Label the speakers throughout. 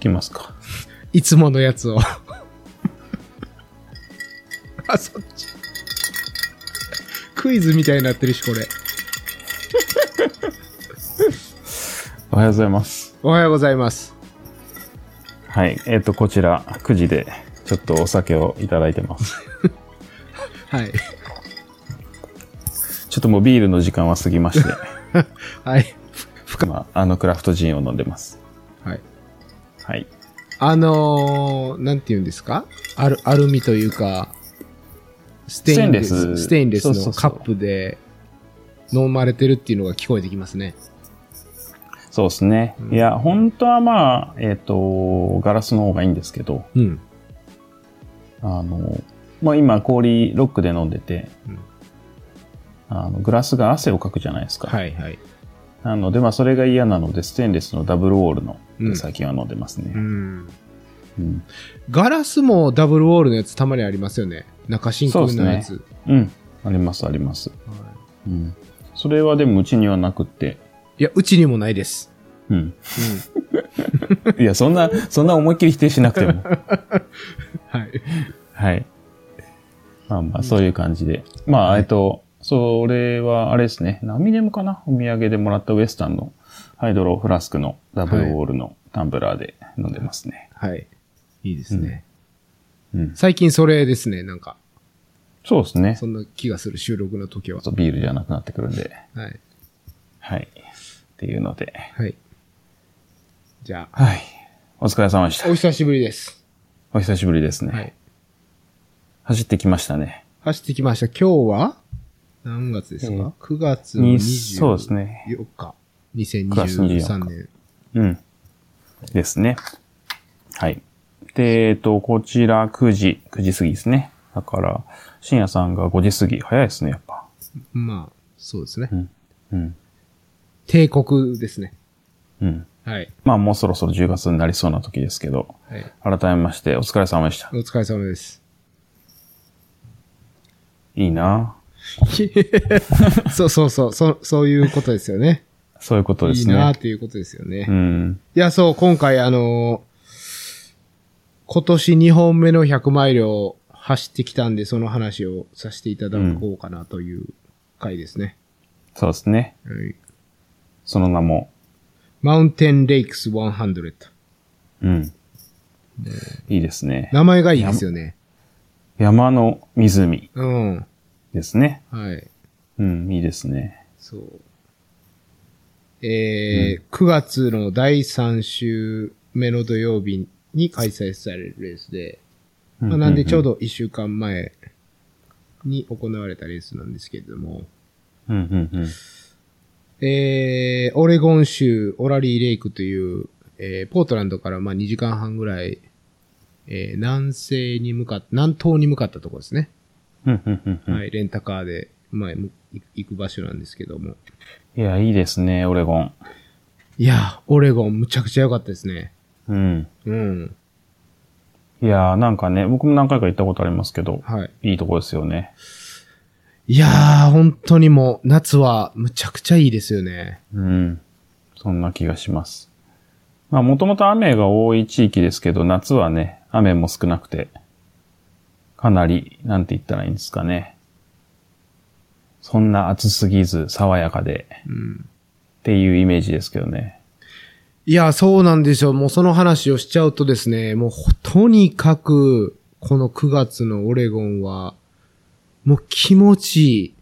Speaker 1: きますか。
Speaker 2: いつものやつを。 あ、そっち。クイズみたいになってるし、これ。
Speaker 1: おはようございます。
Speaker 2: おはようございます。
Speaker 1: はい。えっ、と、こちら、9時で、ちょっとお酒をいただいてます。
Speaker 2: はい。
Speaker 1: ちょっともうビールの時間は過ぎま して、
Speaker 2: はい。
Speaker 1: 今、あの、クラフトジンを飲んでます。
Speaker 2: はい。
Speaker 1: はい。
Speaker 2: あのー、なんて言うんですかアル、アルミというか、ステインレ
Speaker 1: ステン
Speaker 2: ス、
Speaker 1: レス
Speaker 2: ステインレス
Speaker 1: そうそ
Speaker 2: の
Speaker 1: うそ
Speaker 2: カ
Speaker 1: う
Speaker 2: ップで飲まれてるっていうのが聞こえてきますね。
Speaker 1: そうですね。いや、本当はまあ、えっ、と、ガラスの方がいいんですけど、
Speaker 2: うん。
Speaker 1: あの、まあ今、氷ロックで飲んでて、
Speaker 2: うん
Speaker 1: あのグラスが汗をかくじゃないですか。
Speaker 2: はいはい。
Speaker 1: なので、まあそれが嫌なので、ステンレスのダブルウォールの
Speaker 2: う、ん
Speaker 1: 最近は飲んでます
Speaker 2: う
Speaker 1: ね。
Speaker 2: ん。
Speaker 1: うん。
Speaker 2: ガラスもダブルウォールのやつたまにありますよね。中真空のやつ。
Speaker 1: そうん。あります、あります。
Speaker 2: は
Speaker 1: うん。それはでもうちにはなくって、
Speaker 2: いいや、うちにもないです。
Speaker 1: うん。
Speaker 2: うん。
Speaker 1: いや、そんな、そんな思いっきり否定しなくて も。
Speaker 2: はい。
Speaker 1: はい。まあまあ、そういう感じで。まあ、えっと、それは、あれですね。ナミネムかなお土産でもらったウエスタンのハイドロフラスクのダブルウォールのタンブラーで飲んでますね。
Speaker 2: はい。いいですね。
Speaker 1: うん。
Speaker 2: 最近それですね、なんか。
Speaker 1: そうですね。
Speaker 2: そんな気がする、収録の時は。
Speaker 1: そうビールじゃなくなってくるんで。
Speaker 2: はい。
Speaker 1: はい。っていうので。
Speaker 2: はい。じゃあ、
Speaker 1: はい。お疲れ様でした
Speaker 2: お。久しぶりです。
Speaker 1: お久しぶりですね。
Speaker 2: はい。
Speaker 1: 走ってきましたね。
Speaker 2: 走ってきました。今日は何月です
Speaker 1: えー
Speaker 2: か ?9 月の
Speaker 1: に
Speaker 2: 24日。
Speaker 1: そうですね。
Speaker 2: 2023
Speaker 1: 月24
Speaker 2: 年。
Speaker 1: うん。ですね。はい。で、えっと、こちら9時、9時過ぎですね。だから、深夜さんが5時過ぎ。早いですね、やっぱ。
Speaker 2: まあ、そうですね
Speaker 1: う。ん。うん。
Speaker 2: 帝国ですね。
Speaker 1: うん。
Speaker 2: はい。
Speaker 1: まあ、もうそろそろ10月になりそうな時ですけど、
Speaker 2: はい。
Speaker 1: 改めまして、お疲れ様でした
Speaker 2: お。疲れ様 です。
Speaker 1: いいな
Speaker 2: そうそうそう、そそういうことですよね。
Speaker 1: そういうことで
Speaker 2: いい
Speaker 1: すね。
Speaker 2: なーっていうことですよね。
Speaker 1: うん。
Speaker 2: いや、そう、今回あのー今年2本目の100マイルを走ってきたんで、その話をさせていただこうかなという回ですね。
Speaker 1: そうですね。
Speaker 2: はい
Speaker 1: その名も。
Speaker 2: マウンテンレイクス100。
Speaker 1: うん。いいですね。
Speaker 2: 名前がいいですよね。
Speaker 1: 山の湖
Speaker 2: うん。
Speaker 1: ですね。
Speaker 2: はい。
Speaker 1: うん、いいですね。
Speaker 2: そう。えー9月の第3週目の土曜日に開催されるレースで、まあ、なんでちょう
Speaker 1: ど。
Speaker 2: ど1週間前に行われたレースなんですけれども、
Speaker 1: うん、うん、うん。
Speaker 2: えー、オレゴン州オラリーレイクという、えー、ポートランドからまあ2時間半ぐらい、えー、南西に向かっ、南東に向かったところですね。
Speaker 1: うん、うん、うんうん。
Speaker 2: はい、レンタカーで、まあ、む行く行く場所なんですけども。
Speaker 1: いや、いいですね、オレゴン。
Speaker 2: いやー、オレゴンむちゃくちゃ良かったですね。
Speaker 1: うん。
Speaker 2: うん。
Speaker 1: いやー、なんかね、僕も何回か行ったことありますけど、
Speaker 2: はい。
Speaker 1: いいとこですよね。
Speaker 2: いやー、本当にもう、夏はむちゃくちゃいいですよね。
Speaker 1: うん。そんな気がします。まあ、もともと雨が多い地域ですけど、夏はね、雨も少なくて、かなり、なんて言ったらいいんですかね。そんな暑すぎず、爽やかで、
Speaker 2: うん。
Speaker 1: っていうイメージですけどね。
Speaker 2: いやー、そうなんですよ。もうその話をしちゃうとですね、もうほとにかく、この9月のオレゴンは、もう気持ちいい。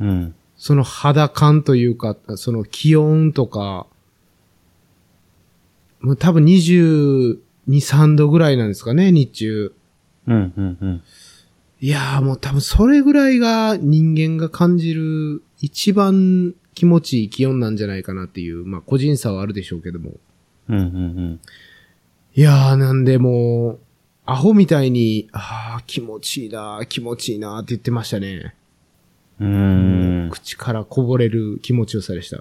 Speaker 1: うん。
Speaker 2: その肌感というか、その気温とか、もう多分22、3度ぐらいなんですかね、日中。
Speaker 1: うん、うん、うん。
Speaker 2: いやーもう多分それぐらいが人間が感じる一番気持ちいい気温なんじゃないかなっていう、まあ個人差はあるでしょうけども。
Speaker 1: うん、うん、
Speaker 2: いやーなんでもう、アホみたいに、ああ、気持ちいいなー、気持ちいいなーって言ってましたね。
Speaker 1: うん。うーん。
Speaker 2: 口からこぼれる気持ちよさでした。
Speaker 1: い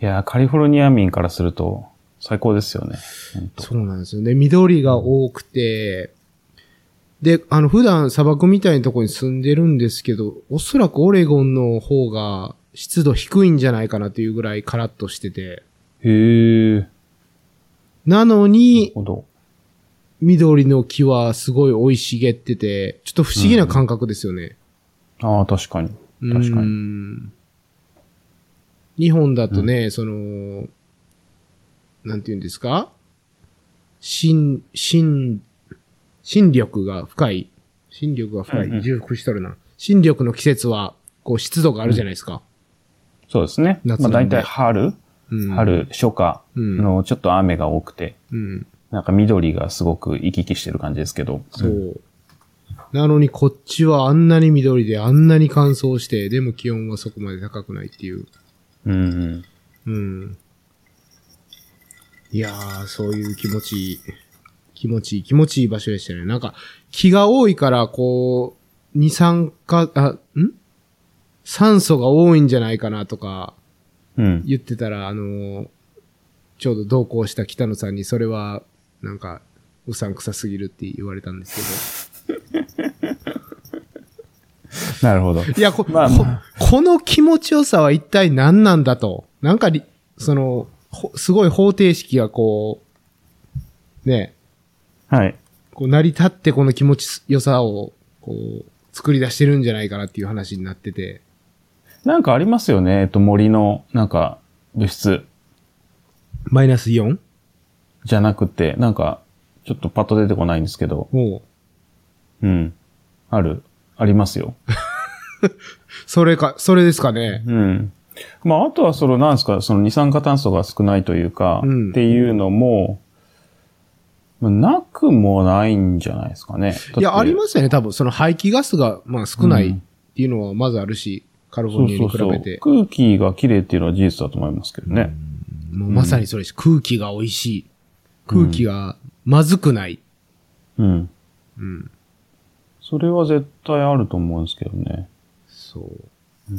Speaker 1: やー、カリフォルニア民からすると、最高ですよね。本当
Speaker 2: そうなんですよね。緑が多くて、で、あの、普段砂漠みたいなところに住んでるんですけど、おそらくオレゴンの方が湿度低いんじゃないかなというぐらいカラッとしてて、
Speaker 1: へえ。
Speaker 2: なのに、
Speaker 1: ほど。
Speaker 2: 緑の木はすごい生い茂ってて、ちょっと不思議な感覚ですよね。
Speaker 1: ああ、確かに。
Speaker 2: う
Speaker 1: うん確かに
Speaker 2: ん日本だとね、その、なんて言うんですか新、新、新緑が深い。新緑が深
Speaker 1: うんう
Speaker 2: い。
Speaker 1: ん
Speaker 2: 重複しとるな。新緑の季節は、こう湿度があるじゃないですか。
Speaker 1: そうですね。ま
Speaker 2: 夏
Speaker 1: あ
Speaker 2: なんで
Speaker 1: 大体春、
Speaker 2: うん。
Speaker 1: 春、初夏
Speaker 2: うん。
Speaker 1: のちょっと雨が多くて、
Speaker 2: うん。
Speaker 1: なんか緑がすごく生き生きしてる感じですけど。
Speaker 2: そう。なのにこっちはあんなに緑であんなに乾燥して、でも気温はそこまで高くないっていう。
Speaker 1: うん。うん。
Speaker 2: うん。いやー、そういう気持ちいい、気持ちいい、気持ちいい場所でしたね。なんか、気が多いから、こう、二酸化、あ、ん酸素が多いんじゃないかなとか
Speaker 1: うん。
Speaker 2: 言ってたら、あのーちょうど同行した北野さんに、それは、なんか、うさんくさすぎるって言われたんです
Speaker 1: なるほど。
Speaker 2: けど。いや、こ、
Speaker 1: まあま
Speaker 2: ここの気持ちよさは一体何なんだと。なんかり、その、ほすごい方程式がこう、ね、
Speaker 1: はい。
Speaker 2: こう成り立ってこの気持ち良さを、こう、作り出してるんじゃないかなっていう話になってて。
Speaker 1: なんかありますよね。えっと、森の、なんか、物質
Speaker 2: マイナス 4?
Speaker 1: じゃなくて、なんか、ちょっとパッと出てこないんですけど、
Speaker 2: もう、
Speaker 1: うん。ある。ありますよ。
Speaker 2: それか、それですかね。
Speaker 1: うん。まあ、あとはその、なんですか、その二酸化炭素が少ないというか、
Speaker 2: うん
Speaker 1: っていうのも、まあなくもないんじゃないですかね。
Speaker 2: いや、あり
Speaker 1: す
Speaker 2: ますよね、多分。その排気ガスが、まあ少ないっていうのはまずあるし、カルボ
Speaker 1: そう
Speaker 2: ニア
Speaker 1: そ
Speaker 2: に
Speaker 1: う
Speaker 2: 比
Speaker 1: そう
Speaker 2: べて。。
Speaker 1: 空気が綺麗っていうのは事実だと思いますけどね。
Speaker 2: もうまさにそれし、空気が美味しい。空気がまずくない。
Speaker 1: うん。
Speaker 2: うん。
Speaker 1: それは絶対あると思うんですけどね。
Speaker 2: そう。
Speaker 1: うん。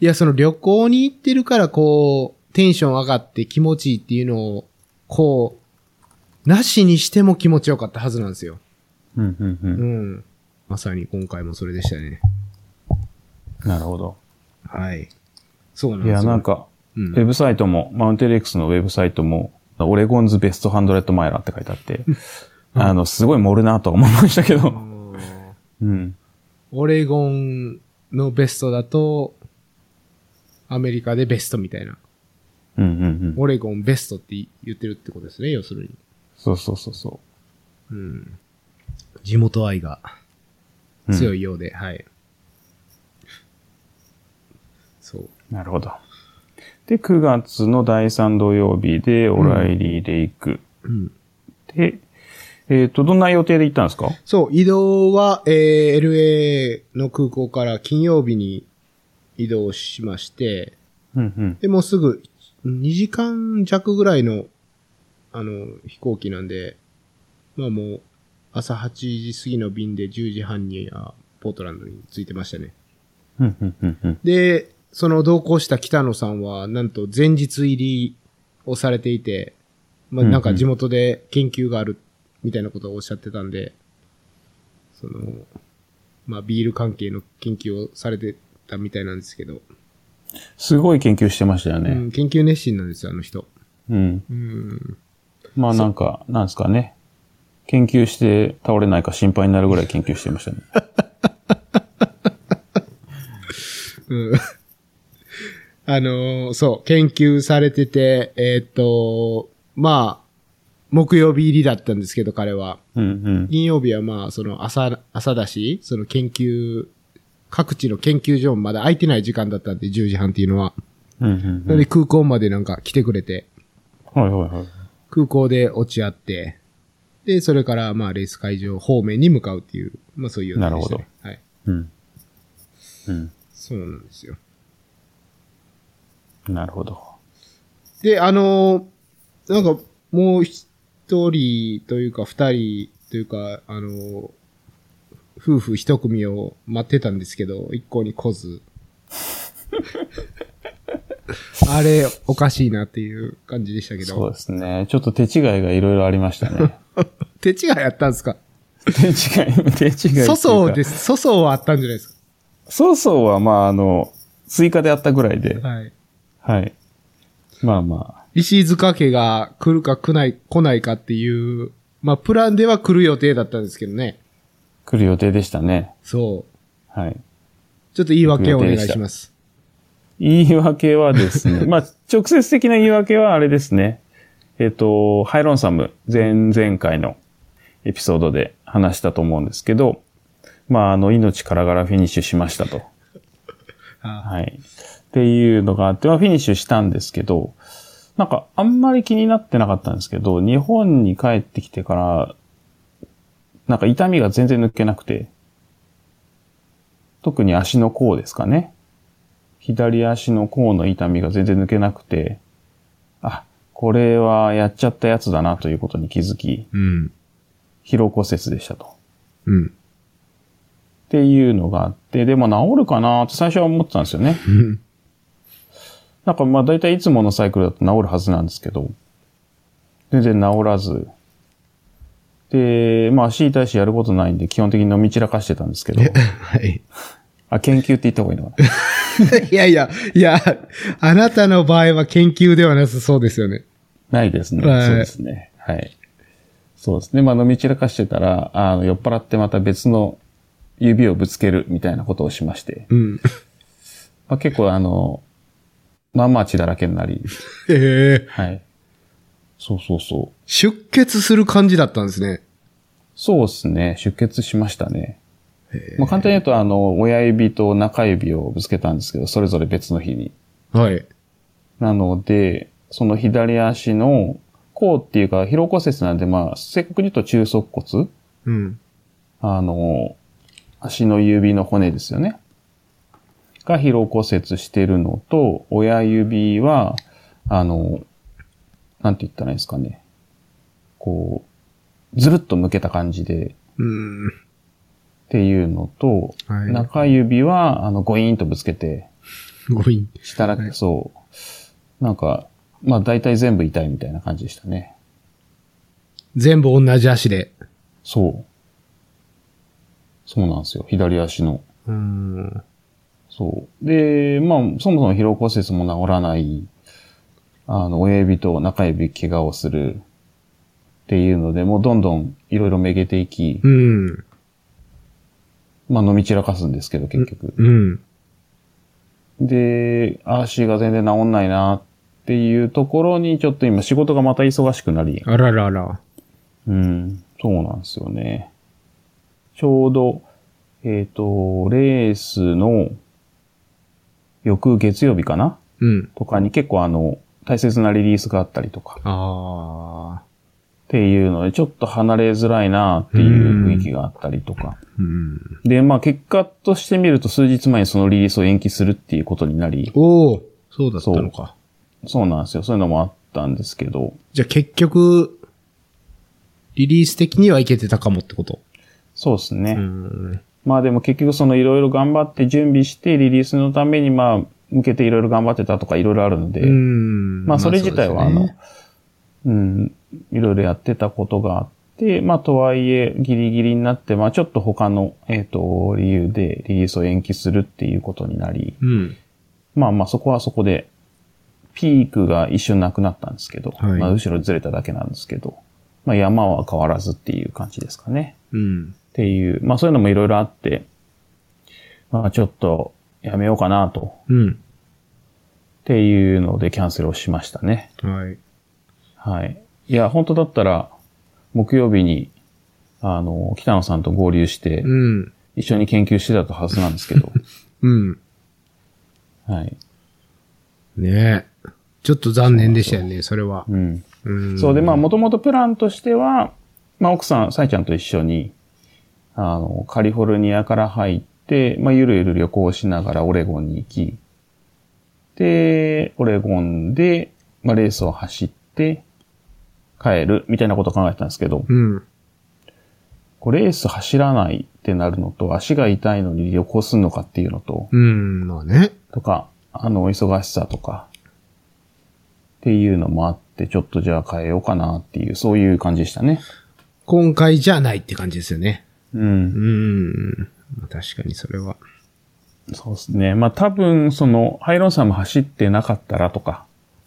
Speaker 2: いや、その旅行に行ってるから、こう、テンション上がって気持ちいいっていうのを、こう、なしにしても気持ちよかったはずなんですよ。
Speaker 1: うん、うん、う。
Speaker 2: うんん。まさに今回もそれでしたね。
Speaker 1: なるほど。
Speaker 2: はい。そうなん
Speaker 1: い
Speaker 2: ですよ。
Speaker 1: や、なん、か、
Speaker 2: う
Speaker 1: ウ
Speaker 2: ん、
Speaker 1: ェブサイトも、マウンテンレックスのウェブサイトも、オレゴンズベストハンドレットマイラーって書いてあって、あの、すごい盛るなとは思いましたけ
Speaker 2: あ
Speaker 1: ど。
Speaker 2: のー
Speaker 1: うん。
Speaker 2: オレゴンのベストだと、アメリカでベストみたいな。
Speaker 1: うんうんうん。
Speaker 2: オレゴンベストって言ってるってことですね、要するに。
Speaker 1: そうそうそうそ
Speaker 2: うん。地元愛が
Speaker 1: う。
Speaker 2: 強
Speaker 1: い。
Speaker 2: いようで、はい。そう。
Speaker 1: なるほど。で、9月の第3土曜日で、オライリーレイク。
Speaker 2: うん。
Speaker 1: で、えっ、と、どんな予定で行ったんですか
Speaker 2: そう、移動は、えー LA の空港から金曜日に移動しまして、
Speaker 1: うんうん。
Speaker 2: で、もうすぐ2時間弱ぐらいの、あの、飛行機なんで、まあもう、朝8時過ぎの便で10時半にはポートランドに着いてましたね。
Speaker 1: うんうんうんうん。
Speaker 2: で、その同行した北野さんは、なんと前日入りをされていて、まあ
Speaker 1: うんうん
Speaker 2: なんか地元で研究があるみたいなことをおっしゃってたんで、その、まあビール関係の研究をされてたみたいなんですけど、
Speaker 1: すごい研究してましたよ
Speaker 2: う
Speaker 1: ね。
Speaker 2: ん、研究熱心なんですよ、あの人。
Speaker 1: うん。
Speaker 2: うん。
Speaker 1: まあなんか、なんですかね。研究して倒れないか心配になるぐらい研究してま したね。
Speaker 2: うん。 あのーそう、研究されてて、えーっと、まあ、木曜日入りだったんですけど、彼は。
Speaker 1: うんうん。
Speaker 2: 金曜日はまあ、その朝、朝だし、その研究、各地の研究所もまだ空いてない時間だったんで、10時半っていうのは。
Speaker 1: うんうん
Speaker 2: な
Speaker 1: う
Speaker 2: の
Speaker 1: ん
Speaker 2: で空港までなんか来てくれて、
Speaker 1: はいはいはい。
Speaker 2: 空港で落ち合って、で、それからまあ、レース会場方面に向かうっていう、まあそういう予定でしたね
Speaker 1: なる
Speaker 2: はい。
Speaker 1: うん。うん。
Speaker 2: そうなんですよ。
Speaker 1: なるほど。
Speaker 2: で、あのーなんか、もう一人というか二人というか、あのー夫婦一組を待ってたんですけど、一向に来 ず。あれ、おかしいなっていう感じでしたけ
Speaker 1: そう
Speaker 2: ど。
Speaker 1: ですね。ちょっと手違いがいろいろありましたね。
Speaker 2: 手違いあったんですか
Speaker 1: 手違い、手違いっていうか。。
Speaker 2: 粗相ですす。粗相はあったんじゃないです
Speaker 1: 粗相は、まあ、あの、追加であったぐらいで
Speaker 2: か。。はい。
Speaker 1: はい。まあま
Speaker 2: 石塚家が来るか来ない、来ないかっていう、まあ、プランでは来る予定だったんですけどね。
Speaker 1: あ、来る予定でしたね。
Speaker 2: そう。
Speaker 1: はい。
Speaker 2: ちょっと言い訳をお願いします。
Speaker 1: 言い訳はですね、まあ、直接的な言い訳はあれですね。えっ、と、ハイロンサム、前々回のエピソードで話したと思うんですけど、まあ、あの、命からがらフィニッシュしましたと。
Speaker 2: あ
Speaker 1: はい。っていうのがあって、まあ、フィニッシュしたんですけど、なんか、あんまり気になってなかったんですけど、日本に帰ってきてから、なんか痛みが全然抜けなくて、特に足の甲ですかね。左足の甲の痛みが全然抜けなくて、あ、これはやっちゃったやつだなということに気づき、
Speaker 2: うん。
Speaker 1: 疲労骨折でしたと。
Speaker 2: うん。
Speaker 1: っていうのがあって、でも治るかなって最初は思ってたんですよね。なんかまあ大体いつものサイクルだと治るはずなんですけど、全然治らず。で、まあ足痛いしやることないんで基本的に飲み散らかしてたんですけど、
Speaker 2: はい。
Speaker 1: あ、研究って言った方がいいのかな。
Speaker 2: いやいや、いや、あなたの場合は研究ではなさそうですよね。
Speaker 1: ないですね。
Speaker 2: はい
Speaker 1: そうですね。はい。そうですね。まあ飲み散らかしてたら、あの酔っ払ってまた別の指をぶつけるみたいなことをしまして、
Speaker 2: うん。
Speaker 1: まあ結構あの、まあまあ血だらけになり、
Speaker 2: ええ
Speaker 1: はい。そうそうそう。
Speaker 2: 出血する感じだったんですね。
Speaker 1: そうですね。出血しましたね。まあ、簡単に言うと、あの、親指と中指をぶつけたんですけど、それぞれ別の日に。
Speaker 2: はい。
Speaker 1: なので、その左足の、甲っていうか、疲労骨折なんで、まあ、正確に言うと中足骨
Speaker 2: うん。
Speaker 1: あの、足の指の骨ですよね。が疲労骨折してるのと、親指は、あの、なんて言ったらいいんですかね。こう、ずるっと向けた感じで、
Speaker 2: うん。
Speaker 1: っていうのと、
Speaker 2: はい
Speaker 1: 中指は、あの、ゴイーンとぶつけて、
Speaker 2: ごいん。
Speaker 1: したら、そう、なんか、まあ大体全部痛いみたいな感じでしたね。
Speaker 2: 全部同じ足で。
Speaker 1: そう。そうなんですよ。左足の。
Speaker 2: うん。
Speaker 1: そう。で、まあ、そもそも疲労骨折も治らない、あの、親指と中指怪我をするっていうので、もうどんどんいろいろめげていき、
Speaker 2: うん。
Speaker 1: まあ飲み散らかすんですけど、結局。
Speaker 2: うん。
Speaker 1: で、足が全然治んないなっていうところに、ちょっと今仕事がまた忙しくなり、
Speaker 2: あららら。
Speaker 1: うん、そうなんですよね。ちょうど、えっ、と、レースの、翌月曜日かな
Speaker 2: うん。
Speaker 1: とかに結構あの、大切なリリースがあったりとか、っ
Speaker 2: ああ。
Speaker 1: ていうので、ちょっと離れづらいなっていう雰囲気があったりとか。
Speaker 2: うん。
Speaker 1: で、まあ結果としてみると数日前にそのリリースを延期するっていうことになり、
Speaker 2: おお、そうだったのか。
Speaker 1: そうなんですよ。そういうのもあったんですけど、
Speaker 2: じゃあ結局、リリース的にはいけてたかもってこと。
Speaker 1: そうですね。
Speaker 2: うん。
Speaker 1: まあでも結局そのいろいろ頑張って準備してリリースのためにまあ向けていろいろ頑張ってたとかいろいろあるので、
Speaker 2: ん
Speaker 1: まあそれ自体はあの、うん、いろいろやってたことがあって、まあとはいえギリギリになって、まあちょっと他の、えっ、と、理由でリリースを延期するっていうことになり、
Speaker 2: うん。
Speaker 1: まあまあそこはそこで、ピークが一瞬なくなったんですけど、
Speaker 2: はい
Speaker 1: まあ後ろずれただけなんですけど、まあ山は変わらずっていう感じですかね。
Speaker 2: うん。
Speaker 1: っていう、まあそういうのもいろいろあって、まあちょっとやめようかなと、
Speaker 2: うん。
Speaker 1: っていうのでキャンセルをしましたね。
Speaker 2: はい。
Speaker 1: はい。いや、本当だったら、木曜日に、あの、北野さんと合流して、
Speaker 2: うん。
Speaker 1: 一緒に研究してたはずなんですけど、
Speaker 2: うん。
Speaker 1: はい。
Speaker 2: ねえ。ちょっと残念でしたよね、それは。
Speaker 1: うん。
Speaker 2: うん。
Speaker 1: そうで、まあ、もともとプランとしては、まあ、奥さん、さえちゃんと一緒に、あの、カリフォルニアから入って、まあ、ゆるゆる旅行しながらオレゴンに行き、で、オレゴンで、まあ、レースを走って、帰る、みたいなことを考えてたんですけど、
Speaker 2: うん。
Speaker 1: こうレース走らないってなるのと、足が痛いのに旅行するのかっていうのと、
Speaker 2: うん、まあね。
Speaker 1: とか、あの、忙しさとか、っていうのもあって、ちょっとじゃあ変えようかなっていう、そういう感じでしたね。
Speaker 2: 今回じゃないって感じですよね。
Speaker 1: うん
Speaker 2: う。ん。まあ確かにそれは。
Speaker 1: そうですね。まあ多分、その、ハイロンさんも走ってなかったらとか、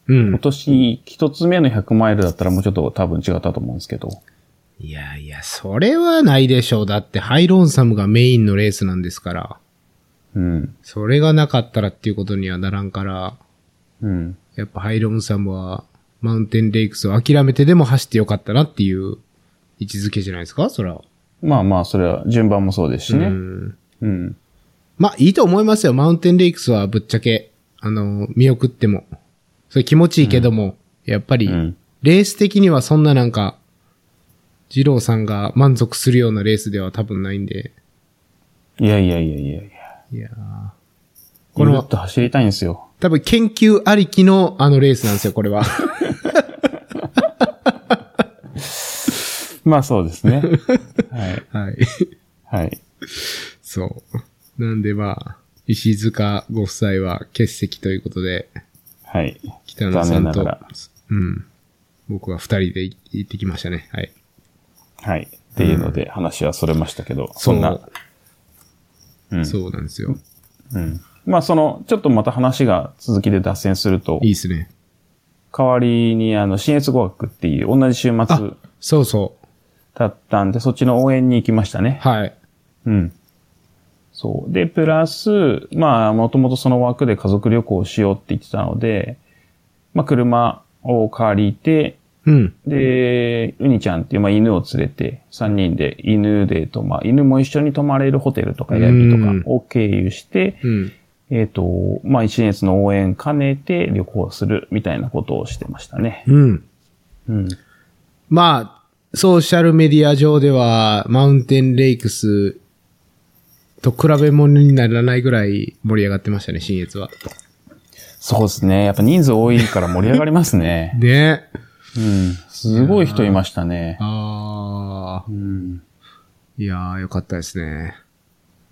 Speaker 2: うん
Speaker 1: 今。年一つ目の100マイルだったらもうちょっと多分違ったと思うんですけど。
Speaker 2: いやいや、それはないでしょう。だって、ハイロンサムがメインのレースなんですから。
Speaker 1: うん。
Speaker 2: それがなかったらっていうことにはならんから、
Speaker 1: うん。
Speaker 2: やっぱハイロンサムは、マウンテンレイクスを諦めてでも走ってよかったなっていう位置づけじゃないですかそら。
Speaker 1: まあまあ、それは順番もそうですし
Speaker 2: う
Speaker 1: ね。
Speaker 2: ん。
Speaker 1: うん。
Speaker 2: まあ、いいと思いますよ。マウンテンレイクスはぶっちゃけ、あの、見送っても。それ気持ちいいけども、やっぱり、
Speaker 1: うん
Speaker 2: レース的にはそんななんか、二郎さんが満足するようなレースでは多分ないんで。
Speaker 1: いやいやいやいやいや。
Speaker 2: いやー
Speaker 1: こ
Speaker 2: これ
Speaker 1: れ
Speaker 2: は
Speaker 1: は。と走りたいんですよ。
Speaker 2: 多分研究ありきのあのレースなんですよ、こ れは。
Speaker 1: まあそうです ね。はい。
Speaker 2: はい。
Speaker 1: はい。
Speaker 2: そう。なんでまあ、石塚ご夫妻は欠席ということで、
Speaker 1: はい。
Speaker 2: 北野さん
Speaker 1: 残念な
Speaker 2: と
Speaker 1: がら、
Speaker 2: うん。僕は二人で行ってきましたね。はい。
Speaker 1: はい。っていうので話はそれましたけど、そんな。う。
Speaker 2: うんそうなんですよ。
Speaker 1: うん。まあその、ちょっとまた話が続きで脱線すると
Speaker 2: いい、ですね。
Speaker 1: 代わりにあの、新越語学っていう同じ週末
Speaker 2: あ、そうそう。
Speaker 1: だったんで、そっちの応援に行きましたね。
Speaker 2: はい。
Speaker 1: うん。そう。で、プラス、まあ、もともとその枠で家族旅行をしようって言ってたので、まあ、車を借りて、
Speaker 2: うん。
Speaker 1: で、うにちゃんっていう、まあ、犬を連れて、3人で犬でと、まあ、犬も一緒に泊まれるホテルとか、
Speaker 2: うん
Speaker 1: やびとかを経由して、
Speaker 2: うん。
Speaker 1: えっ、と、まあ、一列の応援兼ねて旅行するみたいなことをしてましたね。
Speaker 2: うん。
Speaker 1: うん。
Speaker 2: まあ、ソーシャルメディア上では、マウンテンレイクスと比べ物にならないぐらい盛り上がってましたね、新越は。
Speaker 1: そうですね。やっぱ人数多いから盛り上がりますね。
Speaker 2: ね。
Speaker 1: うん。すごい人いましたね。
Speaker 2: ああ。
Speaker 1: うん。
Speaker 2: いやー、よかったですね。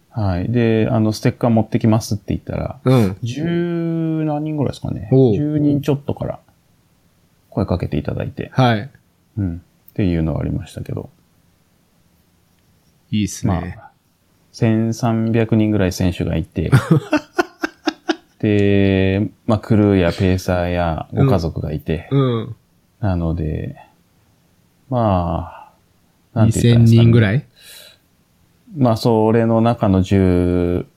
Speaker 1: はい。で、あの、ステッカー持ってきますって言ったら、
Speaker 2: うん。
Speaker 1: 十何人ぐらいですかね。
Speaker 2: おう
Speaker 1: 十人ちょっとから声かけていただいて、
Speaker 2: はい。
Speaker 1: うん。っていうのはありましたけど、
Speaker 2: いいっす
Speaker 1: ま
Speaker 2: ね。
Speaker 1: あ、1300人ぐらい選手がい て、で、まあ、クルーやペーサーやご家族がいて、
Speaker 2: うん。
Speaker 1: なので、まあ、なんて言った
Speaker 2: 2000
Speaker 1: らいいんですかね
Speaker 2: 人ぐらい
Speaker 1: まあ、それの中の十、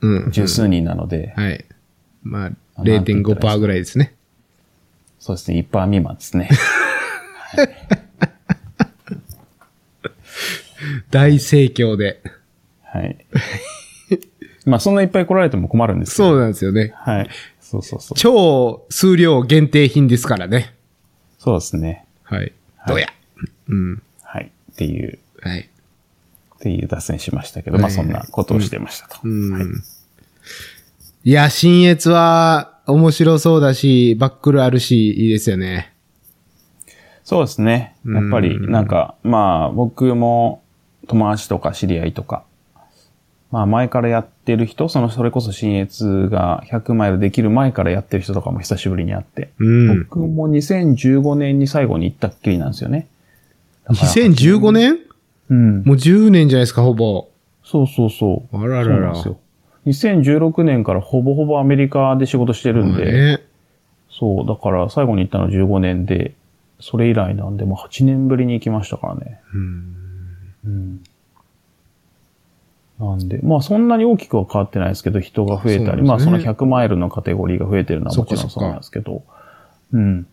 Speaker 2: うん。
Speaker 1: 十数人なので、
Speaker 2: はい。まあ、
Speaker 1: あなんて言ったらいいですか
Speaker 2: 0.5%ぐらいですね。
Speaker 1: そうですね、一般未満で すね。
Speaker 2: 大盛況で。
Speaker 1: はい。まあ、そんないっぱい来られても困るんですけど。
Speaker 2: そうなんですよね。
Speaker 1: はい。そうそうそう。
Speaker 2: 超数量限定品ですからね。
Speaker 1: そうですね。
Speaker 2: はい。
Speaker 1: はい
Speaker 2: どうやうん。
Speaker 1: はい。っていう、
Speaker 2: はい。
Speaker 1: っていう脱線しましたけど、まあ、そんなことをしてましたと。
Speaker 2: うん。いや、新越は面白そうだし、バックルあるし、いいですよね。
Speaker 1: そうですね。やっぱり、なんか、まあ、僕も友達とか知り合いとか、まあ、前からやってる人、その、それこそ新越が100マイルできる前からやってる人とかも久しぶりに会って、
Speaker 2: うん。
Speaker 1: 僕も2015年に最後に行ったっきりなんですよね。だから
Speaker 2: 2015年
Speaker 1: うん。
Speaker 2: もう10年じゃないですか、ほぼ。
Speaker 1: そうそうそう。
Speaker 2: あららら
Speaker 1: そうなんですよ。2016年からほぼほぼアメリカで仕事してるんで、
Speaker 2: ね。
Speaker 1: そう、だから最後に行ったの15年で、それ以来なんで、もう8年ぶりに行きましたからね。うん。なんで、まあそんなに大きくは変わってないですけど、人が増え
Speaker 2: そうな
Speaker 1: た
Speaker 2: んです
Speaker 1: り、
Speaker 2: ね
Speaker 1: まあその100マイルのカテゴリーが増えてるのは
Speaker 2: そっ
Speaker 1: も
Speaker 2: か
Speaker 1: ち
Speaker 2: そ
Speaker 1: ろ
Speaker 2: っ
Speaker 1: ん
Speaker 2: か
Speaker 1: そうなんですけど、うん。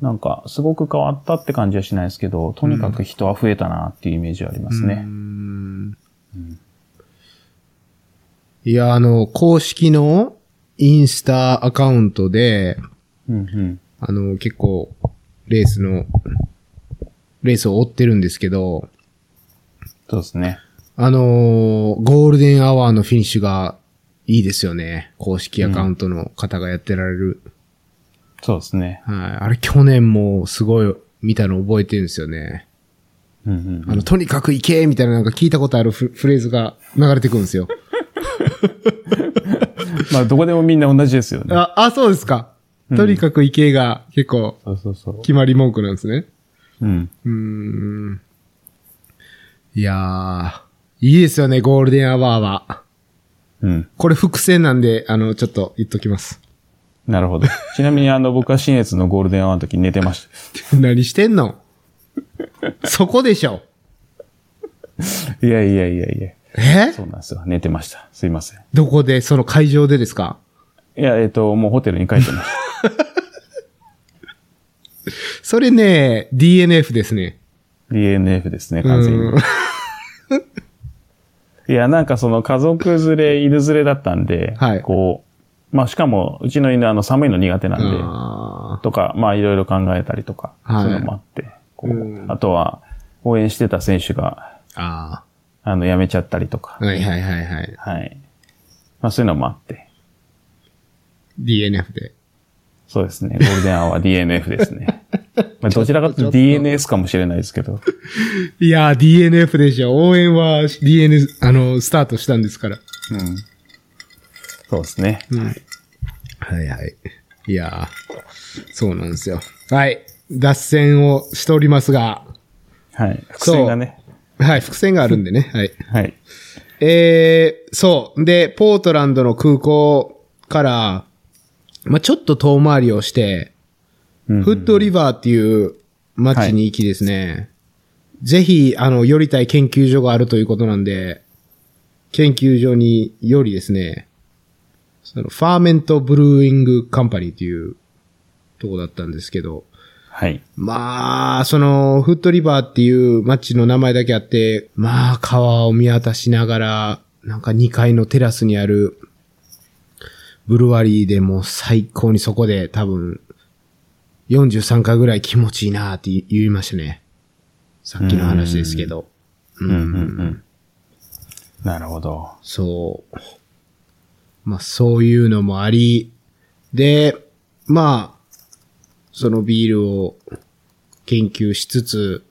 Speaker 1: なんか、すごく変わったって感じはしないですけど、とにかく人は増えたなっていうイメージはありますね。
Speaker 2: うんいや、あの、公式のインスタアカウントで、
Speaker 1: うん、うん、
Speaker 2: あの、結構、レースの、レースを追ってるんですけど、
Speaker 1: そうですね。
Speaker 2: あのーゴールデンアワーのフィニッシュがいいですよね。公式アカウントの方がやってられる。
Speaker 1: そうですね。
Speaker 2: はい。あれ、去年もすごい見たの覚えてるんですよね。
Speaker 1: うん、うん。
Speaker 2: あの、とにかく行けみたいななんか聞いたことあるフフレーズが流れてくるんですよ。
Speaker 1: まあ、どこでもみんな同じですよね。
Speaker 2: あ、あ、そうですか。とにかく池が結構
Speaker 1: そうそうそう。
Speaker 2: 決まり文句なんですね。
Speaker 1: うん。
Speaker 2: うーん。いやー、いいですよね、ゴールデンアワーは。
Speaker 1: うん。
Speaker 2: これ伏線なんで、あの、ちょっと言っときます。
Speaker 1: なるほど。ちなみにあの、僕は新越のゴールデンアワーの時寝てまし
Speaker 2: 何してんのそこでしょ。
Speaker 1: た。いやいやいやいや。
Speaker 2: え
Speaker 1: そうなんですよ。寝てました。すいません。
Speaker 2: どこで、その会場でですか
Speaker 1: いや、えっ、と、もうホテルに帰ってました。
Speaker 2: それね、DNF ですね。
Speaker 1: DNF ですね、
Speaker 2: う
Speaker 1: 完全に
Speaker 2: ん。。
Speaker 1: いや、なんかその家族連れ、犬連れだったんで、
Speaker 2: はい
Speaker 1: こう、まあしかも、うちの犬あの寒いの苦手なんで、
Speaker 2: あ
Speaker 1: とか、まあいろいろ考えたりとか、
Speaker 2: はい
Speaker 1: そういうのもあって、こう
Speaker 2: うん
Speaker 1: あとは、応援してた選手が、
Speaker 2: ーあ
Speaker 1: あの、辞めちゃったりとか、
Speaker 2: ー。はいはいはいはい。
Speaker 1: はい。まあそういうのもあって、
Speaker 2: DNF で。
Speaker 1: そうですね、ゴールデンアワー DNF です ね。まあどちらかというと
Speaker 2: ちょっと
Speaker 1: DNS かもしれないですけど、
Speaker 2: いやー、DNF でしょ。応援は DN、あの、スタートしたんですから。
Speaker 1: うん。そうですね。
Speaker 2: はいはい。いやー、そうなんですよ。はい。脱線をしておりますが、
Speaker 1: はい。伏線がね。
Speaker 2: はい、伏線があるんでね。はい。
Speaker 1: はい。
Speaker 2: えー、そう。で、ポートランドの空港から、まあ、ちょっと遠回りをして、
Speaker 1: うん
Speaker 2: フッドリバーっていう街に行きですね。ぜひ、あの、寄りたい研究所があるということなんで、研究所によりですね、その、ファーメントブルーイングカンパニーというとこだったんですけど、
Speaker 1: はい。
Speaker 2: まあ、その、フットリバーっていう街の名前だけあって、まあ、川を見渡しながら、なんか2階のテラスにある、ブルワリーでもう最高にそこで多分、43回ぐらい気持ちいいなって言いましたね。さっきの話ですけど。う
Speaker 1: うんうん
Speaker 2: ん。
Speaker 1: うん。なるほど。
Speaker 2: そう。まあ、そういうのもあり、で、まあ、そのビールを研究しつつ、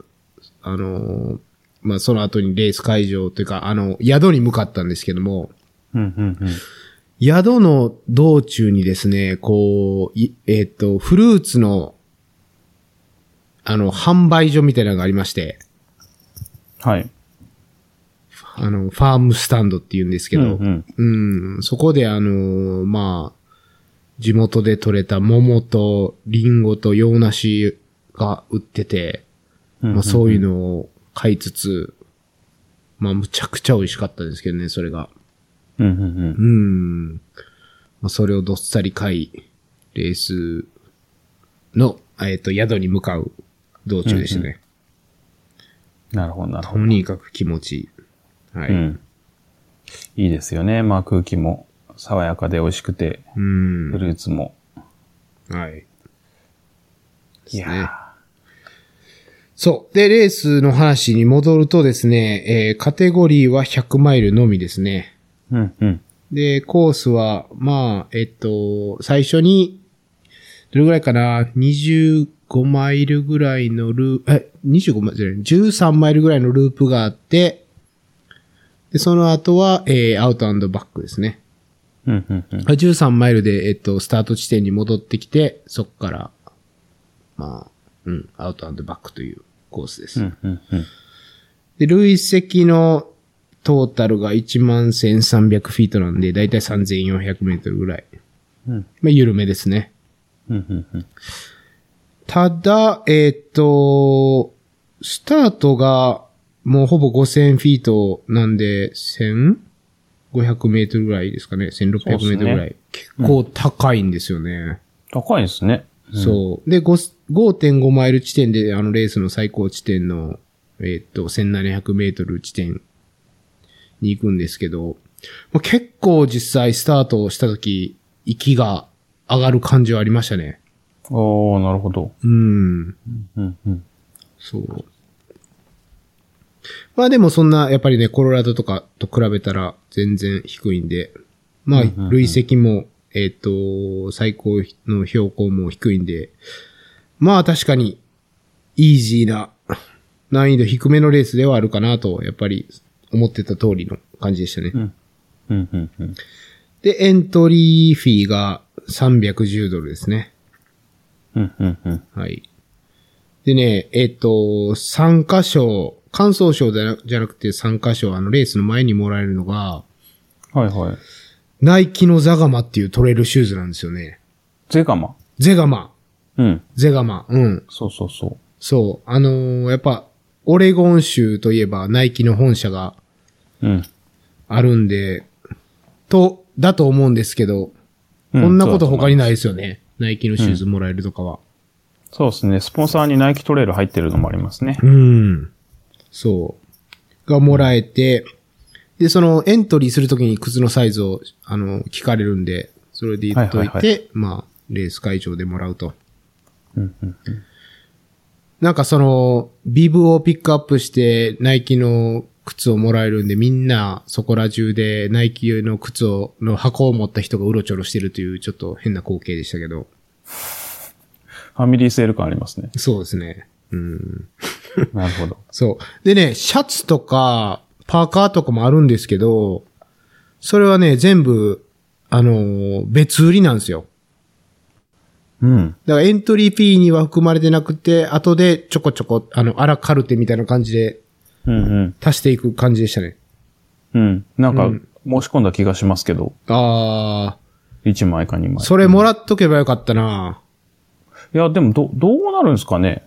Speaker 2: あのー、まあ、その後にレース会場というか、あの、宿に向かったんですけども、
Speaker 1: うんうんうん。
Speaker 2: 宿の道中にですね、こう、いえっ、と、フルーツの、あの、販売所みたいなのがありまして、
Speaker 1: はい。
Speaker 2: あの、ファームスタンドって言うんですけど、
Speaker 1: うんうん
Speaker 2: うん、そこであのーまあ、地元で採れた桃とリンゴと洋梨が売ってて、まあそういうのを買いつつ、まあむちゃくちゃ美味しかったですけどね、それが。
Speaker 1: うんうん
Speaker 2: う。ん。まあそれをどっさり買い、レースの、えっ、と、宿に向かう道中でしたね。
Speaker 1: なるほど、なるほ
Speaker 2: と
Speaker 1: ど。
Speaker 2: にかく気持ちいい。はい。
Speaker 1: うん。いいですよね。まあ空気も爽やかで美味しくて、
Speaker 2: うん
Speaker 1: フルーツも。
Speaker 2: はい。
Speaker 1: い
Speaker 2: ね
Speaker 1: や
Speaker 2: そう。で、レースの話に戻るとですね、えーカテゴリーは100マイルのみですね。
Speaker 1: ーうんうん。
Speaker 2: で、コースは、まあ、えっと、最初に、どれぐらいかな、25マイルぐらいのループ、え、25マイルじゃない、13マイルぐらいのループがあって、で、その後は、えーアウトバックですね。
Speaker 1: うんうんうん。
Speaker 2: 13マイルで、えっと、スタート地点に戻ってきて、そこから、まあ、うん、アウトバックというコースです。
Speaker 1: うんうんうん。
Speaker 2: で、累積のトータルが11,300フィートなんで、だいたい3,400メートルぐらい。
Speaker 1: うん
Speaker 2: まあ、緩めですね。
Speaker 1: うんうんうん。
Speaker 2: ただ、えーっ、と、スタートがもうほぼ5,000フィートなんで、1,500メートルぐらいですかね。1,600メートルぐらい。結構高いんですよね。
Speaker 1: 高いですね。
Speaker 2: そう。で、5 5.5マイル地点で、あの、レースの最高地点の、えーっと、1700メートル地点に行くんですけど、まあ、結構実際スタートをした時、息が上がる感じはありましたね。
Speaker 1: おー、なるほど。
Speaker 2: うん。
Speaker 1: うんうん。
Speaker 2: そう。まあでもそんな、やっぱりね、コロラドとかと比べたら全然低いんで、まあ、累積も、えっ、と、最高の標高も低いんで、まあ確かに、イージーな、難易度低めのレースではあるかなと、やっぱり思ってた通りの感じでしたね。
Speaker 1: んうんうんうん。
Speaker 2: で、エントリーフィーが310ドルですね。
Speaker 1: うんうんうん。
Speaker 2: はい。でね、えっ、と、参加賞、感想賞じゃなじゃなくて参加賞、あの、レースの前にもらえるのが、
Speaker 1: はいはい。
Speaker 2: ナイキのザガマっていうトレイルシューズなんですよね。
Speaker 1: ゼガマ。
Speaker 2: ゼガマ。
Speaker 1: うん。
Speaker 2: ゼガマ。うん。
Speaker 1: そうそうそう。
Speaker 2: そう。あのーやっぱ、オレゴン州といえばナイキの本社が
Speaker 1: うん。
Speaker 2: あるんで、と、だと思うんですけど、こんなこと他に
Speaker 1: に。
Speaker 2: ないですよね。ナイキのシューズもらえるとかは。
Speaker 1: そうですね。スポンサーにナイキトレール入ってるのもありますね。
Speaker 2: うん。そう。がもらえて、で、そのエントリーするときに靴のサイズを、あの、聞かれるんで、それで言っといて、
Speaker 1: はいはいは
Speaker 2: まあ、レース会場でもらうと。
Speaker 1: うんうんうん
Speaker 2: なんかその、ビブをピックアップして、ナイキの靴をもらえるんで、みんなそこら中でナイキの靴を、の箱を持った人がうろちょろしてるという、ちょっと変な光景でしたけど。。
Speaker 1: ファミリーセール感ありますね
Speaker 2: そうですね。うん。
Speaker 1: なるほど。
Speaker 2: そう。でね、シャツとか、パーカーとかもあるんですけど、それはね、全部、あのー別売りなんですよ。
Speaker 1: うん。
Speaker 2: だからエントリー P には含まれてなくて、後でちょこちょこ、あの、アラカルテみたいな感じで
Speaker 1: うんうん。
Speaker 2: 足していく感じでしたね。
Speaker 1: うん。なんか、
Speaker 2: う
Speaker 1: 申し込んだ気がしますけど、
Speaker 2: あ
Speaker 1: 1枚か2枚。
Speaker 2: ー、それもらっとけばよかったな。
Speaker 1: いや、でも、ど、どうなるんですかね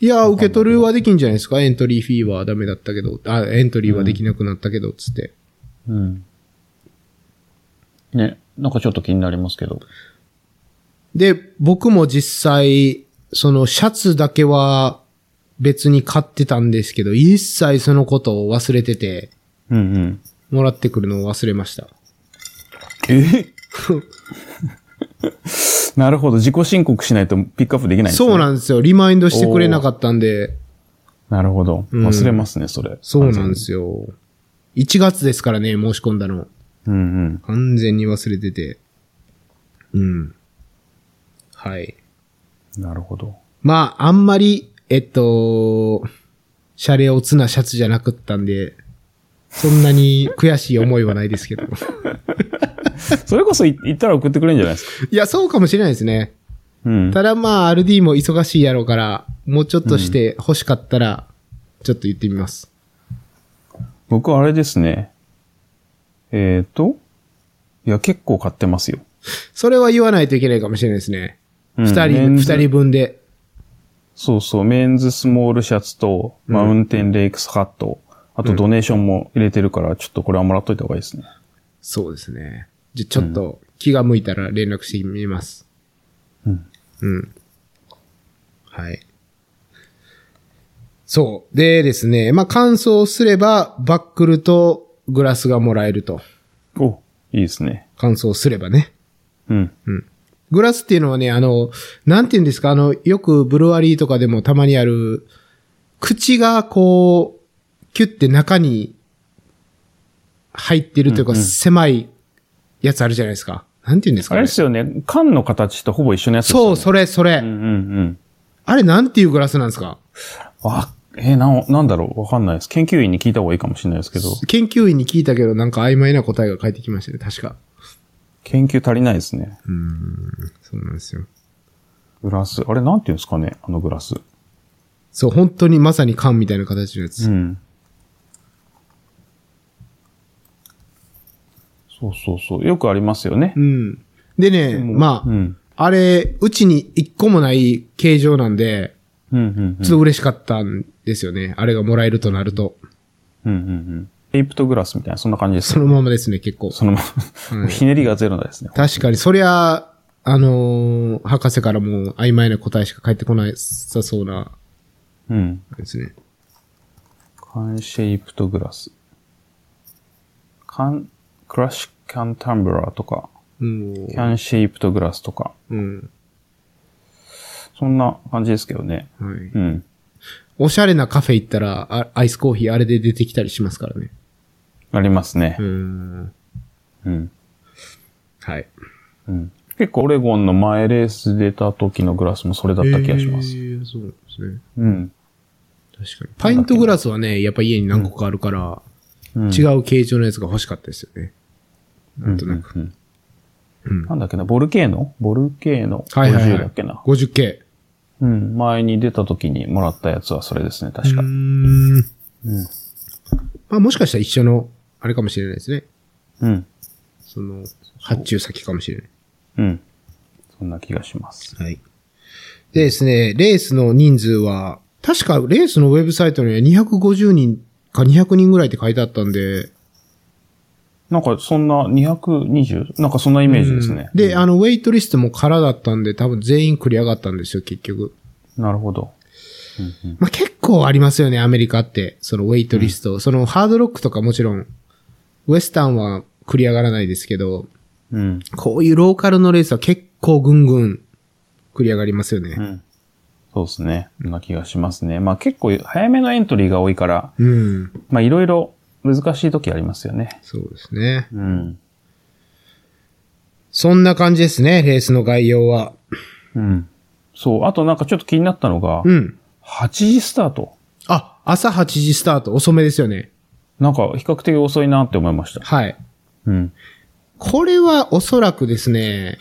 Speaker 2: いやー、受け取るはできんじゃないですかエントリーフィーはダメだったけど、あ、エントリーはできなくなったけど、つって。
Speaker 1: うん。ね、なんかちょっと気になりますけど。
Speaker 2: で、僕も実際、そのシャツだけは別に買ってたんですけど、一切そのことを忘れてて、
Speaker 1: うんうん。
Speaker 2: もらってくるのを忘れました。
Speaker 1: え なるほど。自己申告しないとピックアップできないんですね。
Speaker 2: そうなんですよ。リマインドしてくれなかったんで、
Speaker 1: なるほど。
Speaker 2: うん
Speaker 1: 忘れますね、それ。
Speaker 2: そうなんですよ。1月ですからね、申し込んだの。
Speaker 1: うんうん。
Speaker 2: 完全に忘れてて。うん。はい。
Speaker 1: なるほど。
Speaker 2: まあ、あんまり、えっと、シャレオツなシャツじゃなくったんで、そんなに悔しい思いはないですけど。
Speaker 1: それこそい行ったら送ってくれるんじゃないですか。
Speaker 2: いや、そうかもしれないですね。
Speaker 1: うん。
Speaker 2: ただまあ、RD も忙しいやろうから、もうちょっとして欲しかったら、ちょっと言ってみます。
Speaker 1: 僕はあれですね。えっ、と。いや、結構買ってますよ。
Speaker 2: それは言わないといけないかもしれないですね。
Speaker 1: う
Speaker 2: 二、
Speaker 1: んメ
Speaker 2: 人、
Speaker 1: ン
Speaker 2: 二
Speaker 1: ズ
Speaker 2: 人分で。
Speaker 1: そうそう。メンズスモールシャツと、マウンテンレイクスハット。あとドネーションも入れてるから、ちょっとこれはもらっといた方がいいですね。
Speaker 2: そうですね。じゃ、ちょっと気が向いたら連絡してみます。
Speaker 1: うん。
Speaker 2: うん。はい。そう。でですね、まあ、乾燥すれば、バックルとグラスがもらえると。
Speaker 1: お、いいですね。
Speaker 2: 乾燥すればね。
Speaker 1: うん。
Speaker 2: グラスっていうのはね、あの、なんて言うんですか、あの、よくブルワリーとかでもたまにある、口がこう、キュッて中に入ってるというか、狭いやつあるじゃないですか。なんて言うんです
Speaker 1: あ
Speaker 2: か
Speaker 1: れ
Speaker 2: ね
Speaker 1: で。すよね。缶の形とほぼ一緒のやつです
Speaker 2: そ
Speaker 1: よ
Speaker 2: う、
Speaker 1: ね。
Speaker 2: それ、それ。
Speaker 1: うんうんうん。
Speaker 2: あれなんていうグラスなんですか
Speaker 1: あ、えーなん、なんだろうわかんないです。研究員に聞いた方がいいかもしれないですけど、
Speaker 2: 研究員に聞いたけど、なんか曖昧な答えが返ってきましたね、確か。
Speaker 1: 研究足りないですね。
Speaker 2: そうなんですよ。
Speaker 1: グラス。あれ、なんていうんですかねあのグラス。
Speaker 2: そう、本当にまさに缶みたいな形のやつ。
Speaker 1: うん。そうそうそう。よくありますよね
Speaker 2: う。ん。でね、まあ、
Speaker 1: うん。
Speaker 2: あれ、うちに一個もない形状なんで、
Speaker 1: うんうん
Speaker 2: ちょっと嬉しかったんですよね。あれがもらえるとなると。
Speaker 1: うん。うんうんうん。エイプトグラスみたいな、そんな感じです
Speaker 2: そ
Speaker 1: よ。
Speaker 2: のままですね、結構。
Speaker 1: そのまま、ひねりがゼロですね。
Speaker 2: 確かに、そりゃ、あのー博士からも曖昧な答えしか返ってこないさそうな、
Speaker 1: うん。
Speaker 2: ですね。
Speaker 1: 缶シェイプトグラス。缶、クラッシュキャンタンブラーとか、
Speaker 2: うん
Speaker 1: キ。ャンシェイプトグラスとか、
Speaker 2: うん。
Speaker 1: そんな感じですけどね。
Speaker 2: はい。
Speaker 1: うん。
Speaker 2: おしゃれなカフェ行ったら、あアイスコーヒーあれで出てきたりしますからね。
Speaker 1: ありますね
Speaker 2: う。ん。
Speaker 1: うん。
Speaker 2: はい。
Speaker 1: うん。結構オレゴンの前レース出た時のグラスもそれだった気がします。
Speaker 2: えーそうなんですね。
Speaker 1: うん。
Speaker 2: 確かに。パイントグラスはね、やっぱ家に何個かあるから、
Speaker 1: うん
Speaker 2: 違う形状のやつが欲しかったですよね。なんとなく。
Speaker 1: うん
Speaker 2: うん
Speaker 1: なんだっけな、ボルケーノボルケーノ
Speaker 2: はいはい
Speaker 1: 50
Speaker 2: は
Speaker 1: だ
Speaker 2: い
Speaker 1: っけな。。
Speaker 2: 50K。
Speaker 1: うん。前に出た時にもらったやつはそれですね、確
Speaker 2: う
Speaker 1: か。
Speaker 2: ん。
Speaker 1: うん。
Speaker 2: まあもしかしたら一緒の、あれかもしれないですね。
Speaker 1: うん。
Speaker 2: その、発注先かもしれない。
Speaker 1: うん。そんな気がします。
Speaker 2: はい。でですね、レースの人数は、確かレースのウェブサイトには250人か200人ぐらいって書いてあったんで、
Speaker 1: なんかそんな220、なんかそんなイメージですね。
Speaker 2: で、あの、ウェイトリストも空だったんで、多分全員繰り上がったんですよ、結局。
Speaker 1: なるほど。うんうん
Speaker 2: まあ、結構ありますよね、アメリカって。そのウェイトリスト。そのハードロックとかもちろん、ウエスタンは繰り上がらないですけど、
Speaker 1: うん。
Speaker 2: こういうローカルのレースは結構ぐんぐん繰り上がりますよね。
Speaker 1: うん。そうですね。そんな気がしますね。まあ結構早めのエントリーが多いから、
Speaker 2: うん。
Speaker 1: まあいろいろ難しい時ありますよね。
Speaker 2: そうですね。
Speaker 1: うん。
Speaker 2: そんな感じですね、レースの概要は。
Speaker 1: うん。そう。あとなんかちょっと気になったのが、
Speaker 2: うん。
Speaker 1: 8時スタート。
Speaker 2: あ、朝8時スタート、遅めですよね。
Speaker 1: なんか比較的遅いなって思いました。
Speaker 2: はい。
Speaker 1: うん。
Speaker 2: これはおそらくですね、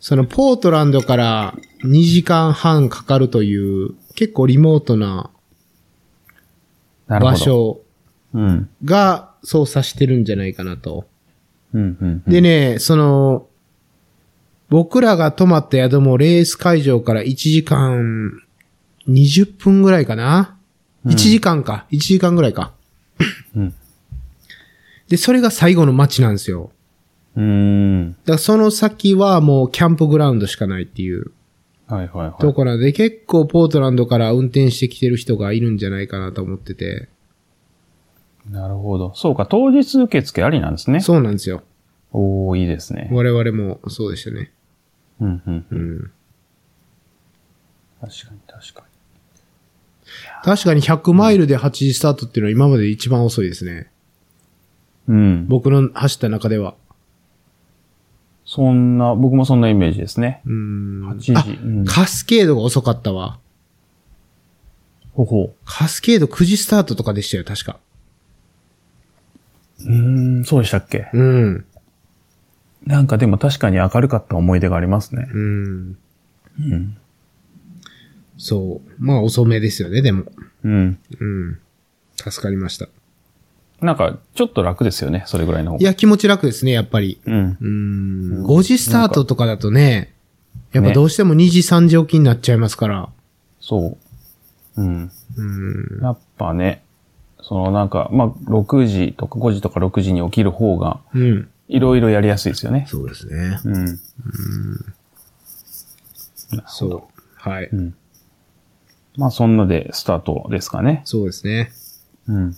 Speaker 2: そのポートランドから2時間半かかるという、結構リモートな
Speaker 1: なるほ
Speaker 2: 場。
Speaker 1: ど。
Speaker 2: 所
Speaker 1: うん。
Speaker 2: が操作してるんじゃないかなと。
Speaker 1: うん、うん。うん
Speaker 2: で、ね、その、僕らが泊まった宿もレース会場から1時間20分ぐらいかな、
Speaker 1: うん
Speaker 2: ?1 時間か。1時間ぐらいか。
Speaker 1: うん。
Speaker 2: で、それが最後の街なんですよ。
Speaker 1: うーん。
Speaker 2: だからその先はもうキャンプグラウンドしかないっていう
Speaker 1: はいはいはい。
Speaker 2: ところで、結構ポートランドから運転してきてる人がいるんじゃないかなと思ってて。
Speaker 1: なるほど。そうか、当日受付ありなんですね。
Speaker 2: そうなんですよ。
Speaker 1: おー、いいですね。
Speaker 2: 我々もそうでしたね。
Speaker 1: うんうん。
Speaker 2: うん。
Speaker 1: 確かに確か
Speaker 2: 確かに100マイルで8時スタートっていうのは今までで一番遅いですね。
Speaker 1: に。うん。
Speaker 2: 僕の走った中では。
Speaker 1: そんな、僕もそんなイメージですね。
Speaker 2: うん。
Speaker 1: 8時。
Speaker 2: あ
Speaker 1: うん、
Speaker 2: カスケードが遅かったわ。
Speaker 1: ほほ
Speaker 2: カスケード9時スタートとかでしたよ、確か。
Speaker 1: う。うーん、そうでしたっけ、
Speaker 2: うん。
Speaker 1: なんかでも確かに明るかった思い出がありますね。
Speaker 2: うん。
Speaker 1: うん。
Speaker 2: そう。まあ遅めですよね、でも。
Speaker 1: うん。
Speaker 2: うん。助かりました。
Speaker 1: なんか、ちょっと楽ですよね、それぐらいの方
Speaker 2: い
Speaker 1: が。
Speaker 2: や、気持ち楽ですね、やっぱり。
Speaker 1: うん
Speaker 2: う。ーん。5時スタートとかだとね、や
Speaker 1: ん
Speaker 2: っ
Speaker 1: か
Speaker 2: ぱどうしても2時3時起きになっちゃいますから。
Speaker 1: そう。うん。
Speaker 2: うん。
Speaker 1: やっぱね、そのなんか、まあ、6時とか5時とか6時に起きる方が、
Speaker 2: うん。
Speaker 1: いろいろやりやすいですよね。
Speaker 2: そうですね。
Speaker 1: うん。
Speaker 2: そう。はい。
Speaker 1: うん。まあ、そんなでスタートですかね。
Speaker 2: そうですね。
Speaker 1: うん。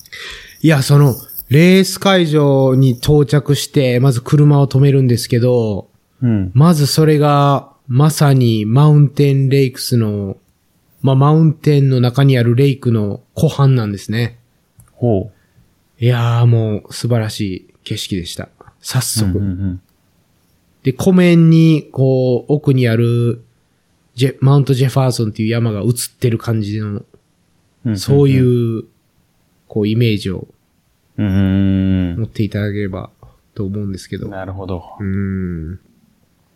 Speaker 2: いや、その、レース会場に到着して、まず車を止めるんですけど、
Speaker 1: うん。
Speaker 2: まずそれが、まさにマウンテンレイクスの、まあ、マウンテンの中にあるレイクの湖畔なんですね。
Speaker 1: ほ
Speaker 2: いやーもう素晴らしい景色でした。早
Speaker 1: う。
Speaker 2: 速。
Speaker 1: うんうん
Speaker 2: で、湖面に、こう、奥にある、ジェ、マウントジェファーソンっていう山が映ってる感じの、
Speaker 1: うん。
Speaker 2: そう
Speaker 1: う
Speaker 2: いう、こう、イメージを
Speaker 1: んうん。う
Speaker 2: 持っていただければと思うんですけ
Speaker 1: ー
Speaker 2: ど。
Speaker 1: ん。
Speaker 2: う
Speaker 1: なるほど。
Speaker 2: ーん。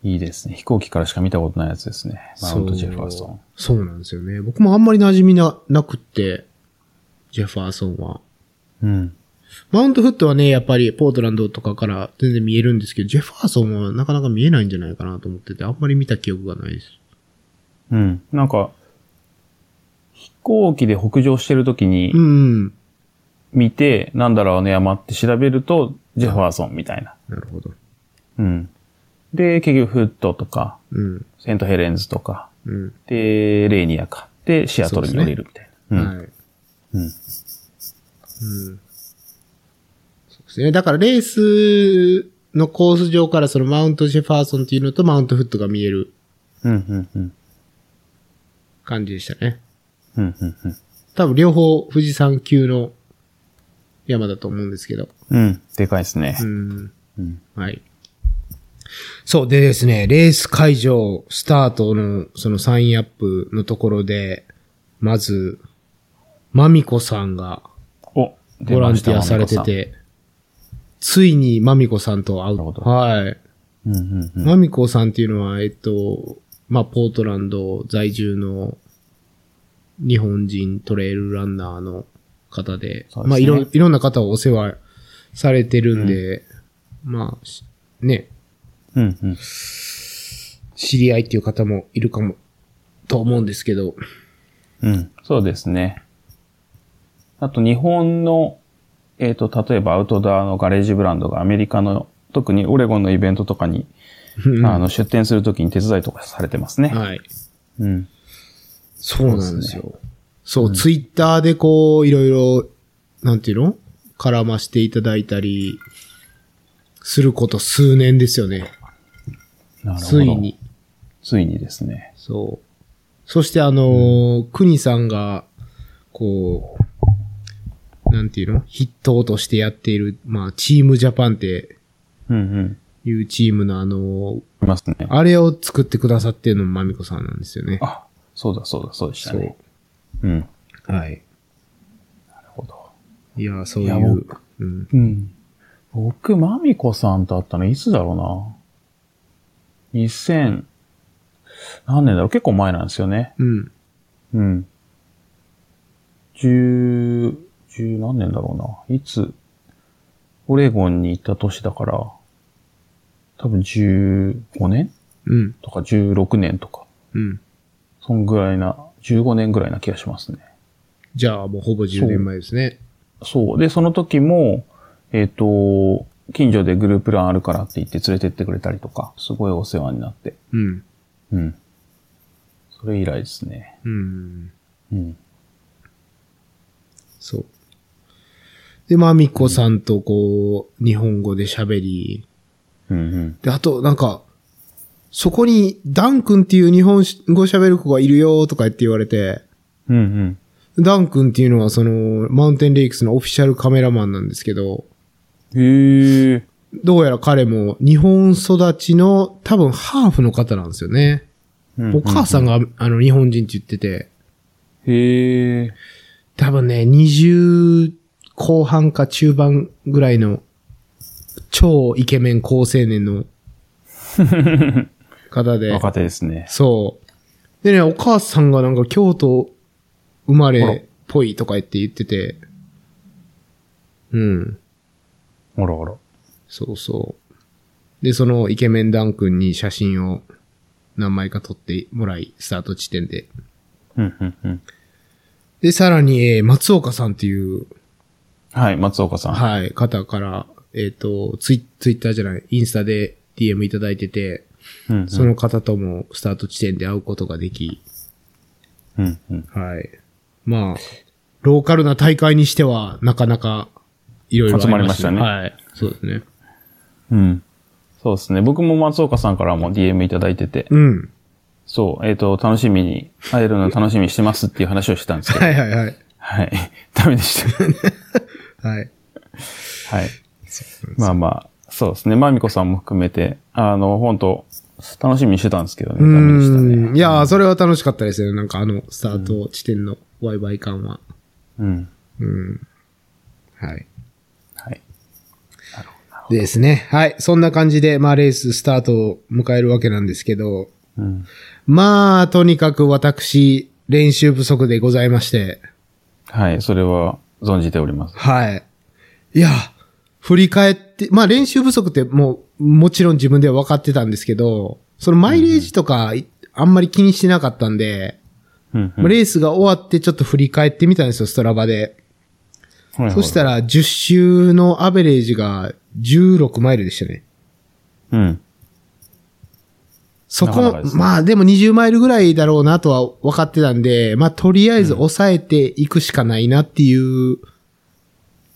Speaker 1: いいですね。飛行機からしか見たことないやつですね。マウント・ジェファーソン。
Speaker 2: そう。そうなんですよね。僕もあんまり馴染みな、なくって、ジェファーソンは。
Speaker 1: うん。
Speaker 2: マウントフットはね、やっぱりポートランドとかから全然見えるんですけど、ジェファーソンはなかなか見えないんじゃないかなと思ってて、あんまり見た記憶がないです。
Speaker 1: うん。なんか、飛行機で北上してるときに
Speaker 2: うん。
Speaker 1: 見て、なんだろうあの山って調べると、ジェファーソンみたいな。
Speaker 2: なるほど。
Speaker 1: うん。で、結局フットとか、
Speaker 2: うん。
Speaker 1: セントヘレンズとか、
Speaker 2: うん。
Speaker 1: で、レーニアか。で、シアトルに降りるみたいな。うん
Speaker 2: はい。
Speaker 1: うん。
Speaker 2: うんそうですね。だからレースのコース上からそのマウントジェファーソンっていうのとマウントフットが見える
Speaker 1: うん、うん、うん。
Speaker 2: 感じでしたね。
Speaker 1: うん、うん、うん。
Speaker 2: 多分両方富士山級の山だと思うんですけど。
Speaker 1: うん。でかいですね
Speaker 2: う。ん。
Speaker 1: うん。
Speaker 2: はい。そう。でですね、レース会場スタートのそのサインアップのところで、まず、マミコさんが
Speaker 1: お、
Speaker 2: ボランティアされて
Speaker 1: 出ました。
Speaker 2: て、ついにマミコさんと会う。
Speaker 1: なるほど
Speaker 2: はい。
Speaker 1: マミコさんうん、うん、うん。
Speaker 2: マミコさんっていうのは、えっと、まあ、ポートランド在住の日本人トレイルランナーの方で、
Speaker 1: そうですね
Speaker 2: まあ、いろ、いろんな方をお世話されてるんで、まあ、しね、
Speaker 1: うん、うん。
Speaker 2: 知り合いっていう方もいるかも、と思うんですけど。
Speaker 1: うん。そうですね。あと日本の、えっ、と、例えばアウトドアのガレージブランドがアメリカの、特にオレゴンのイベントとかに、あの、出店するときに手伝いとかされてますね。
Speaker 2: はい。
Speaker 1: うん。
Speaker 2: そうなんですよ。そう、ツイッターでこう、いろいろ、なんていうの絡ましていただいたり、すること数年ですよね。
Speaker 1: なるほど。
Speaker 2: つい。に。
Speaker 1: ついにですね。
Speaker 2: そう。そしてあのー、くにさんが、こう、なんていうの筆頭としてやっている、まあ、チームジャパンって
Speaker 1: うんうん。
Speaker 2: いうチームのあのー、
Speaker 1: いますね。
Speaker 2: あれを作ってくださってるのもまみこさんなんですよね。
Speaker 1: あ、そうだそうだ、そうでした
Speaker 2: そ
Speaker 1: ね
Speaker 2: う。。
Speaker 1: うん。なる
Speaker 2: はい。
Speaker 1: ほど。
Speaker 2: いや、そうい
Speaker 1: いやも
Speaker 2: う
Speaker 1: う。
Speaker 2: うん。
Speaker 1: うん。僕、まみこさんと会ったのいつだろうな。2000、何年だろう結構前なんですよね。
Speaker 2: うん。
Speaker 1: うん。十、十何年だろうな。いつ、オレゴンに行った年だから、多分15年
Speaker 2: うん。
Speaker 1: とか16年とか、
Speaker 2: うん。
Speaker 1: そんぐらいな、15年ぐらいな気がしますね。
Speaker 2: じゃあ、もうほぼ10年前ですね。
Speaker 1: そう。で、その時も、えっ、と、近所でグループランあるからって言って連れてってくれたりとか、すごいお世話になって。
Speaker 2: うん。
Speaker 1: うん。それ以来ですね。
Speaker 2: うん。
Speaker 1: うん。
Speaker 2: そう。で、まみこさんとこう、日本語で喋り、
Speaker 1: うんうん。
Speaker 2: で、あと、なんか、そこに、ダン君っていう日本語喋る子がいるよとか言って言われて、
Speaker 1: うんうん。
Speaker 2: ダン君っていうのはその、マウンテンレイクスのオフィシャルカメラマンなんですけど、
Speaker 1: へえ。
Speaker 2: どうやら彼も日本育ちの多分ハーフの方なんですよね。お母さんがあの日本人って言ってて、
Speaker 1: ん。へえ。
Speaker 2: 多分ね、20後半か中盤ぐらいの超イケメン高青年の方 で、
Speaker 1: 若手ですね。
Speaker 2: そう。でね、お母さんがなんか京都生ま
Speaker 1: あら
Speaker 2: れっぽいとか言って言ってて、うん。
Speaker 1: あらあら。
Speaker 2: そうそう。で、そのイケメンダン君に写真を何枚か撮ってもらい、スタート地点で。
Speaker 1: うんうんうん。
Speaker 2: で、さらに、えー松岡さんっていう、
Speaker 1: はい、松岡さん。
Speaker 2: はい、方から、えっ、と、ツイツイッターじゃない、インスタで DM いただいてて、
Speaker 1: うんうん。
Speaker 2: その方ともスタート地点で会うことができ、
Speaker 1: うんうん。
Speaker 2: はい。まあ、ローカルな大会にしては、なかなか、いろいろあ
Speaker 1: 集まりましたね
Speaker 2: はい。そうですね。
Speaker 1: うん。そうですね。僕も松岡さんからも DM いただいてて、
Speaker 2: うん。
Speaker 1: そう、えっ、と、楽しみに、会えるの楽しみにしてますっていう話をしてたんですけど、
Speaker 2: はいはいはい。
Speaker 1: はい。 ダメでした。
Speaker 2: はい。
Speaker 1: はい。まあまあ、そうですね。まみこさんも含めて、あの、本当楽しみにしてたんですけどね。ダ
Speaker 2: う
Speaker 1: メでしたね。
Speaker 2: ん。いやー、それは楽しかったですよね。なんかあの、スタート地点のワイワイ感は。
Speaker 1: うん。
Speaker 2: うん。はい。
Speaker 1: はい。
Speaker 2: ですね。はい。そんな感じで、まあ、レーススタートを迎えるわけなんですけど、
Speaker 1: うん。
Speaker 2: まあ、とにかく私、練習不足でございまして、
Speaker 1: はい。それは存じております。
Speaker 2: はい。いや、振り返って、まあ練習不足ってもう、もちろん自分では分かってたんですけど、そのマイレージとか、いあんまり気にしてなかったんで、
Speaker 1: うん、
Speaker 2: まあレースが終わってちょっと振り返ってみたんですよ、ストラバで。そした
Speaker 1: ら、
Speaker 2: ら、10周のアベレージが16マイルでしたね。
Speaker 1: うん。
Speaker 2: そこ、
Speaker 1: なかなかですね
Speaker 2: まあでも20マイルぐらいだろうなとは分かってたんで、まあとりあえず抑えていくしかないなっていう、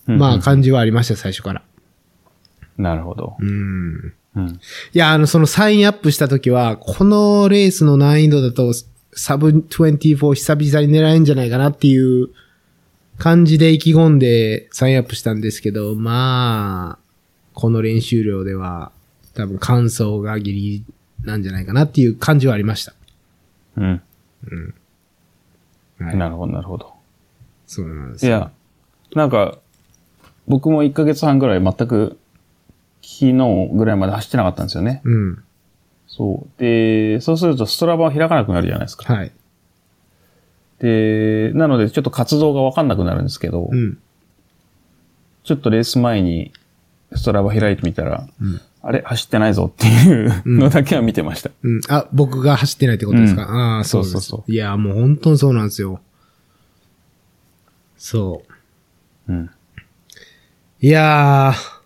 Speaker 1: うん
Speaker 2: まあ感じはありました、最初から。
Speaker 1: なるほど。
Speaker 2: うん。
Speaker 1: うん。
Speaker 2: いや、あの、そのサインアップした時は、このレースの難易度だと、サブ24久々に狙えんじゃないかなっていう感じで意気込んでサインアップしたんですけど、まあ、この練習量では、多分感想がギリギリなんじゃないかなっていう感じはありました。
Speaker 1: うん。
Speaker 2: はい。
Speaker 1: なるほど、なるほど。
Speaker 2: そうなんで
Speaker 1: い
Speaker 2: すよ。
Speaker 1: や、なんか、僕も1ヶ月半ぐらい全く、昨日ぐらいまで走ってなかったんですよね。
Speaker 2: うん。
Speaker 1: そう。で、そうするとストラバは開かなくなるじゃないですか。
Speaker 2: はい。
Speaker 1: で、なのでちょっと活動がわかんなくなるんですけど、
Speaker 2: うん。
Speaker 1: ちょっとレース前に、ストラバ開いてみたら、
Speaker 2: ん
Speaker 1: あれ走ってないぞっていう
Speaker 2: うん
Speaker 1: のだけは見てました。
Speaker 2: うん。あ、僕が走ってないってことですか、
Speaker 1: うん
Speaker 2: ああ、そうです
Speaker 1: そうそうそ
Speaker 2: いや、もう本当にそうなんですよ。そう。
Speaker 1: うん。
Speaker 2: いやー。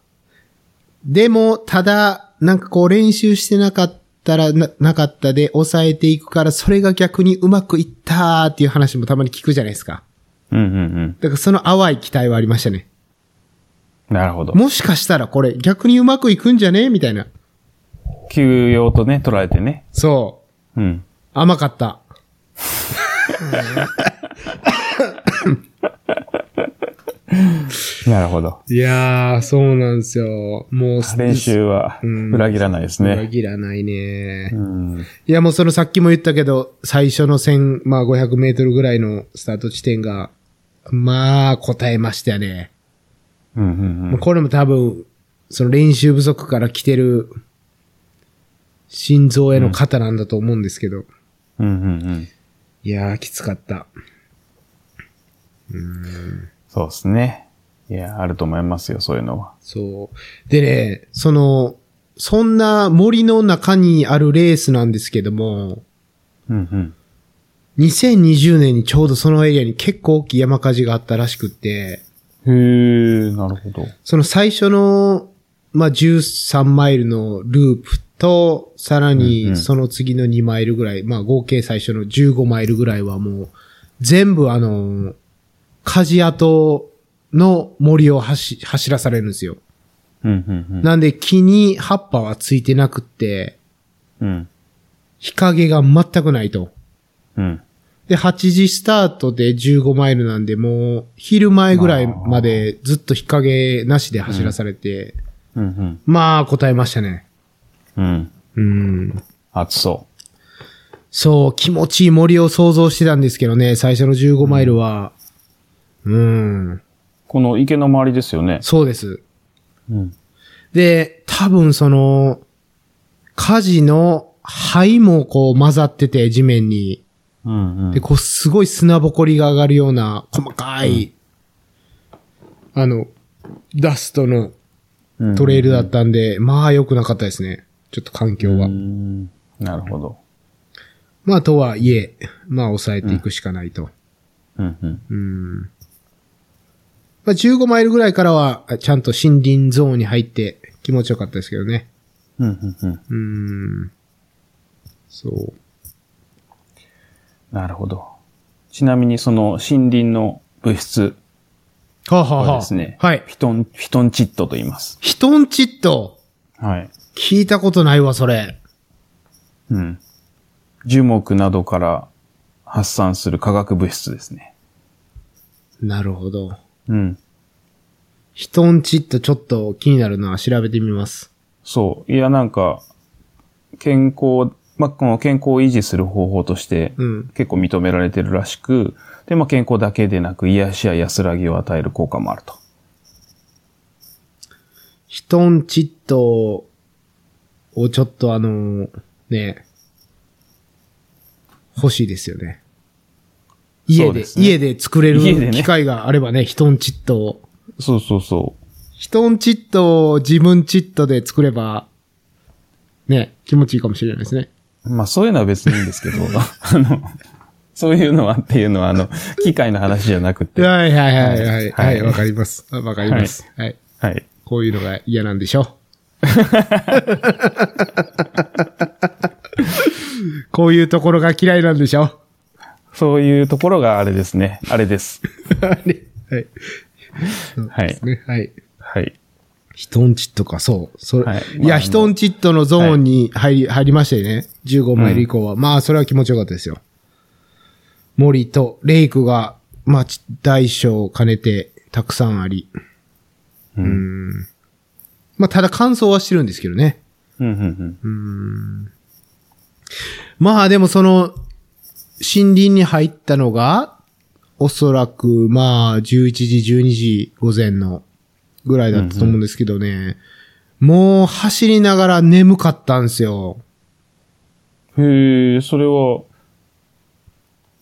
Speaker 2: でも、ただ、なんかこう練習してなかったらな、なかったで抑えていくから、それが逆にうまくいったーっていう話もたまに聞くじゃないですか。
Speaker 1: うんうんうん。
Speaker 2: だからその淡い期待はありましたね。
Speaker 1: なるほど。
Speaker 2: もしかしたらこれ逆にうまくいくんじゃねみたいな。
Speaker 1: 休養とね、捉えてね。
Speaker 2: そう。
Speaker 1: うん。
Speaker 2: 甘かった。
Speaker 1: なるほど。
Speaker 2: いやー、そうなんですよ。もう、
Speaker 1: 練習は
Speaker 2: うん
Speaker 1: 裏切らないです
Speaker 2: 裏
Speaker 1: ね。
Speaker 2: 切らないね。
Speaker 1: うん。
Speaker 2: いや、もうそのさっきも言ったけど、最初の1000、まあ500メートルぐらいのスタート地点が、まあ、答えましたね。
Speaker 1: うんうん
Speaker 2: もうこれも多分、その練習不足から来てる、心臓への肩なんだと思うんですけど。
Speaker 1: うん。うんうんうん。
Speaker 2: いやー、きつかった。
Speaker 1: そうですね。いや、あると思いますよ、そういうのは。
Speaker 2: そう。でね、その、そんな森の中にあるレースなんですけども、
Speaker 1: うんうん。
Speaker 2: 2020年にちょうどそのエリアに結構大きい山火事があったらしくって、
Speaker 1: へえ、なるほど。
Speaker 2: その最初の、まあ、13マイルのループと、さら
Speaker 1: うんう
Speaker 2: に
Speaker 1: ん
Speaker 2: その次の2マイルぐらい、まあ、合計最初の15マイルぐらいはもう、全部あの、鍛冶跡の森を走走らされるんですよ。
Speaker 1: うんうん
Speaker 2: なんで木に葉っぱはついてなくって、
Speaker 1: うん。うん。
Speaker 2: 日陰が全くないと。
Speaker 1: うん。
Speaker 2: で、8時スタートで15マイルなんで、もう、昼前ぐらいまでずっと日陰なしで走らされて、
Speaker 1: うんうん。
Speaker 2: まあ、答えましたね。
Speaker 1: うん。
Speaker 2: うん。
Speaker 1: 暑そ
Speaker 2: そう、気持ちいい森を想像してたんですけどね、最初の15マイルは。うん。
Speaker 1: う。この池の周りですよね。
Speaker 2: そうです。
Speaker 1: うん。
Speaker 2: で、多分その、火事の灰もこう混ざってて、地面に。
Speaker 1: うんうん
Speaker 2: で、。こう、すごい砂ぼこりが上がるような、細かい、あの、ダストの
Speaker 1: うん
Speaker 2: トレイルだったんで、まあ良くなかったですね。ちょっと環境は。
Speaker 1: うんなるほど。
Speaker 2: まあ、とはいえ、まあ、抑えていくしかないと。
Speaker 1: うんうん。
Speaker 2: うん。まあ、15マイルぐらいからは、あちゃんと森林ゾーンに入って気持ちよかったですけどね。
Speaker 1: うんうんうん。
Speaker 2: うん。そう。
Speaker 1: なるほど。ちなみにその森林の物質
Speaker 2: はあ、はあは
Speaker 1: は
Speaker 2: あ
Speaker 1: ですね、
Speaker 2: はい。
Speaker 1: フィトン、フィトンチットと言います。
Speaker 2: ヒトンチット。
Speaker 1: はい。
Speaker 2: 聞いたことないわ、それ。
Speaker 1: うん。樹木などから発散する化学物質ですね。
Speaker 2: なるほど。
Speaker 1: うん。
Speaker 2: ヒトンチットちょっと気になるな。調べてみます。
Speaker 1: そう。いや、なんか、健康、まあ、この健康を維持する方法として、
Speaker 2: うん。
Speaker 1: 結構認められてるらしく、で、まあ、健康だけでなく、癒しや安らぎを与える効果もあると。
Speaker 2: ヒトンチットをちょっとあの、ね、欲しいですよね。家
Speaker 1: そう
Speaker 2: で、
Speaker 1: ですね
Speaker 2: 家で作れる
Speaker 1: 家でね
Speaker 2: 機会があればね、ヒトンチットを。
Speaker 1: そうそうそう。
Speaker 2: ヒトンチットを自分チットで作れば、ね、気持ちいいかもしれないですね。
Speaker 1: まあそういうのは別にいいんですけ ど、あの、そういうのはっていうのは、あの、機械の話じゃなくて、は
Speaker 2: はいはいはいはい。は、
Speaker 1: はいい
Speaker 2: わ、かります。あわかります、はい。
Speaker 1: い。
Speaker 2: こういうのが嫌なんでしょう。こういうところが嫌いなんでしょう。
Speaker 1: そういうところがあれですね。あれです。
Speaker 2: あれはい。
Speaker 1: はい。
Speaker 2: ね、はい。
Speaker 1: はい。
Speaker 2: ヒトンチットか、そう。それ、
Speaker 1: はいい、まあ
Speaker 2: や、
Speaker 1: あの
Speaker 2: ヒトンチットのゾーンに入り、入りましたよね。15マイル以降は。まあ、それは気持ちよかったですよ。森とレイクが、まあ、ち大小兼ねて、たくさんあり。
Speaker 1: うん。うん
Speaker 2: まあ、ただ乾燥はしてるんですけどね。
Speaker 1: うんうん。
Speaker 2: まあでもその、森林に入ったのが、おそらくまあ11時、12時午前のぐらいだったと思うんですけどね。もう走りながら眠かったんですよ。
Speaker 1: へえ、それは、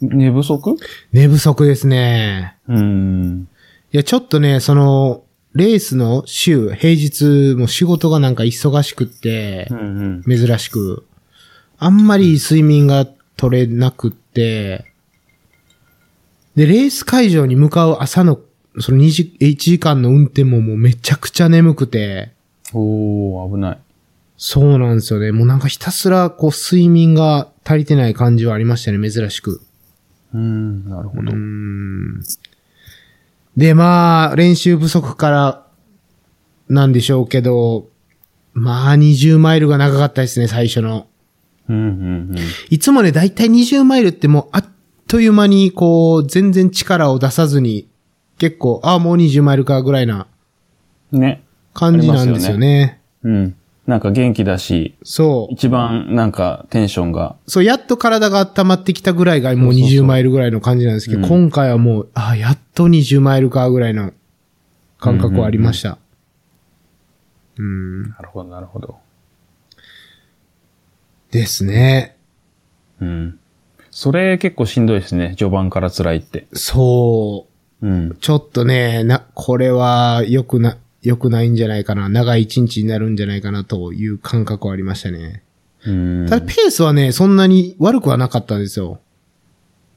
Speaker 1: 寝不足
Speaker 2: 寝不足ですね。
Speaker 1: うーん。
Speaker 2: いや、ちょっとね、その、レースの週、平日も仕事がなんか忙しくって
Speaker 1: う、んうん。
Speaker 2: 珍しく、あんまり睡眠が取れなくって、で、レース会場に向かう朝の、その2時、1時間の運転ももうめちゃくちゃ眠くて、
Speaker 1: おー、危ない。
Speaker 2: そうなんですよね。もうなんかひたすらこう睡眠が足りてない感じはありましたね、珍しく。
Speaker 1: うん、なるほど。
Speaker 2: うんで、まあ、練習不足から、なんでしょうけど、まあ、20マイルが長かったですね、最初の。
Speaker 1: うん、うん、
Speaker 2: いつもね、だいたい20マイルってもう、あっという間に、こう、全然力を出さずに、結構、ああ、もう20マイルか、ぐらいな
Speaker 1: うん。ね。
Speaker 2: 感じなんです
Speaker 1: あります
Speaker 2: よね。
Speaker 1: ようん。なんか元気だし、
Speaker 2: そう。
Speaker 1: 一番なんかテンションが、
Speaker 2: そう、やっと体が温まってきたぐらいがもう20マイルぐらいの感じなんですけど、今回はもう、ああ、やっと20マイルか、ぐらいの感覚はありました。うん。
Speaker 1: なるほど、なるほど。
Speaker 2: ですね。
Speaker 1: うん。それ結構しんどいですね。序盤から辛いって。
Speaker 2: そ
Speaker 1: うん
Speaker 2: う。。ちょっとね、な、これは良くな、良くないんじゃないかな。長い一日になるんじゃないかなという感覚はありましたね。
Speaker 1: うん。
Speaker 2: ただペースはね、そんなに悪くはなかったんですよ。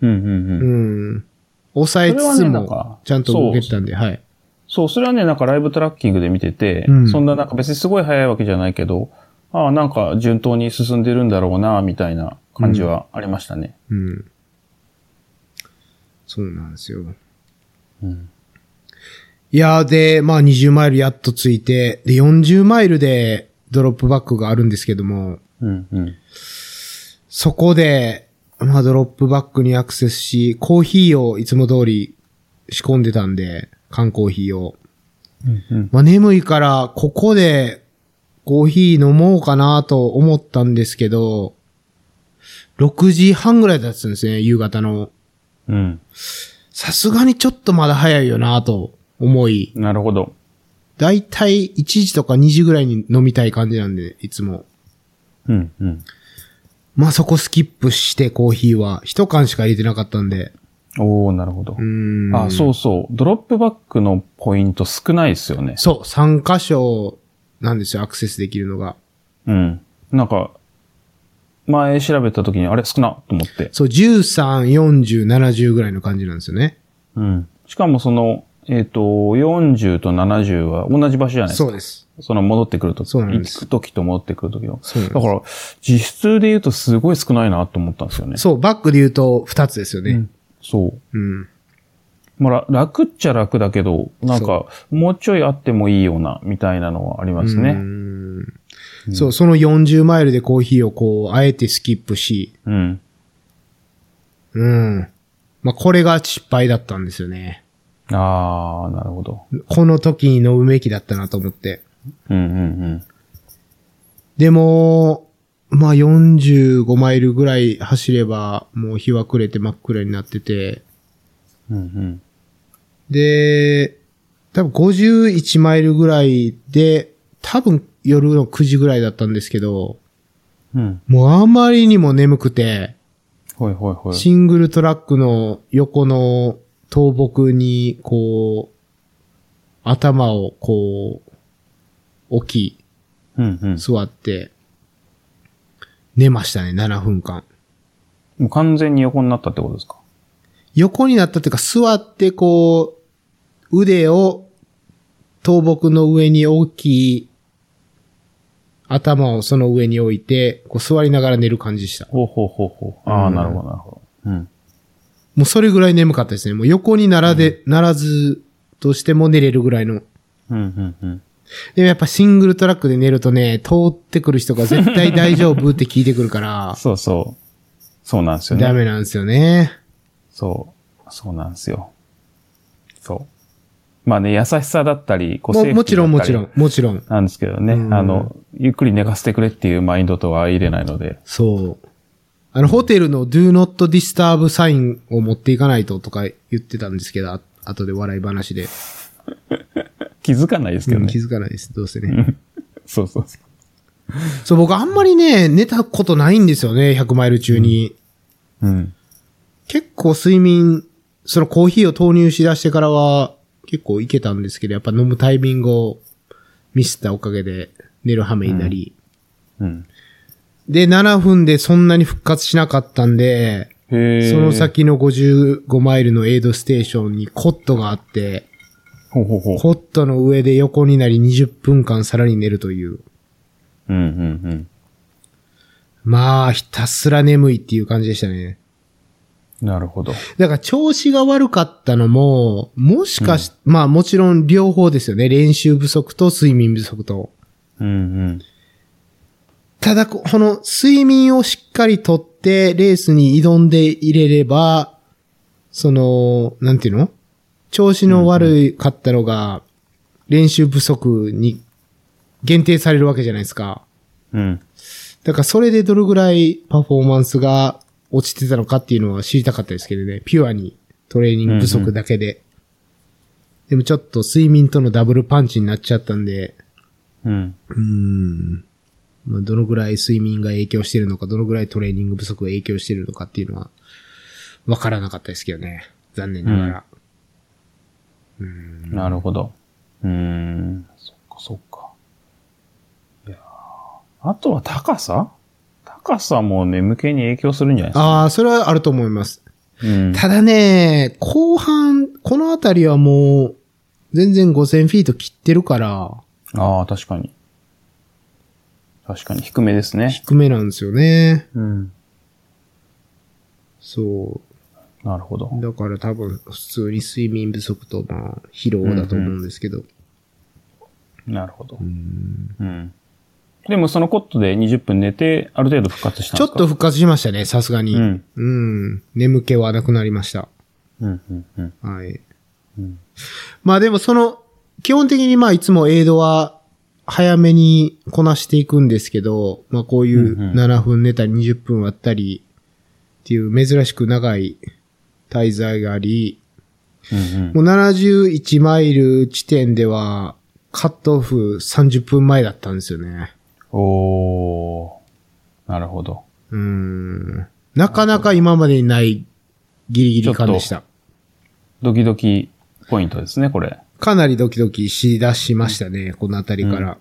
Speaker 1: うんうんう。
Speaker 2: うんん。抑えつ
Speaker 1: そ
Speaker 2: つ
Speaker 1: れはねなんか
Speaker 2: も、ちゃんと動けてたんで、はい。
Speaker 1: そう、それはね、なんかライブトラッキングで見てて、
Speaker 2: うん
Speaker 1: そんななんか別にすごい早いわけじゃないけど、ああ、なんか順当に進んでるんだろうな、みたいな感じはありましたね。
Speaker 2: うん。そうなんですよ。
Speaker 1: うん。
Speaker 2: いやーで、まあ20マイルやっとついて、で40マイルでドロップバックがあるんですけども、
Speaker 1: うんうん。
Speaker 2: そこで、まあドロップバックにアクセスし、コーヒーをいつも通り仕込んでたんで、缶コーヒーを。
Speaker 1: うんうん。
Speaker 2: まあ眠いから、ここでコーヒー飲もうかなと思ったんですけど、6時半ぐらいだったんですね、夕方の。
Speaker 1: うん。
Speaker 2: さすがにちょっとまだ早いよなと思い、
Speaker 1: なるほど。
Speaker 2: だいたい1時とか2時ぐらいに飲みたい感じなんで、いつも。
Speaker 1: うんうん。
Speaker 2: まあそこスキップしてコーヒーは、一缶しか入れてなかったんで。
Speaker 1: おー、なるほど
Speaker 2: う。ーん。
Speaker 1: あ、そうそう。ドロップバックのポイント少ないですよね。
Speaker 2: そう、3箇所なんですよ、アクセスできるのが。
Speaker 1: うん。なんか、前調べた時に、あれ少なと思って。
Speaker 2: そう、13、40、70ぐらいの感じなんですよね。
Speaker 1: うん。しかもその、えっ、と、40と70は同じ場所じゃないですか。
Speaker 2: そうです。
Speaker 1: その戻ってくるとき、
Speaker 2: そうなん
Speaker 1: 行
Speaker 2: です
Speaker 1: くときと戻ってくるときの。
Speaker 2: そうな
Speaker 1: だ
Speaker 2: ん
Speaker 1: か
Speaker 2: です
Speaker 1: ら、実質で言うとすごい少ないなと思ったんですよね。
Speaker 2: そう、バックで言うと2つですよ
Speaker 1: う
Speaker 2: ね
Speaker 1: ん。。そう。
Speaker 2: うん。
Speaker 1: まあ、ら楽っちゃ楽だけど、なんか、もうちょいあってもいいような、みたいなのはあります
Speaker 2: うー
Speaker 1: ね。
Speaker 2: んそう、その40マイルでコーヒーをこう、あえてスキップし、
Speaker 1: うん。
Speaker 2: うん。まあこれが失敗だったんですよね。
Speaker 1: あー、なるほど。
Speaker 2: この時に飲むべきだったなと思って。
Speaker 1: うんうん
Speaker 2: でも、まあ45マイルぐらい走れば、もう日は暮れて真っ暗になってて、
Speaker 1: うん。うん
Speaker 2: で、多分51マイルぐらいで、多分夜の9時ぐらいだったんですけど、
Speaker 1: うん。うん。
Speaker 2: もうあまりにも眠くて、
Speaker 1: ほいほいほい。
Speaker 2: シングルトラックの横の倒木に、こう、頭をこう、置き、
Speaker 1: うんうん。
Speaker 2: 座って、寝ましたね、7分間。
Speaker 1: もう完全に横になったってことですか
Speaker 2: 横になったっていうか、座ってこう、腕を倒木の上に置き、頭をその上に置いて、こう座りながら寝る感じでした。
Speaker 1: ほうほうほうほう。ああ、
Speaker 2: うん
Speaker 1: なるほど、なるほど。うん。
Speaker 2: もうそれぐらい眠かったですね。もう横にならで、ならずとしても寝れるぐらいの。
Speaker 1: うん、うん、うん。
Speaker 2: でもやっぱシングルトラックで寝るとね、通ってくる人が絶対大丈夫って聞いてくるから、
Speaker 1: そうそう。そうなんですよ
Speaker 2: ダ
Speaker 1: ね。
Speaker 2: メなんですよね。
Speaker 1: そう。そうなんですよ。そう。まあね、優しさだったり、こう
Speaker 2: ももちろんもちろ。
Speaker 1: セー
Speaker 2: ん、もちろん。
Speaker 1: フティーだったりなんですけどね。
Speaker 2: うん
Speaker 1: あの、ゆっくり寝かせてくれっていうマインドとは相入れないので。
Speaker 2: そう。あの、ホテルの do not disturb サインを持っていかないととか言ってたんですけど、あ後で笑い話で。
Speaker 1: 気づかないですけど
Speaker 2: うん
Speaker 1: ね。
Speaker 2: 気づかないです、どうせね。
Speaker 1: そうそうそう。
Speaker 2: そう、僕あんまりね、寝たことないんですよね、100マイル中に。
Speaker 1: うん。
Speaker 2: 結構睡眠、そのコーヒーを投入しだしてからは、結構行けたんですけど、やっぱ飲むタイミングをミスったおかげで寝る羽目になり、
Speaker 1: うん。
Speaker 2: で、7分でそんなに復活しなかったんで、
Speaker 1: へえ。
Speaker 2: その。先の55マイルのエイドステーションにコットがあって、
Speaker 1: ほうほうほう。
Speaker 2: コットの上で横になり20分間さらに寝るという。
Speaker 1: うんうんうん。
Speaker 2: まあ、ひたすら眠いっていう感じでしたね。
Speaker 1: なるほど。
Speaker 2: だから調子が悪かったのも、もしかし、まあもちろん両方ですよね。練習不足と睡眠不足と。
Speaker 1: うん
Speaker 2: ただ、ここの睡眠をしっかりとって、レースに挑んでいれれば、その、なんていうの調子の悪かったのが、練習不足に限定されるわけじゃないですか。
Speaker 1: うん。うん。
Speaker 2: だからそれでどれぐらいパフォーマンスが落ちてたのかっていうのは知りたかったですけどね。ピュアにトレーニング不足だけで。でもちょっと睡眠とのダブルパンチになっちゃったんで、
Speaker 1: うん。
Speaker 2: うーん。まあ、どのぐらい睡眠が影響してるのか、どのぐらいトレーニング不足が影響してるのかっていうのは、わからなかったですけどね。残念ながら。
Speaker 1: なるほど。うーん。そっかそっか。いやーあとは高さ高さも眠気に影響するんじゃないですか。
Speaker 2: ああ、それはあると思います。
Speaker 1: うん。
Speaker 2: ただね、後半、このあたりはもう、全然5000フィート切ってるから、
Speaker 1: ああ、確かに。確かに低めですね。
Speaker 2: 低めなんですよね。
Speaker 1: うん。
Speaker 2: そ
Speaker 1: なるほど
Speaker 2: う。。だから多分、普通に睡眠不足と、まあ、疲労だと思うんですけど。
Speaker 1: なるほど
Speaker 2: う。ん
Speaker 1: うん。でもそのコットで20分寝て、ある程度復活したん
Speaker 2: ちょ
Speaker 1: です
Speaker 2: っ
Speaker 1: か
Speaker 2: と復活しましたね、さすがに。
Speaker 1: うん
Speaker 2: うん。眠気はなくなりました。
Speaker 1: うん、うん、うん。
Speaker 2: はい。
Speaker 1: うん
Speaker 2: まあでもその、基本的にまあいつもエイドは早めにこなしていくんですけど、まあこうい
Speaker 1: んう
Speaker 2: うん7分寝たり20分割ったりっていう珍しく長い滞在があり、
Speaker 1: うん、
Speaker 2: もう71マイル地点ではカットオフ30分前だったんですよね。
Speaker 1: うん。おー。なるほど。
Speaker 2: うん。なかなか今までにないギリギリ感でし
Speaker 1: ち
Speaker 2: た。
Speaker 1: ドキドキポイントですね、これ。
Speaker 2: かなりドキドキしだしましたね、このあたりから。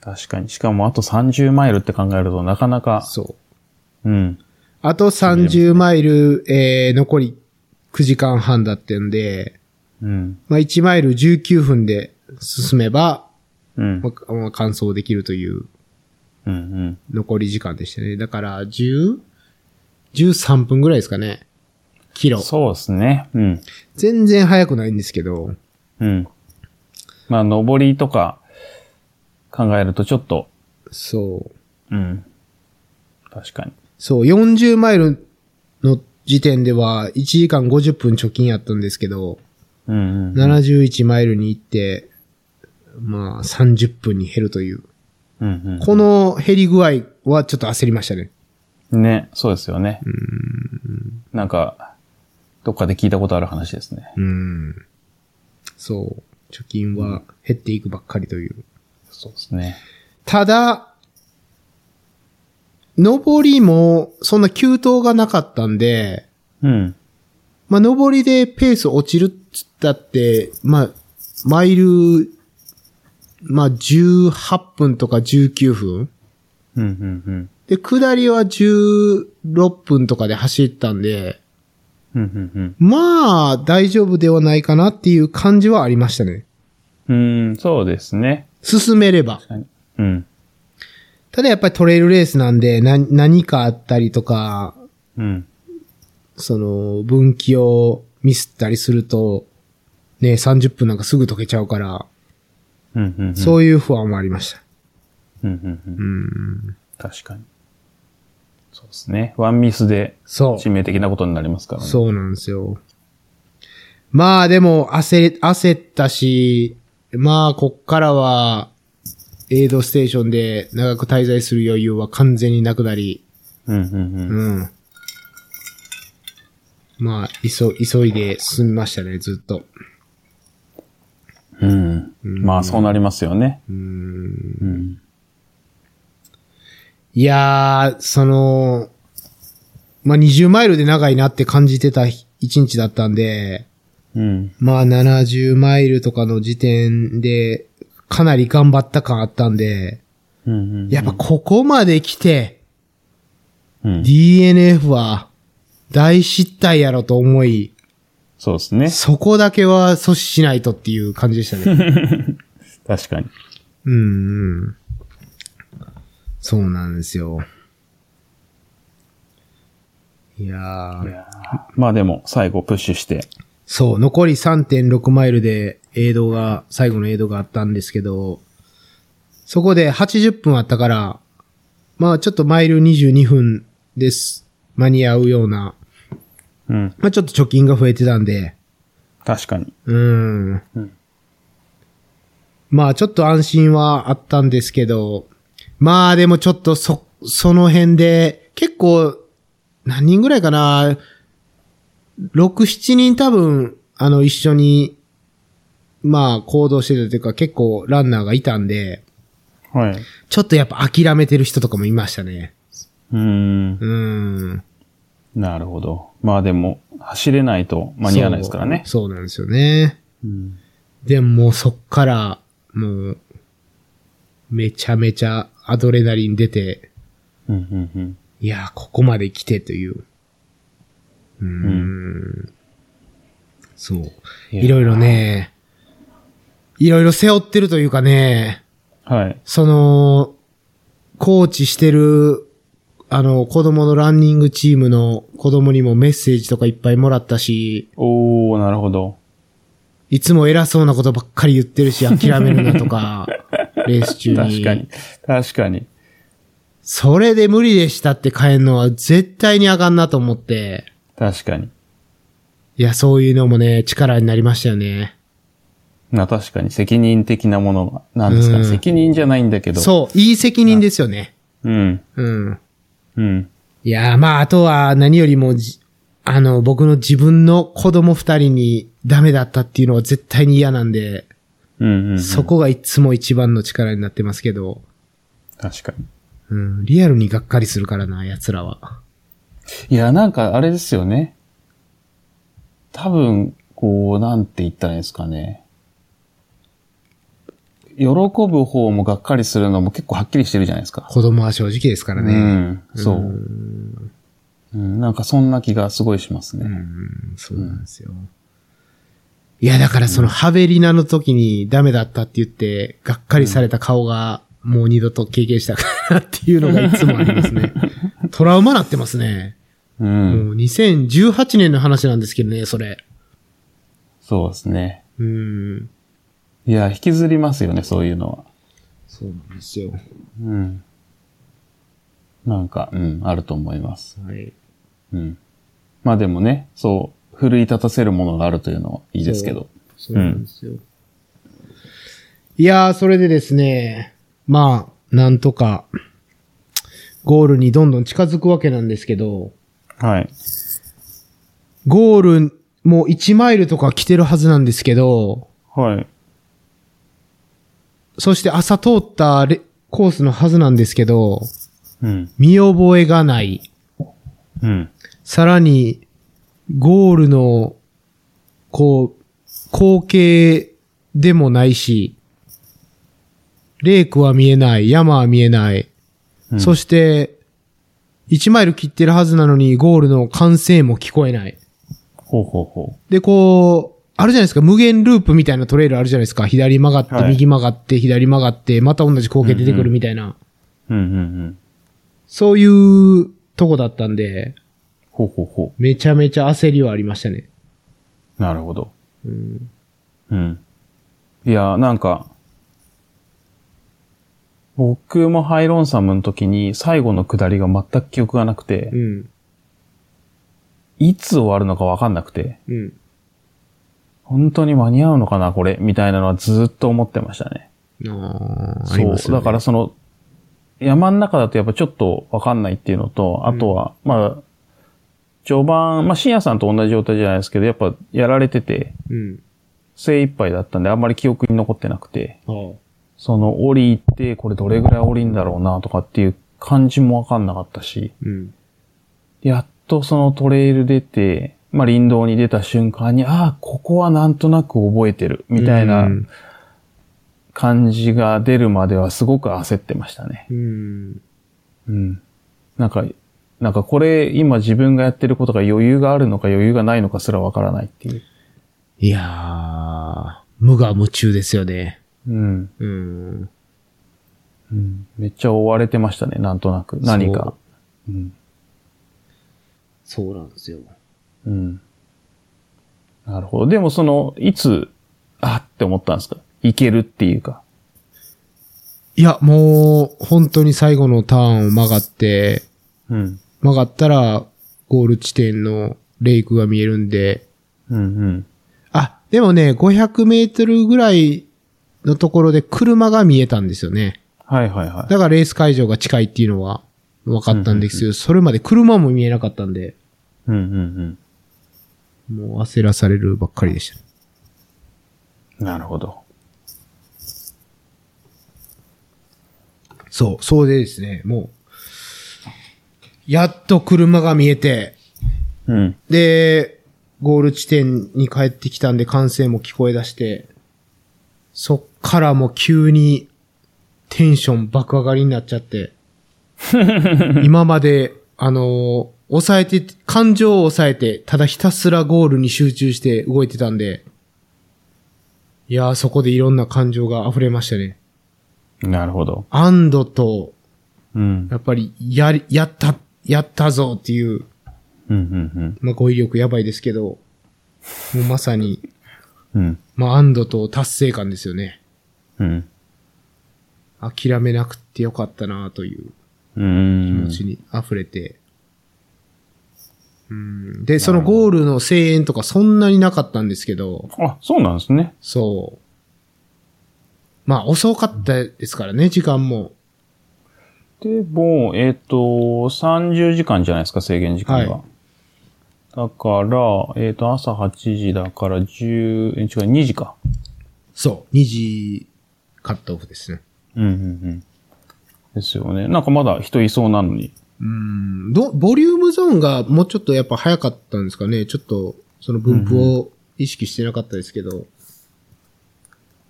Speaker 1: 確かに。しかもあと30マイルって考えるとなかなか、
Speaker 2: そう。
Speaker 1: うん。
Speaker 2: あと30マイル、えー、残り9時間半だってんで、
Speaker 1: うん。
Speaker 2: まあ、1マイル19分で進めば、
Speaker 1: うん。
Speaker 2: まあ、まあ完走できるという
Speaker 1: うん。うん。
Speaker 2: 残り時間でしたね。だから、10、13分ぐらいですかね。キロ。
Speaker 1: そうですね。うん。
Speaker 2: 全然早くないんですけど、
Speaker 1: うん。まあ、登りとか考えるとちょっと、
Speaker 2: そう。
Speaker 1: うん。確かに。
Speaker 2: そう、40マイルの時点では1時間50分貯金やったんですけど、
Speaker 1: うん、うん。
Speaker 2: 71マイルに行って、まあ30分に減るという。
Speaker 1: うん、
Speaker 2: この減り具合はちょっと焦りましたね。
Speaker 1: うん。ね、そうですよね。なんか、どっかで聞いたことある話ですね。
Speaker 2: うん。そう。貯金は減っていくばっかりという。
Speaker 1: そうですね。
Speaker 2: ただ、上りもそんな急騰がなかったんで、
Speaker 1: うん。
Speaker 2: まあ上りでペース落ちるっつったって、まあ、マイル、まあ18分とか19分。
Speaker 1: うん、うん、
Speaker 2: で、下りは16分とかで走ったんで、
Speaker 1: うん。うん、うん、
Speaker 2: まあ、大丈夫ではないかなっていう感じはありましたね。
Speaker 1: うん。うん、そうですね。
Speaker 2: 進めれば。
Speaker 1: 確かにうん。
Speaker 2: ただやっぱりトレイルレースなんで、な、何かあったりとか、
Speaker 1: うん。
Speaker 2: その、分岐をミスったりすると、ね、30分なんかすぐ溶けちゃうから、
Speaker 1: うん、うん、うん。
Speaker 2: そういう不安もありました。
Speaker 1: うん、うん、うん。
Speaker 2: うん。
Speaker 1: 確かに。そうですね。ワンミスで
Speaker 2: そう。
Speaker 1: 致命的なことになりますからね。
Speaker 2: そうなんですよ。まあでも、焦れ、焦ったし、まあ、こっからは、エイドステーションで長く滞在する余裕は完全になくなり、
Speaker 1: うん、うん、う
Speaker 2: う
Speaker 1: ん。
Speaker 2: ん。まあ、急、急いで進みましたね、ずっと。
Speaker 1: うん。まあ、そうなりますよね。うん。
Speaker 2: いやー、その、まあ、20マイルで長いなって感じてた一日だったんで、
Speaker 1: うん。
Speaker 2: まあ70マイルとかの時点で、かなり頑張った感あったんで、
Speaker 1: うんうんうん。
Speaker 2: やっぱここまで来て、
Speaker 1: うん。
Speaker 2: DNF は大失態やろと思い、
Speaker 1: そうですね。
Speaker 2: そこだけは阻止しないとっていう感じでしたね。
Speaker 1: 確かに。
Speaker 2: うんうん。そうなんですよ。いやー。
Speaker 1: まあでも、最後プッシュして。
Speaker 2: そう、残り3.6マイルで映像が、最後の映像があったんですけど、そこで80分あったから、まあちょっとマイル22分です。間に合うような。
Speaker 1: うん。
Speaker 2: まあちょっと貯金が増えてたんで、
Speaker 1: 確かに。
Speaker 2: うーん。
Speaker 1: うん
Speaker 2: まあちょっと安心はあったんですけど、まあでもちょっとそ、その辺で、結構、何人ぐらいかな、6、7人多分、あの一緒に、まあ行動してたというか結構ランナーがいたんで、
Speaker 1: はい。
Speaker 2: ちょっとやっぱ諦めてる人とかもいましたね。
Speaker 1: うーん
Speaker 2: う。ーん。
Speaker 1: なるほど。まあでも、走れないと間に合わないですからね。
Speaker 2: そうそうなんですよね。
Speaker 1: うん。
Speaker 2: でももうそっから、もう、めちゃめちゃアドレナリン出て、
Speaker 1: うん、うん、
Speaker 2: いやー、ここまで来てという。うーん。そう。
Speaker 1: いやー
Speaker 2: いろいろね、いろいろ背負ってるというかね、
Speaker 1: うん。はい。
Speaker 2: その、コーチしてる、あの、子供のランニングチームの子供にもメッセージとかいっぱいもらったし、
Speaker 1: おー、なるほど。
Speaker 2: いつも偉そうなことばっかり言ってるし、諦めるなと か、レース中に。
Speaker 1: 確かに。確かに。
Speaker 2: それで無理でしたって変えるのは絶対にあかんなと思って、
Speaker 1: 確かに。
Speaker 2: いや、そういうのもね、力になりましたよね。
Speaker 1: まあ確かに責任的なものが、なんですか、
Speaker 2: うん
Speaker 1: 責任じゃないんだけど。
Speaker 2: そう、いい責任ですよね。
Speaker 1: う。うん。
Speaker 2: うん。
Speaker 1: うん。
Speaker 2: いやー、まあ、あとは何よりもじ、あの、僕の自分の子供二人にダメだったっていうのは絶対に嫌なんで、
Speaker 1: うん、うんうん。
Speaker 2: そこがいつも一番の力になってますけど、
Speaker 1: 確かに。
Speaker 2: うん、リアルにがっかりするからな、奴らは。
Speaker 1: いや、なんかあれですよね。多分、こう、なんて言ったらいいんですかね。喜ぶ方もがっかりするのも結構はっきりしてるじゃないですか。
Speaker 2: 子供は正直ですから
Speaker 1: う
Speaker 2: ね。
Speaker 1: ん。そう。うん、なんかそんな気がすごいしますね。
Speaker 2: うん、そうなんですよ。いや、だからそのハベリナの時にダメだったって言って、がっかりされた顔が、もう二度と経験したくないなっていうのがいつもありますね。トラウマなってますね。
Speaker 1: うん。
Speaker 2: もう2018年の話なんですけどね、それ。
Speaker 1: そうですね。
Speaker 2: うん。
Speaker 1: いや、引きずりますよね、そういうのは。
Speaker 2: そうなんですよ。
Speaker 1: うん。なんか、うん、あると思います。
Speaker 2: はい。
Speaker 1: うん。まあでもね、そう、奮い立たせるものがあるというのはいいですけど。
Speaker 2: そうなんですよ。いやー、それでですね、まあ、なんとか、ゴールにどんどん近づくわけなんですけど、
Speaker 1: はい。
Speaker 2: ゴール、もう1マイルとか来てるはずなんですけど、
Speaker 1: はい。
Speaker 2: そして朝通ったレコースのはずなんですけど、
Speaker 1: うん。
Speaker 2: 見覚えがない。
Speaker 1: うん。
Speaker 2: さらに、ゴールの、こう、光景でもないし、レイクは見えない、山は見えない。
Speaker 1: うん
Speaker 2: そして、1マイル切ってるはずなのに、ゴールの歓声も聞こえない。
Speaker 1: ほうほうほ
Speaker 2: で、こう、あるじゃないですか、無限ループみたいなトレイルあるじゃないですか。左曲がって、
Speaker 1: はい
Speaker 2: 右曲がって、左曲がって、また同じ光景出てくるみたいな。
Speaker 1: う。うんうんうん。
Speaker 2: そういうとこだったんで、
Speaker 1: ほうほうほ
Speaker 2: めちゃめちゃ焦りはありましたね。
Speaker 1: う。なるほど。うん。いや、なんか、僕もハイロンサムの時に最後の下りが全く記憶がなくて
Speaker 2: う、ん。
Speaker 1: いつ終わるのかわかんなくて、
Speaker 2: うん。
Speaker 1: 本当に間に合うのかな、これ、みたいなのはずっと思ってましたね。
Speaker 2: ああ、あり
Speaker 1: そ
Speaker 2: ま
Speaker 1: う。
Speaker 2: すよね
Speaker 1: だから、その、山の中だとやっぱちょっとわかんないっていうのと、あとは、まあ、序盤、まあ、深夜さんと同じ状態じゃないですけど、やっぱやられてて、
Speaker 2: うん。
Speaker 1: 精一杯だったんで、あんまり記憶に残ってなくて、
Speaker 2: ああ。
Speaker 1: その降りて、これどれぐらい降りんだろうなとかっていう感じもわかんなかったし、
Speaker 2: うん。
Speaker 1: やっとそのトレイル出て、まあ、林道に出た瞬間に、ああ、ここはなんとなく覚えてる、みたいな
Speaker 2: うん
Speaker 1: 感じが出るまではすごく焦ってましたね。
Speaker 2: うん。
Speaker 1: うん。なんか、なんかこれ、今自分がやってることが余裕があるのか余裕がないのかすらわからないっていう。
Speaker 2: いやー、無我夢中ですよね。
Speaker 1: うん。
Speaker 2: うん。
Speaker 1: うん、めっちゃ追われてましたね、なんとなく。何か。うん。
Speaker 2: そうなんですよ。
Speaker 1: うん。なるほど。でもその、いつ、あって思ったんですかいけるっていうか。
Speaker 2: いや、もう、本当に最後のターンを曲がって、
Speaker 1: うん。
Speaker 2: 曲がったら、ゴール地点のレイクが見えるんで、
Speaker 1: うんうん。
Speaker 2: あ、でもね、500メートルぐらいのところで車が見えたんですよね。
Speaker 1: はいはいはい。
Speaker 2: だからレース会場が近いっていうのは分かったんですけど、
Speaker 1: うん
Speaker 2: それまで車も見えなかったんで、
Speaker 1: うんうん
Speaker 2: もう焦らされるばっかりでした。
Speaker 1: うん。なるほど。
Speaker 2: そう、そうでですね、もう、やっと車が見えて、
Speaker 1: うん。
Speaker 2: で、ゴール地点に帰ってきたんで歓声も聞こえ出して、そっからもう急にテンション爆上がりになっちゃって、今まで、あのー抑えて、感情を抑えて、ただひたすらゴールに集中して動いてたんで、いやーそこでいろんな感情が溢れましたね。
Speaker 1: なるほど。
Speaker 2: 安堵と、
Speaker 1: うん。
Speaker 2: やっぱり、やり、やった、やったぞっていう、
Speaker 1: うんうん
Speaker 2: まあ、語彙力やばいですけど、もうまさに、
Speaker 1: うん。うん。
Speaker 2: まあ、安堵と達成感ですよね。
Speaker 1: うん。
Speaker 2: 諦めなくてよかったなという
Speaker 1: う
Speaker 2: 気
Speaker 1: ん
Speaker 2: 持ちに溢れて。うん、で、そのゴールの声援とかそんなになかったんですけど、
Speaker 1: あ、そうなんですね。
Speaker 2: そう。まあ、遅かったですからね、時間も。
Speaker 1: でも、えっ、と、30時間じゃないですか、制限時間が。
Speaker 2: は
Speaker 1: だから、えっ、と、朝8時だから10、え違う、2時か。
Speaker 2: そう、2時カットオフですね。
Speaker 1: うんうんうん。ですよね。なんかまだ人いそうなのに。
Speaker 2: うん、ど、ボリュームゾーンがもうちょっとやっぱ早かったんですかね。ちょっと、その分布を意識してなかったですけど。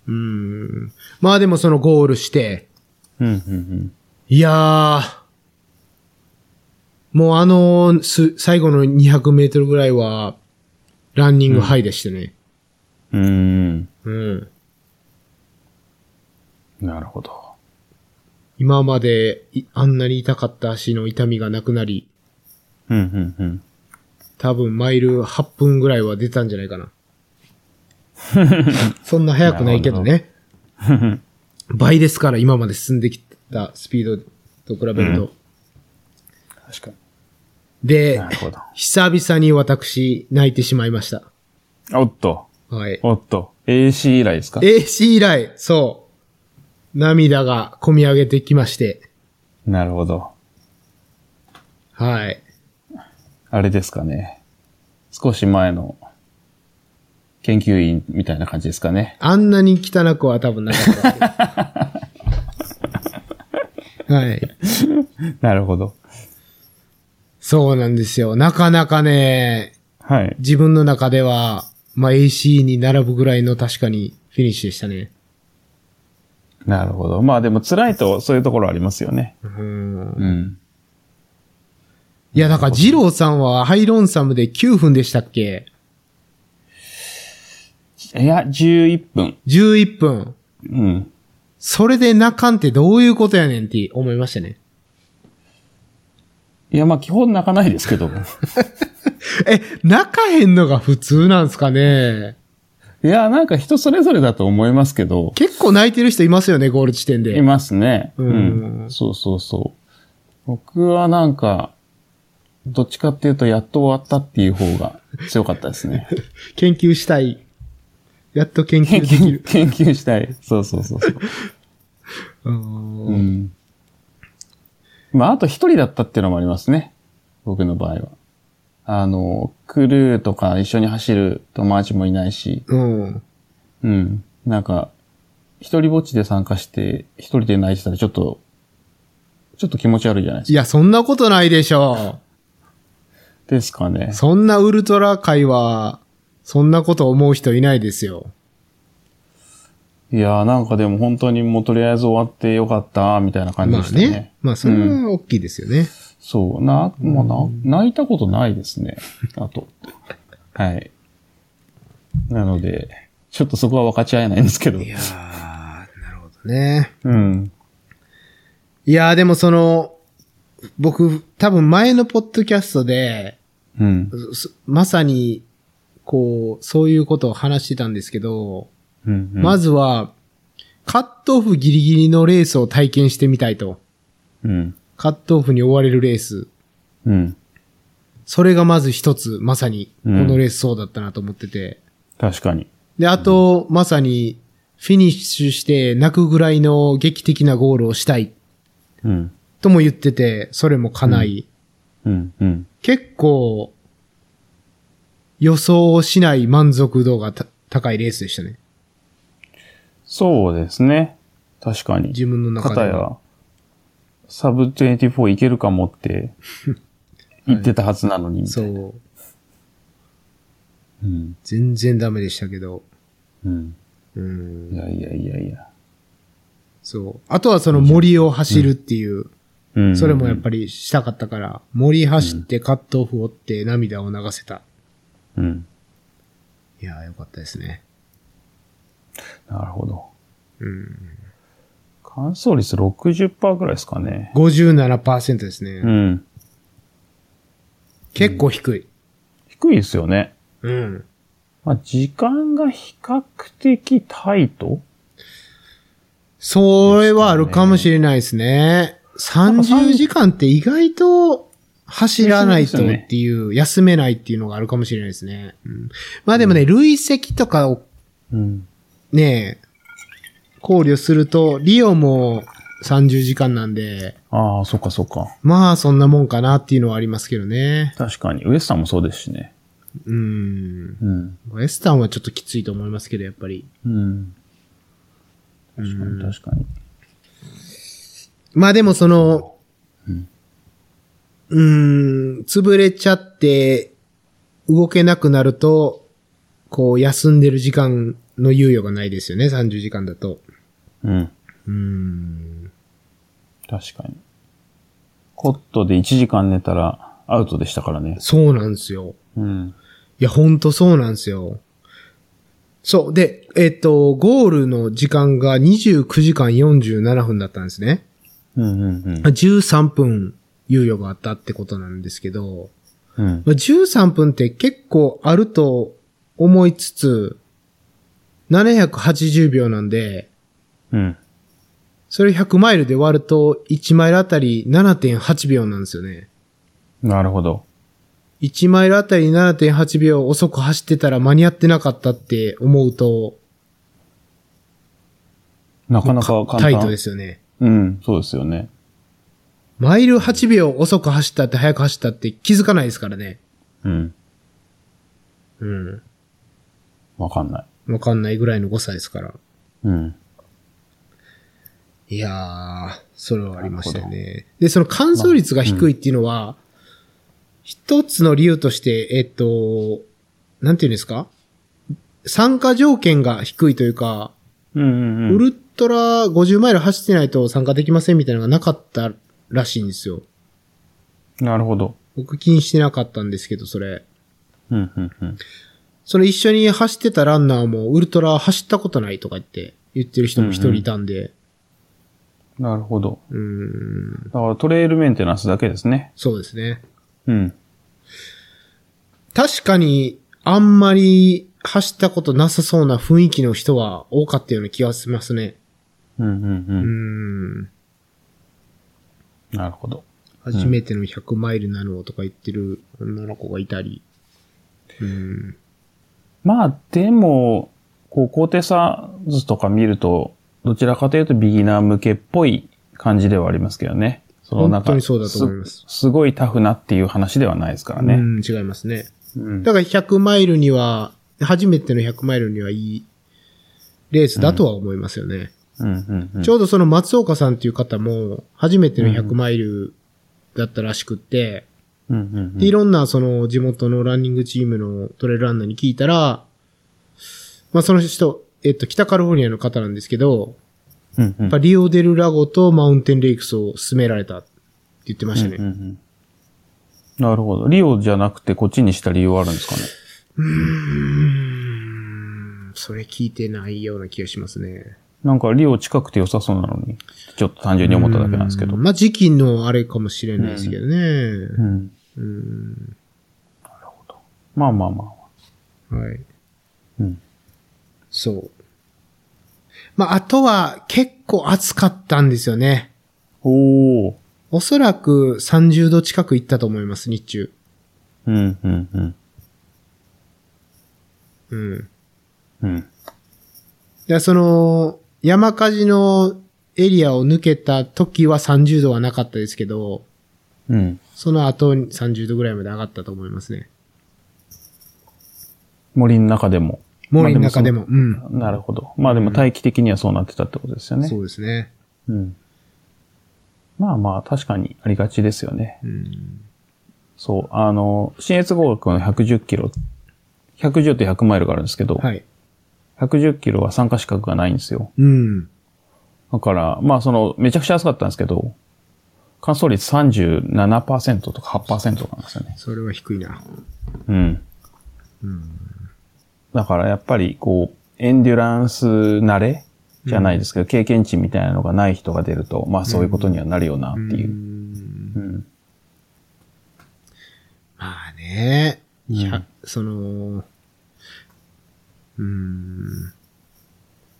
Speaker 2: うん。まあでもそのゴールして、
Speaker 1: うんうん
Speaker 2: いやー、もうあのーす、最後の200メートルぐらいは、ランニングハイでしたね。
Speaker 1: うん。うーん。
Speaker 2: うん。
Speaker 1: なるほど。
Speaker 2: 今までい、あんなに痛かった足の痛みがなくなり、
Speaker 1: うんうんうん。
Speaker 2: 多分マイル8分ぐらいは出たんじゃないかな。 そんな速くないけどね。倍ですから今まで進んできたスピードと比べると。
Speaker 1: 確かに。
Speaker 2: で
Speaker 1: な、るほど。
Speaker 2: 久々に私泣いてしまいました。
Speaker 1: おっと、
Speaker 2: はい。
Speaker 1: おっと、AC 以来ですか
Speaker 2: AC 以来、そう。涙が込み上げてきまして。
Speaker 1: なるほど。
Speaker 2: はい。
Speaker 1: あれですかね。少し前の研究員みたいな感じですか ね。
Speaker 2: あんなに汚くは多分なかったですけど。はい。
Speaker 1: なるほど。
Speaker 2: そうなんですよ。なかなかね、
Speaker 1: はい。
Speaker 2: 自分の中では、まあ、AC に並ぶぐらいの確かにフィニッシュでしたね。
Speaker 1: なるほど。まあでも辛いとそういうところありますよね。
Speaker 2: うん。
Speaker 1: うん。
Speaker 2: いや、だから、ジローさんはハイロンサムで9分でしたっけ
Speaker 1: いや、11分。
Speaker 2: ?11 分。
Speaker 1: うん。
Speaker 2: それで泣かんってどういうことやねんって思いましたね。
Speaker 1: いや、まあ基本泣かないですけど。
Speaker 2: え、泣かへんのが普通なんすかね
Speaker 1: いや、なんか人それぞれだと思いますけど、
Speaker 2: 結構泣いてる人いますよね、ゴール地点
Speaker 1: い
Speaker 2: で。
Speaker 1: ますね。う
Speaker 2: うん
Speaker 1: ん。そうそうそう。僕はなんか、どっちかっていうと、やっと終わったっていう方が強かったですね。
Speaker 2: 研究したい。やっと研究
Speaker 1: 研
Speaker 2: でき
Speaker 1: 究
Speaker 2: る、。
Speaker 1: 研究したい。そうそうそうそう。
Speaker 2: うん
Speaker 1: うん。まあ、あと一人だったっていうのもありますね。僕の場合は。あの、クルーとか一緒に走る友達もいないし、
Speaker 2: うん。
Speaker 1: うん。なんか、一人ぼっちで参加して、一人で泣いてたらちょっと、ちょっと気持ち悪いじゃないですか
Speaker 2: いや、そんなことないでしょ
Speaker 1: ですかね。
Speaker 2: そんなウルトラ界は、そんなこと思う人いないですよ。
Speaker 1: いやーなんかでも本当にもうとりあえず終わってよかった、みたいな感じ
Speaker 2: ま
Speaker 1: で
Speaker 2: あ
Speaker 1: したね。
Speaker 2: ね。まあ、それは大きいですよね。
Speaker 1: そう、な、まあな、泣いたことないで すね。あと。はい。なので、ちょっとそこは分かち合えないんですけど。
Speaker 2: いやー、なるほどね。
Speaker 1: うん。
Speaker 2: いやー、でもその、僕、多分前のポッドキャストで、
Speaker 1: うん。
Speaker 2: そまさに、こう、そういうことを話してたんですけど、
Speaker 1: うん。うん
Speaker 2: ま、ずは、カットオフギリギリのレースを体験してみたいと。
Speaker 1: うん。
Speaker 2: カットオフに追われるレース。
Speaker 1: うん。
Speaker 2: それがまず一つ、まさに、こ
Speaker 1: うん
Speaker 2: のレースそうだったなと思ってて。
Speaker 1: 確かに。
Speaker 2: で、あと、まさに、フィニッシュして泣くぐらいの劇的なゴールをしたい
Speaker 1: うん。
Speaker 2: とも言ってて、それも叶い。
Speaker 1: うん。うん。
Speaker 2: 結構、予想をしない満足度がた高いレースでしたね。
Speaker 1: そうですね。確かに。
Speaker 2: 自分の中
Speaker 1: 片
Speaker 2: では。
Speaker 1: や、サブ24いけるか もって、言ってたはずなのに。
Speaker 2: そう。
Speaker 1: うん。
Speaker 2: 全然ダメでしたけど。
Speaker 1: うん。
Speaker 2: う
Speaker 1: い
Speaker 2: ん。
Speaker 1: やいやいやいや。
Speaker 2: そう。あとはその森を走るっていう、
Speaker 1: うん。
Speaker 2: それもやっぱりしたかったから、森走ってカットオフ追って涙を流せた。
Speaker 1: り。うん。
Speaker 2: いやーよかったですね。
Speaker 1: なるほど。
Speaker 2: うん。
Speaker 1: 乾燥率60%ぐらいですかね。
Speaker 2: 57%ですね。
Speaker 1: うん。
Speaker 2: 結構低い。
Speaker 1: 低いですよね。
Speaker 2: うん。
Speaker 1: まあ、時間が比較的タイト
Speaker 2: それはあるかもしれないですね。30時間って意外と走らないとっていう、休めないっていうのがあるかもしれないですね。うんまあでもね、累積とかを
Speaker 1: うん。
Speaker 2: ね、考慮すると、リオも30時間なんで、
Speaker 1: ああ、そっかそっか。
Speaker 2: まあそんなもんかなっていうのはありますけどね。
Speaker 1: 確かに。ウエスタンもそうですしね。
Speaker 2: うん。
Speaker 1: うん。
Speaker 2: ウエスタンはちょっときついと思いますけど、やっぱり。
Speaker 1: うん。確かに、確かに。
Speaker 2: まあでもその、
Speaker 1: うん
Speaker 2: うーん、潰れちゃって、動けなくなると、こう、休んでる時間の猶予がないですよね、30時間だと。
Speaker 1: うん。
Speaker 2: うーん。
Speaker 1: 確かに。コットで1時間寝たらアウトでしたからね。
Speaker 2: そうなんですよ。
Speaker 1: うん。
Speaker 2: いや、ほんとそうなんですよ。そう。で、えっと、ゴールの時間が29時間47分だったんですね。
Speaker 1: うんうん
Speaker 2: 13分猶予があったってことなんですけど、
Speaker 1: うん。うん。
Speaker 2: まあ13分って結構あると思いつつ、780秒なんで、
Speaker 1: うん。
Speaker 2: それ100マイルで割ると1マイルあたり7.8秒なんですよね。
Speaker 1: なるほど。
Speaker 2: 1マイルあたり7.8秒遅く走ってたら間に合ってなかったって思うと、
Speaker 1: なかなか簡単。
Speaker 2: タイトですよね。
Speaker 1: うん。そうですよね。
Speaker 2: マイル8秒遅く走ったって速く走ったって気づかないですからね。
Speaker 1: うん。
Speaker 2: うん。
Speaker 1: わかんない。
Speaker 2: わかんないぐらいの誤差ですから。
Speaker 1: うん。
Speaker 2: いやー、それはありましたよね。で、その乾燥率が低いっていうのは、一つの理由として、えっと、なんていうんですか参加条件が低いというか、
Speaker 1: うんうんうん。
Speaker 2: ウルトラ50マイル走ってないと参加できませんみたいなのがなかったらしいんですよ。
Speaker 1: なるほど。
Speaker 2: 僕気にしてなかったんですけど、それ。
Speaker 1: うんうんうん。
Speaker 2: その一緒に走ってたランナーもウルトラ走ったことないとか言って、言ってる人も一人いたんで、
Speaker 1: なるほど。
Speaker 2: うーん、
Speaker 1: だからトレイルメンテナンスだけですね。
Speaker 2: そうですね。
Speaker 1: うん。
Speaker 2: 確かに、あんまり走ったことなさそうな雰囲気の人は多かったような気がしますね。
Speaker 1: うんうん
Speaker 2: うー
Speaker 1: うん。
Speaker 2: ん。
Speaker 1: なるほど。
Speaker 2: 初めての100マイルなのとか言ってる女の子がいたり。うーん。
Speaker 1: まあ、でも、こう、高低差図とか見ると、どちらかというとビギナー向けっぽい感じではありますけどね。そのなんか
Speaker 2: 本当にそうだと思います
Speaker 1: す。すごいタフなっていう話ではないですから
Speaker 2: う
Speaker 1: ね。
Speaker 2: ん、違いますね。
Speaker 1: うん
Speaker 2: だから100マイルには、初めての100マイルにはいいレースだとは思いますよね。
Speaker 1: うんうんうん
Speaker 2: ちょうどその松岡さんっていう方も、初めての100マイルだったらしくって、
Speaker 1: うんうんうん
Speaker 2: で、いろんなその地元のランニングチームのトレイルランナーに聞いたら、まあその人、えっと、北カリフォルニアの方なんですけど、
Speaker 1: うんうん
Speaker 2: やっぱリオデルラゴとマウンテンレイクスを勧められたって言ってましたね。
Speaker 1: うんうんうんなるほど。リオじゃなくてこっちにした理由はあるんですかね。
Speaker 2: うーん、それ聞いてないような気がしますね。
Speaker 1: なんかリオ近くて良さそうなのに、ちょっと単純に思っただけなんですけど。
Speaker 2: う
Speaker 1: うんん。
Speaker 2: まあ、時期のあれかもしれないですけどね。うん。
Speaker 1: まあまあまあ。
Speaker 2: はい。
Speaker 1: うん。
Speaker 2: そう。まあ、あとは結構暑かったんですよね。
Speaker 1: おー。
Speaker 2: おそらく30度近く行ったと思います、日中。
Speaker 1: うん、うん、うん。
Speaker 2: うん。
Speaker 1: うん。
Speaker 2: で、その、山火事のエリアを抜けた時は30度はなかったですけど、
Speaker 1: うん。
Speaker 2: その後に30度ぐらいまで上がったと思いますね。
Speaker 1: 森の中でも。
Speaker 2: 森の中で
Speaker 1: ま
Speaker 2: も。
Speaker 1: あ。でもそなるほど。まあでも大気的にはそうなってたってことですよ
Speaker 2: うん。
Speaker 1: ね。
Speaker 2: そうですね。
Speaker 1: うん。まあまあ、確かにありがちですよね。
Speaker 2: うん。
Speaker 1: そう。あの、新越合格の110キロ、110と100マイルがあるんですけど、
Speaker 2: はい。
Speaker 1: 110キロは参加資格がないんですよ。
Speaker 2: うん。
Speaker 1: だから、まあその、めちゃくちゃ暑かったんですけど、乾燥率37%とか8%とかなんですよね。
Speaker 2: それは低いな。
Speaker 1: うん。
Speaker 2: うん。
Speaker 1: だからやっぱりこう、エンデュランス慣れじゃないですけど、経験値みたいなのがない人が出ると、まあそういうことにはなるよなっていうう。
Speaker 2: ん
Speaker 1: うん。
Speaker 2: まあね。
Speaker 1: うん
Speaker 2: いや、その、うーん。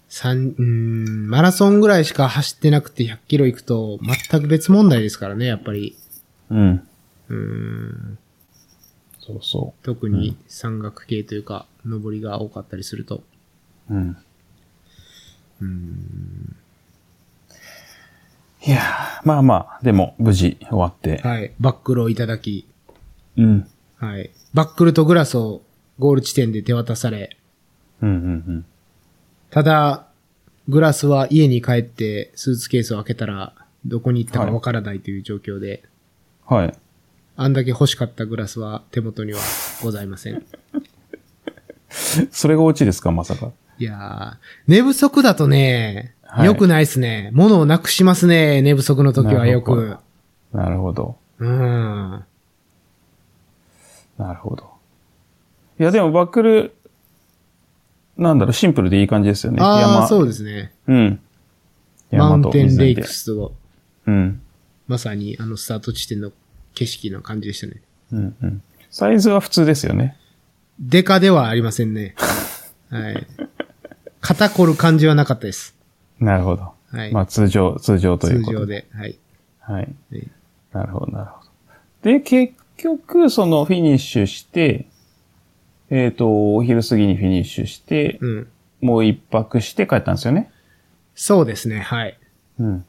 Speaker 2: 三、うーん、マラソンぐらいしか走ってなくて100キロ行くと全く別問題ですからね、やっぱり。
Speaker 1: うん。
Speaker 2: うーん。
Speaker 1: そうそ
Speaker 2: 特に山岳系というか、登りが多かったりすると。
Speaker 1: う。うん。
Speaker 2: うーん。
Speaker 1: いやーまあまあ、でも無事終わって。
Speaker 2: はい。バックルをいただき、
Speaker 1: うん。
Speaker 2: はい。バックルとグラスをゴール地点で手渡され、
Speaker 1: うんうん
Speaker 2: ただ、グラスは家に帰ってスーツケースを開けたら、どこに行ったかわからないという状況で、
Speaker 1: うん。はい。
Speaker 2: あんだけ欲しかったグラスは手元にはございません。
Speaker 1: それがオチですか、まさか。
Speaker 2: いやー、寝不足だとね、
Speaker 1: はい
Speaker 2: 良くないっすね。物をなくしますね、寝不足の時はよ
Speaker 1: なる
Speaker 2: く
Speaker 1: ほ。なるほど。
Speaker 2: うん。
Speaker 1: なるほど。いや、でもバックル、なんだろう、シンプルでいい感じですよね。
Speaker 2: ああ、そう
Speaker 1: で
Speaker 2: ですね。
Speaker 1: す。うん。
Speaker 2: マウンテンレイ
Speaker 1: 山と水で
Speaker 2: ク。スを、
Speaker 1: うん。
Speaker 2: まさにあのスタート地点の景色の感じでしたね。
Speaker 1: うんうん。サイズは普通ですよね。
Speaker 2: デカではありません ね。はい。肩凝る感じはなかったです。
Speaker 1: なるほど。
Speaker 2: はい
Speaker 1: まあ通常、通常とい
Speaker 2: 通
Speaker 1: うこと。
Speaker 2: 常。で。はい。
Speaker 1: はい。
Speaker 2: はい
Speaker 1: なるほど、なるほど。で、結局、そのフィニッシュして、えっ、と、お昼過ぎにフィニッシュして、
Speaker 2: うん。
Speaker 1: もう一泊して帰ったんですよね。
Speaker 2: そうですね、はい。
Speaker 1: うん。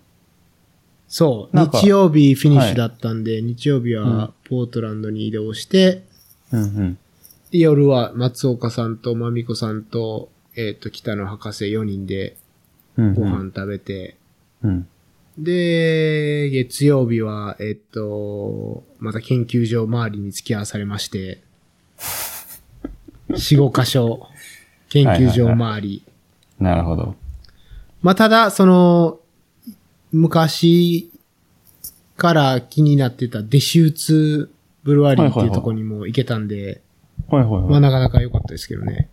Speaker 2: そう。
Speaker 1: なんか
Speaker 2: 日曜日フィニッシュだったんで、日曜日はポートランドに移動して、
Speaker 1: うんうん。
Speaker 2: で夜は松岡さんとまみこさんと、えっ、と、北野博士4人で
Speaker 1: うん、
Speaker 2: ご飯食べて、
Speaker 1: うん。
Speaker 2: で、月曜日は、えっ、と、また研究所周りに付き合わされま して、4、5箇所、研究所周り、
Speaker 1: はいはなるほど。
Speaker 2: まあ、ただ、その、昔から気になってたデシューツブルワリーっていうところにも行けたんで、
Speaker 1: はいはい
Speaker 2: ま
Speaker 1: は
Speaker 2: あ、
Speaker 1: い。
Speaker 2: なかなか良かったですけどね。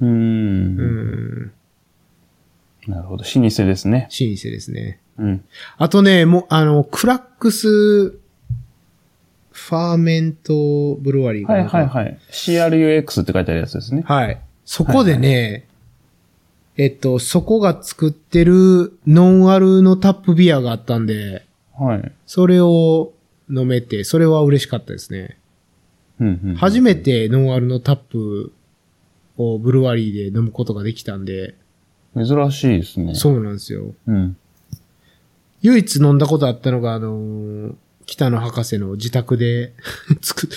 Speaker 1: うー。
Speaker 2: うんん。
Speaker 1: なるほど。老舗ですね。
Speaker 2: 老舗ですね。
Speaker 1: うん。
Speaker 2: あとね、もう、あの、クラックス、ファーメントブルワリーか
Speaker 1: は
Speaker 2: ない
Speaker 1: はいはい。CRUX って書いてあるやつですね。
Speaker 2: はい。そこでね、えっと、そこが作ってるノンアルのタップビアがあったんで、
Speaker 1: はい。
Speaker 2: それを飲めて、それは嬉しかったですね。
Speaker 1: うんうん。
Speaker 2: 初めてノンアルのタップをブルワリーで飲むことができたんで、
Speaker 1: 珍しいですね。う。
Speaker 2: そうなんですよ。
Speaker 1: うん。
Speaker 2: 唯一飲んだことあったのが、あのー北野博士の自宅で 作っ、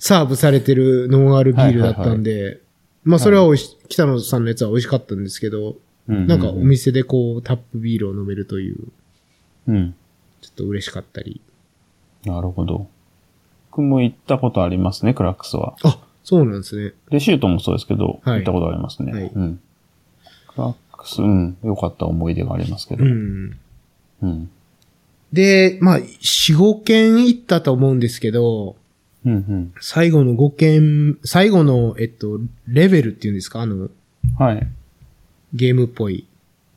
Speaker 2: サーブされてるノンアルビールだったんで、まあそれは美味し、北野さんのやつは美味しかったんですけど、
Speaker 1: う
Speaker 2: なんかお。店でこうタップビールを飲めるという、
Speaker 1: うん。
Speaker 2: ちょっと嬉しかったり。
Speaker 1: なるほど。僕も行ったことありますね、クラックスは。
Speaker 2: あ、そうなんですね。
Speaker 1: レシュートもそうですけど、
Speaker 2: はい
Speaker 1: 行ったことありますね。
Speaker 2: はい
Speaker 1: うん。クラックス、うん、良かった思い出がありますけど。
Speaker 2: う。ん。
Speaker 1: うん。
Speaker 2: で、まあ、4、5件行ったと思うんですけど、
Speaker 1: うん、うん。
Speaker 2: 最後の5件、最後の、えっと、レベルっていうんですかあの、
Speaker 1: はい。
Speaker 2: ゲームっぽい。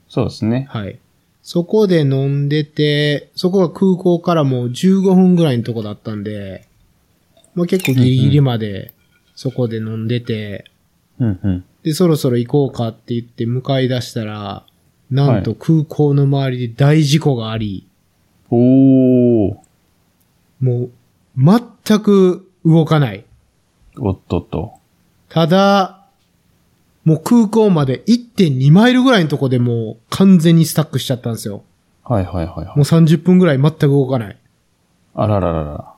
Speaker 1: そうですね。
Speaker 2: はい。そこで飲んでて、そこが空港からもう15分ぐらいのとこだったんで、もう結構ギリギリまでそこで飲んでて、
Speaker 1: うん、うん。
Speaker 2: で、そろそろ行こうかって言って向かい出したら、なんと
Speaker 1: は
Speaker 2: 空港の周りで大事故があり、
Speaker 1: おー。
Speaker 2: もう全く動かない。
Speaker 1: おっとっと。
Speaker 2: ただ、もう空港まで1.2マイルぐらいのとこでもう完全にスタックしちゃったんですよ。
Speaker 1: はいはいはいは
Speaker 2: もう
Speaker 1: い。
Speaker 2: 30分ぐらい全く動かない。
Speaker 1: あらららら。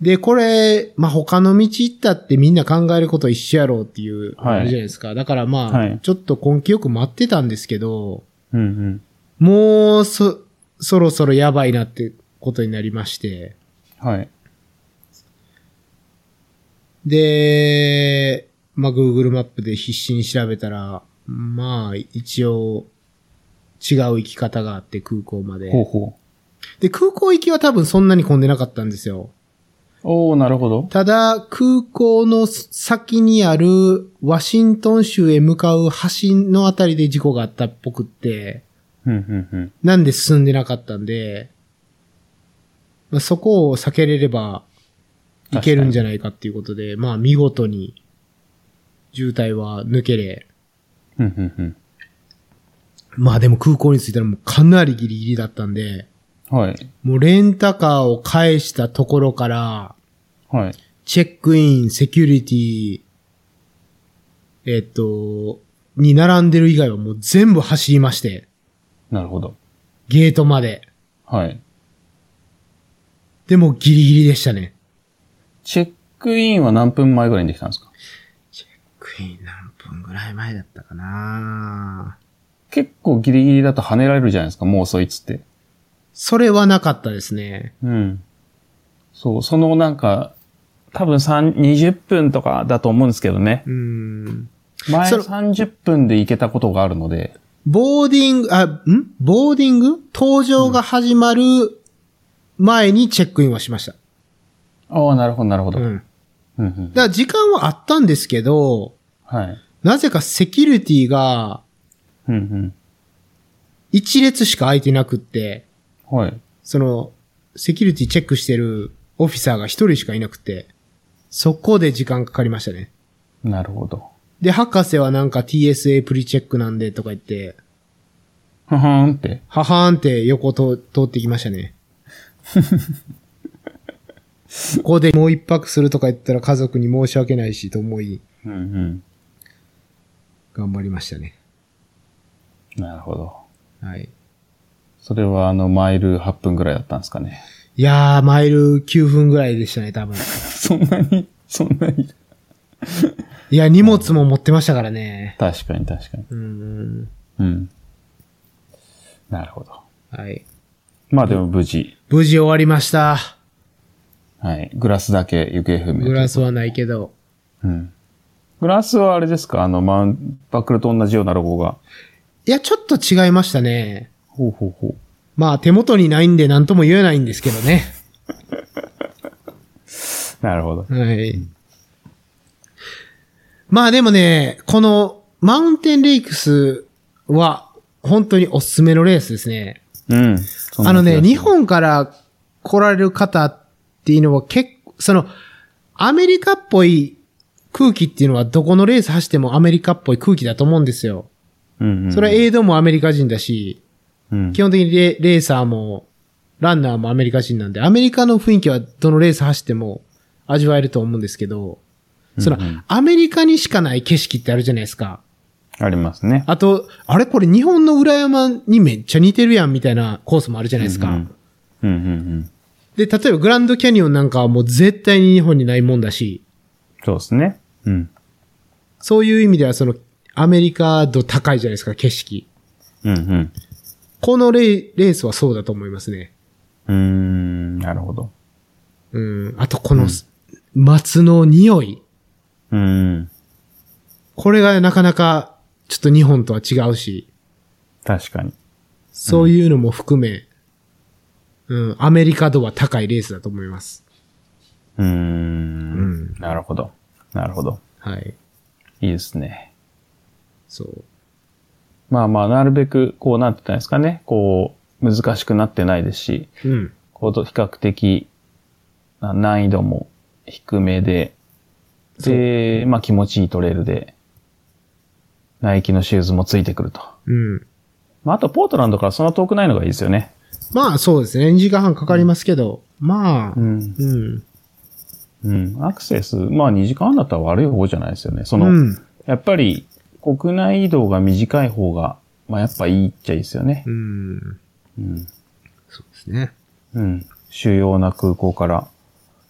Speaker 2: で、これ、まあ、他の道行ったってみんな考えること一緒やろうっていう、
Speaker 1: はい
Speaker 2: あれじゃないですか。だからまあ、
Speaker 1: はい
Speaker 2: ちょっと根気よく待ってたんですけど、
Speaker 1: うんうん。
Speaker 2: もう、そ、そろそろやばいなってことになりまして。
Speaker 1: はい。
Speaker 2: で、まあ、Google マップで必死に調べたら、まあ、一応、違う行き方があって、空港まで。
Speaker 1: ほうほ
Speaker 2: で、空港行きは多分そんなに混んでなかったんですよ。
Speaker 1: う。おー、なるほど。
Speaker 2: ただ、空港の先にあるワシントン州へ向かう橋のあたりで事故があったっぽくって、
Speaker 1: うんうんうん。
Speaker 2: なんで進んでなかったんで、まあ、そこを避けれればいけるんじゃないかっていうことで、まあ見事に渋滞は抜けれ。
Speaker 1: うんうん
Speaker 2: まあでも空港に着いたらもうかなりギリギリだったんで、
Speaker 1: うん。はい。
Speaker 2: もうレンタカーを返したところから、
Speaker 1: はい。
Speaker 2: チェックイン、セキュリティ、えっと、に並んでる以外はもう全部走りまして、
Speaker 1: なるほど。
Speaker 2: ゲートまで。
Speaker 1: はい。
Speaker 2: でもギリギリでしたね。
Speaker 1: チェックインは何分前ぐらいにできたんですか
Speaker 2: クイーン何分ぐらい前だったかな
Speaker 1: 結構ギリギリだと跳ねられるじゃないですか、もう遅いっつって。
Speaker 2: それはなかったですね。
Speaker 1: うん。そう、そのなんか、多分三20分とかだと思うんですけどね。
Speaker 2: うん。
Speaker 1: 前
Speaker 2: それ
Speaker 1: 30分で行けたことがあるので、
Speaker 2: ボーディング、あ、んボーディング登場が始まる前にチェックインはしました。
Speaker 1: ああ、なるほど、なるほど。
Speaker 2: う
Speaker 1: うん
Speaker 2: ん。
Speaker 1: うん
Speaker 2: だから時間はあったんですけど、
Speaker 1: はい。
Speaker 2: なぜかセキュリティが
Speaker 1: うんうん。
Speaker 2: 一列しか空いてなくって、
Speaker 1: はい。
Speaker 2: その、セキュリティチェックしてるオフィサーが一人しかいなくて、そこで時間かかりましたね。
Speaker 1: なるほど。
Speaker 2: で、博士はなんか TSA プリチェックなんでとか言って、
Speaker 1: ははーんって。
Speaker 2: ははーんって横と通ってきましたね。ここでもう一泊するとか言ったら家族に申し訳ないしと思い、
Speaker 1: うんうん。
Speaker 2: 頑張りましたね。
Speaker 1: なるほど。
Speaker 2: はい。
Speaker 1: それはあの、マイル8分ぐらいだったんですかね。
Speaker 2: いやー、マイル9分ぐらいでしたね、多分。
Speaker 1: そんなに、そんなに。
Speaker 2: いや、荷物も持ってましたからね。
Speaker 1: 確かに確かに。
Speaker 2: うん。
Speaker 1: うん。なるほど。
Speaker 2: はい。
Speaker 1: まあでも無事、
Speaker 2: 無事終わりました。
Speaker 1: はい。グラスだけ行方不明。
Speaker 2: グラスはないけど。
Speaker 1: うん。グラスはあれですかあの、マウン、バックルと同じようなロゴが。
Speaker 2: いや、ちょっと違いましたね。
Speaker 1: ほうほうほう。
Speaker 2: まあ、手元にないんで何とも言えないんですけどね。
Speaker 1: なるほど。
Speaker 2: はい。まあでもね、このマウンテンレイクスは本当におすすめのレースですね。
Speaker 1: うん。そんな
Speaker 2: あの
Speaker 1: 気
Speaker 2: ね、
Speaker 1: がする
Speaker 2: 日。本から来られる方っていうのは結構、その、アメリカっぽい空気っていうのはどこのレース走ってもアメリカっぽい空気だと思うんですよ。
Speaker 1: うん、うん。
Speaker 2: それはエイドもアメリカ人だし、
Speaker 1: うん
Speaker 2: 基。本的にレレーサーも、ランナーもアメリカ人なんで、アメリカの雰囲気はどのレース走っても味わえると思うんですけど、その
Speaker 1: うんうん、
Speaker 2: アメリカにしかない景色ってあるじゃないですか。
Speaker 1: ありますね。
Speaker 2: あと、あれこれ日本の裏山にめっちゃ似てるやんみたいなコースもあるじゃないですか。
Speaker 1: うんうんうんうん。
Speaker 2: で、例えばグランドキャニオンなんかはもう絶対に日本にないもんだし、
Speaker 1: そうですね。うん。
Speaker 2: そういう意味ではその、アメリカ度高いじゃないですか、景色。
Speaker 1: うん
Speaker 2: このレレースはそうだと思いますね。
Speaker 1: うん。うーん、なるほど。
Speaker 2: ううん。あとこの、松の匂い。
Speaker 1: うん。
Speaker 2: これがなかなか、ちょっと日本とは違うし、
Speaker 1: 確かに。
Speaker 2: そういうのも含め、うん、アメリカ度は高いレースだと思います。
Speaker 1: うー
Speaker 2: うん
Speaker 1: ん。なるほど。なるほど。
Speaker 2: はい。
Speaker 1: いいですね。
Speaker 2: そう。
Speaker 1: まあまあ、なるべく、こう、なんて言ったらいいですかね。こう、難しくなってないですし、
Speaker 2: うん。
Speaker 1: こうと、比較的、な難易度も低めで、で、まあ気持ちいいトレイルで、ナイキのシューズもついてくると。
Speaker 2: うん。
Speaker 1: まああと、ポートランドからそんな遠くないのがいいですよね。
Speaker 2: まあそうですね。2時間半かかりますけど、まあ、
Speaker 1: うん。
Speaker 2: うん。
Speaker 1: うん。アクセス、まあ2時間半だったら悪い方じゃないですよね。そうの、
Speaker 2: ん。
Speaker 1: やっぱり、国内移動が短い方が、まあやっぱいいっちゃいいですよね
Speaker 2: う。ん。
Speaker 1: うん。
Speaker 2: そうですね。
Speaker 1: うん。主要な空港から。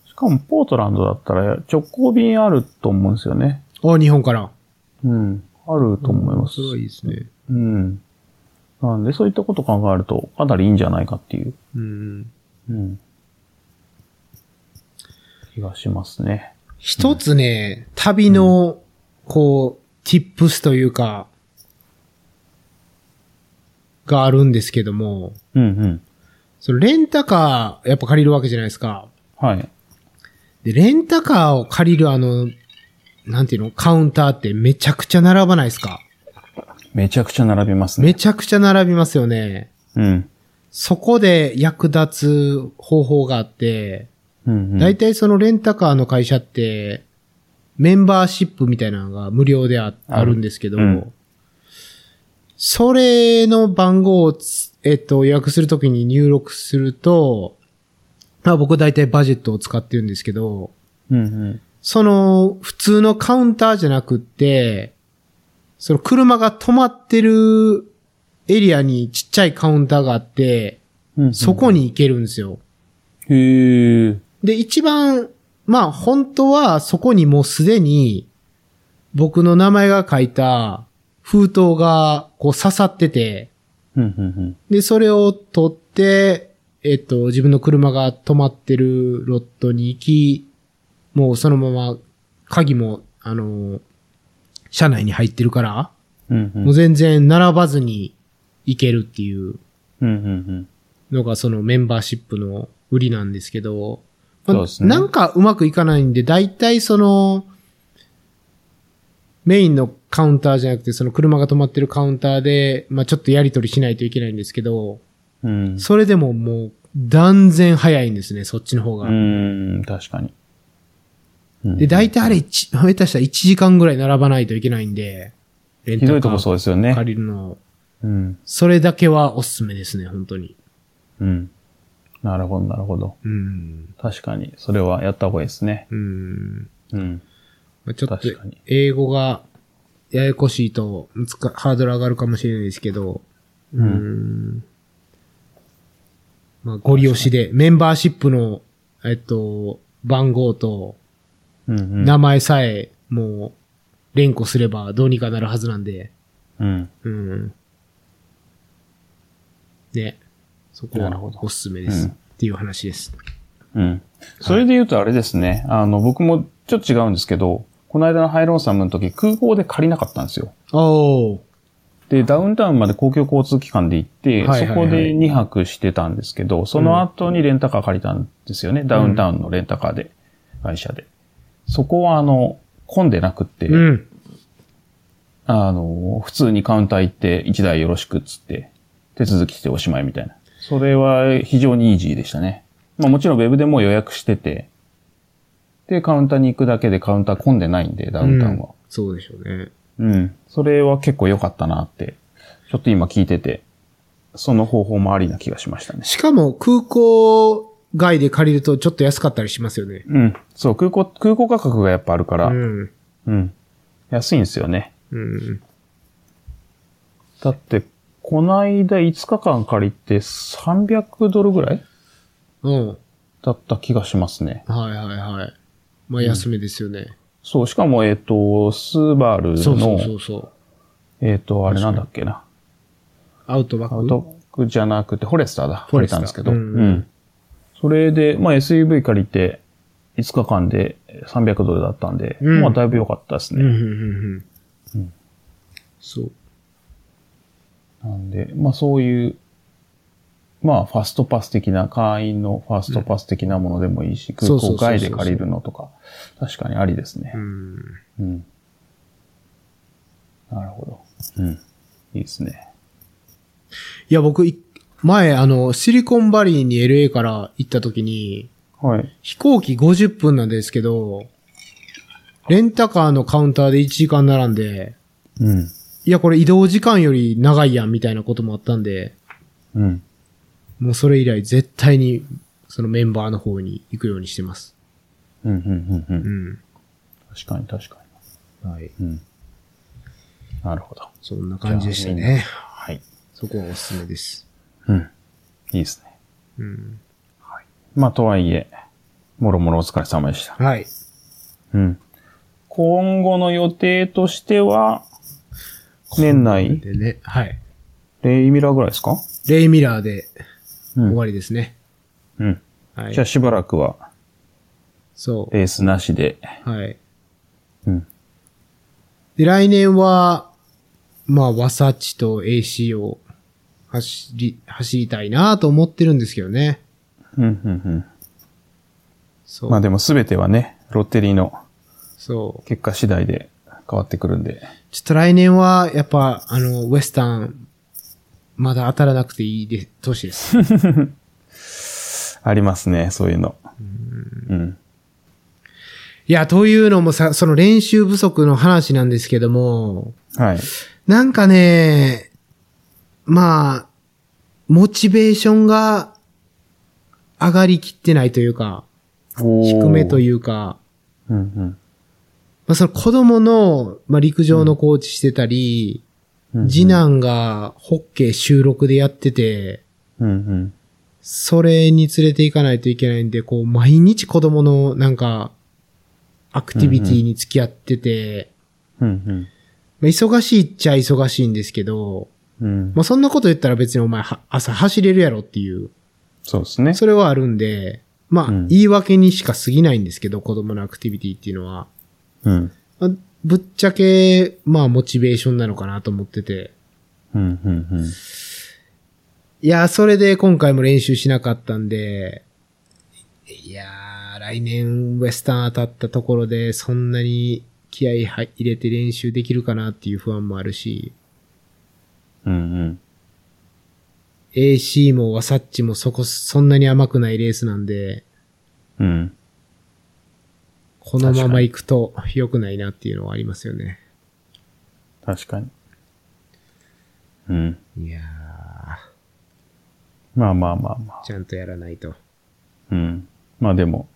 Speaker 1: しかも、ポートランドだったら直行便あると思うんですよね。
Speaker 2: お、日本から。
Speaker 1: うん。あると思います。
Speaker 2: それはいいですね。
Speaker 1: うん。なんで、そういったこと考えると、かなりいいんじゃないかっていう、
Speaker 2: うん。
Speaker 1: うん。気がしますね。
Speaker 2: 一つね、旅の、こう、ティップスというか、があるんですけども、
Speaker 1: うんうん。
Speaker 2: そのレンタカー、やっぱ借りるわけじゃないですか。
Speaker 1: はい。
Speaker 2: で、レンタカーを借りるあの、なんていうのカウンターってめちゃくちゃ並ばないですか
Speaker 1: めちゃくちゃ並びます
Speaker 2: め
Speaker 1: ね。
Speaker 2: ちゃくちゃ並びますよね。
Speaker 1: うん。
Speaker 2: そこで役立つ方法があって、
Speaker 1: うん、うん。
Speaker 2: 大体そのレンタカーの会社って、メンバーシップみたいなのが無料であ
Speaker 1: ある
Speaker 2: あるんですけど、
Speaker 1: うん
Speaker 2: それの番号をつ、えっと、予約するときに入力すると、まあ僕大体バジェットを使ってるんですけど、
Speaker 1: うんうん。
Speaker 2: その、普通のカウンターじゃなくって、その車が止まってるエリアにちっちゃいカウンターがあって、
Speaker 1: うんうん、
Speaker 2: そこに行けるんですよ。
Speaker 1: へー。
Speaker 2: で、一番、まあ本当はそこにもうすでに僕の名前が書いた封筒がこう刺さってて、
Speaker 1: うんうん
Speaker 2: で、それを取って、えっと、自分の車が止まってるロットに行き、もうそのまま鍵も、あの、車内に入ってるから、
Speaker 1: うん。うんうん。
Speaker 2: もう全然並ばずに行けるっていう
Speaker 1: うんうん
Speaker 2: のがそのメンバーシップの売りなんですけど、まあ
Speaker 1: そうですね
Speaker 2: なんかうまくいかないんで、大体その、メインのカウンターじゃなくて、その車が止まってるカウンターで、まあちょっとやり取りしないといけないんですけど、
Speaker 1: うん。うん。
Speaker 2: それでももう断然早いんですね、そっちの方が。
Speaker 1: うん、確かに。うん
Speaker 2: で、大体あれ一、下手したら1時間ぐらい並ばないといけないんで、レン
Speaker 1: ひどいとこ
Speaker 2: ー
Speaker 1: そうですよね。
Speaker 2: 借りるの、
Speaker 1: うん。
Speaker 2: それだけはおすすめですね、本当に。
Speaker 1: うん。なるほど、なるほど。
Speaker 2: うん。
Speaker 1: 確かに、それはやった方がいいですね。
Speaker 2: うん。
Speaker 1: うん。
Speaker 2: まあ、ちょっと
Speaker 1: 確かに
Speaker 2: 英語がややこしいと難かハードル上がるかもしれないですけど、うーん。まあ、ご利用しで、メンバーシップの、えっと、番号と
Speaker 1: うん、うん。
Speaker 2: 名前さえもう連呼すればどうにかなるはずなんで、
Speaker 1: うん。
Speaker 2: うん。ね。そこ
Speaker 1: なるほ
Speaker 2: は
Speaker 1: ど
Speaker 2: おすすめです。
Speaker 1: うん
Speaker 2: っていう話です。
Speaker 1: うん。それで言うとあれですね。あの、僕もちょっと違うんですけど、この間のハイロンサムの時、空港で借りなかったんですよ。
Speaker 2: おー。
Speaker 1: で、ダウンタウンまで公共交通機関で行って、
Speaker 2: はいはいはい
Speaker 1: そこで2泊してたんですけど、その後にレンタカー借りたんですよね。ダウンタウンのレンタカーで、会社で。そこはあの、混んでなくって、
Speaker 2: うん。
Speaker 1: あの、普通にカウンター行って、1台よろしくっつって、手続きしておしまいみたいな。それは非常にイージーでしたね。まあもちろんウェブでもう予約してて、で、カウンターに行くだけでカウンター混んでないんで、ダウンタウンは
Speaker 2: うん。そうでしょうね。
Speaker 1: うん。それは結構良かったなって、ちょっと今聞いてて、その方法もありな気がしましたね。
Speaker 2: しかも空港外で借りるとちょっと安かったりしますよね。
Speaker 1: うん。そう、空港、空港価格がやっぱあるから、
Speaker 2: う
Speaker 1: うん。
Speaker 2: ん。
Speaker 1: 安いんですよね。
Speaker 2: うん。
Speaker 1: だって、こないだ5日間借りて300ドルぐらい
Speaker 2: うん。
Speaker 1: だった気がしますね。
Speaker 2: はいはいはい。まあ安めですよね。
Speaker 1: そう、しかも、えっ、と、スバル
Speaker 2: そうそう
Speaker 1: の、
Speaker 2: そうそう。
Speaker 1: えっ、と、あれなんだっけな。
Speaker 2: アウトバック。
Speaker 1: アウトバックじゃなくて、フォレスターだ。
Speaker 2: フォレスター
Speaker 1: 借りたんですけど、
Speaker 2: う
Speaker 1: うんん。それで、まあ SUV 借りて、5日間で300ドルだったんで、
Speaker 2: うん
Speaker 1: まあだいぶ良かったです
Speaker 2: うん、う
Speaker 1: ね。
Speaker 2: ん、うん、う
Speaker 1: うんん。
Speaker 2: そう。
Speaker 1: なんで、まあそういう、まあファストパス的な、会員のファストパス的なものでもいいし、空
Speaker 2: そうそうそ
Speaker 1: 港
Speaker 2: うそう
Speaker 1: 外で借りるのとか、確かにありですね
Speaker 2: う。ん。
Speaker 1: うん。なるほど。うん。いいですね。
Speaker 2: いや、僕、い前、あの、シリコンバリーに LA から行った時に、
Speaker 1: はい。
Speaker 2: 飛行機50分なんですけど、レンタカーのカウンターで1時間並んで、
Speaker 1: うん。
Speaker 2: いや、これ移動時間より長いやん、みたいなこともあったんで、
Speaker 1: うん。
Speaker 2: もうそれ以来絶対に、そのメンバーの方に行くようにしてます。
Speaker 1: うん、うん、うん、う。
Speaker 2: うんん。
Speaker 1: 確かに、確か
Speaker 2: はい。
Speaker 1: に。うん。なるほど。
Speaker 2: そんな感じでした
Speaker 1: じゃあみん
Speaker 2: ね。
Speaker 1: はい。
Speaker 2: そこはおすすめです。
Speaker 1: うん。いいですね。
Speaker 2: うん。
Speaker 1: まあ、とはいえ、もろもろお疲れ様でした。
Speaker 2: はい。
Speaker 1: うん。今後の予定としては、年内、
Speaker 2: でね、はい。
Speaker 1: レイミラーぐらいですか
Speaker 2: レイミラーで
Speaker 1: う
Speaker 2: 終
Speaker 1: ん。
Speaker 2: わりですね。
Speaker 1: うん。
Speaker 2: はい
Speaker 1: じゃあ。しばらくは、
Speaker 2: そ
Speaker 1: レースなしで。
Speaker 2: う。はい。
Speaker 1: うん。
Speaker 2: で、来年は、まあ、ワサチと AC を走り、走りたいなと思ってるんですけどね。
Speaker 1: うん、うん、
Speaker 2: そ
Speaker 1: う
Speaker 2: う。
Speaker 1: ん。まあでも全てはね、ロッテリーの
Speaker 2: そう。
Speaker 1: 結果次第で変わってくるんで。
Speaker 2: ちょっと来年は、やっぱ、あの、ウエスタン、まだ当たらなくていいで、年です。
Speaker 1: ありますね、そういうの。うん。
Speaker 2: いや、というのもさ、その練習不足の話なんですけども、
Speaker 1: はい。
Speaker 2: なんかね、まあ、モチベーションが上がりきってないというか、低
Speaker 1: 低
Speaker 2: めと
Speaker 1: う。
Speaker 2: いうか、
Speaker 1: うん、うん
Speaker 2: まあその子供の、まあ陸上のコーチしてたり、
Speaker 1: うんうん。
Speaker 2: 次男がホッケー収録でやってて、
Speaker 1: うん、うん。
Speaker 2: それに連れて行かないといけないんで、こう、毎日子供のなんか、アクティビティに付き合ってて、
Speaker 1: うん、
Speaker 2: まあ忙しいっちゃ忙しいんですけど、
Speaker 1: うん。うん
Speaker 2: ま。あ、そんなこと言ったら別にお前は朝走れるやろっていう、
Speaker 1: そうですね。
Speaker 2: それはあるんで、まあ、
Speaker 1: うん
Speaker 2: 言い訳にしか過ぎないんですけど、子供のアクティビティっていうのは。
Speaker 1: うん。
Speaker 2: まあぶっちゃけ、まあ、モチベーションなのかなと思ってて。
Speaker 1: うん、うん、うん。
Speaker 2: いやー、それで今回も練習しなかったんで、いやー、来年ウエスタン当たったところで、そんなに気合い入れて練習できるかなっていう不安もあるし、
Speaker 1: うん、うん。
Speaker 2: AC もワサッチもそこ、そんなに甘くないレースなんで、
Speaker 1: うん。
Speaker 2: このまま行くと良くないなっていうのはありますよね。
Speaker 1: 確かに。うん。
Speaker 2: いや
Speaker 1: まあまあまあまあ
Speaker 2: ー、。ちゃんとやらないと。
Speaker 1: うん。まあでも、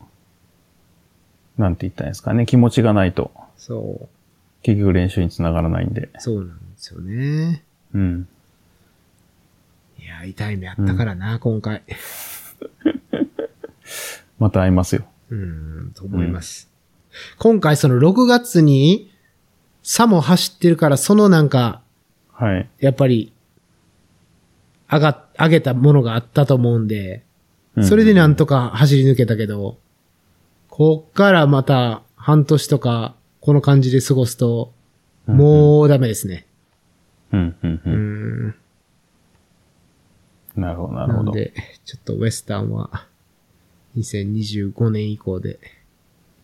Speaker 1: なんて言ったらいいんですかね。気持ちがないと、
Speaker 2: そう、
Speaker 1: 結局練習につながらないんで。
Speaker 2: そうなんですよね。
Speaker 1: うん。
Speaker 2: いやー、痛い目あったからな、今回。
Speaker 1: また会いますよ。
Speaker 2: うーん、と思います。今回その6月に、サも走ってるから、そのなんか、
Speaker 1: はい。
Speaker 2: やっぱり、上が、上げたものがあったと思うんで、
Speaker 1: うん
Speaker 2: それでなんとか走り抜けたけど、こっからまた半年とか、この感じで過ごすと、もうダメですね。
Speaker 1: うん、うん、
Speaker 2: う。
Speaker 1: うんん。なるほど、なる
Speaker 2: な
Speaker 1: ほ
Speaker 2: ん
Speaker 1: ど。
Speaker 2: で、ちょっとウエスタンは、2025年以降で。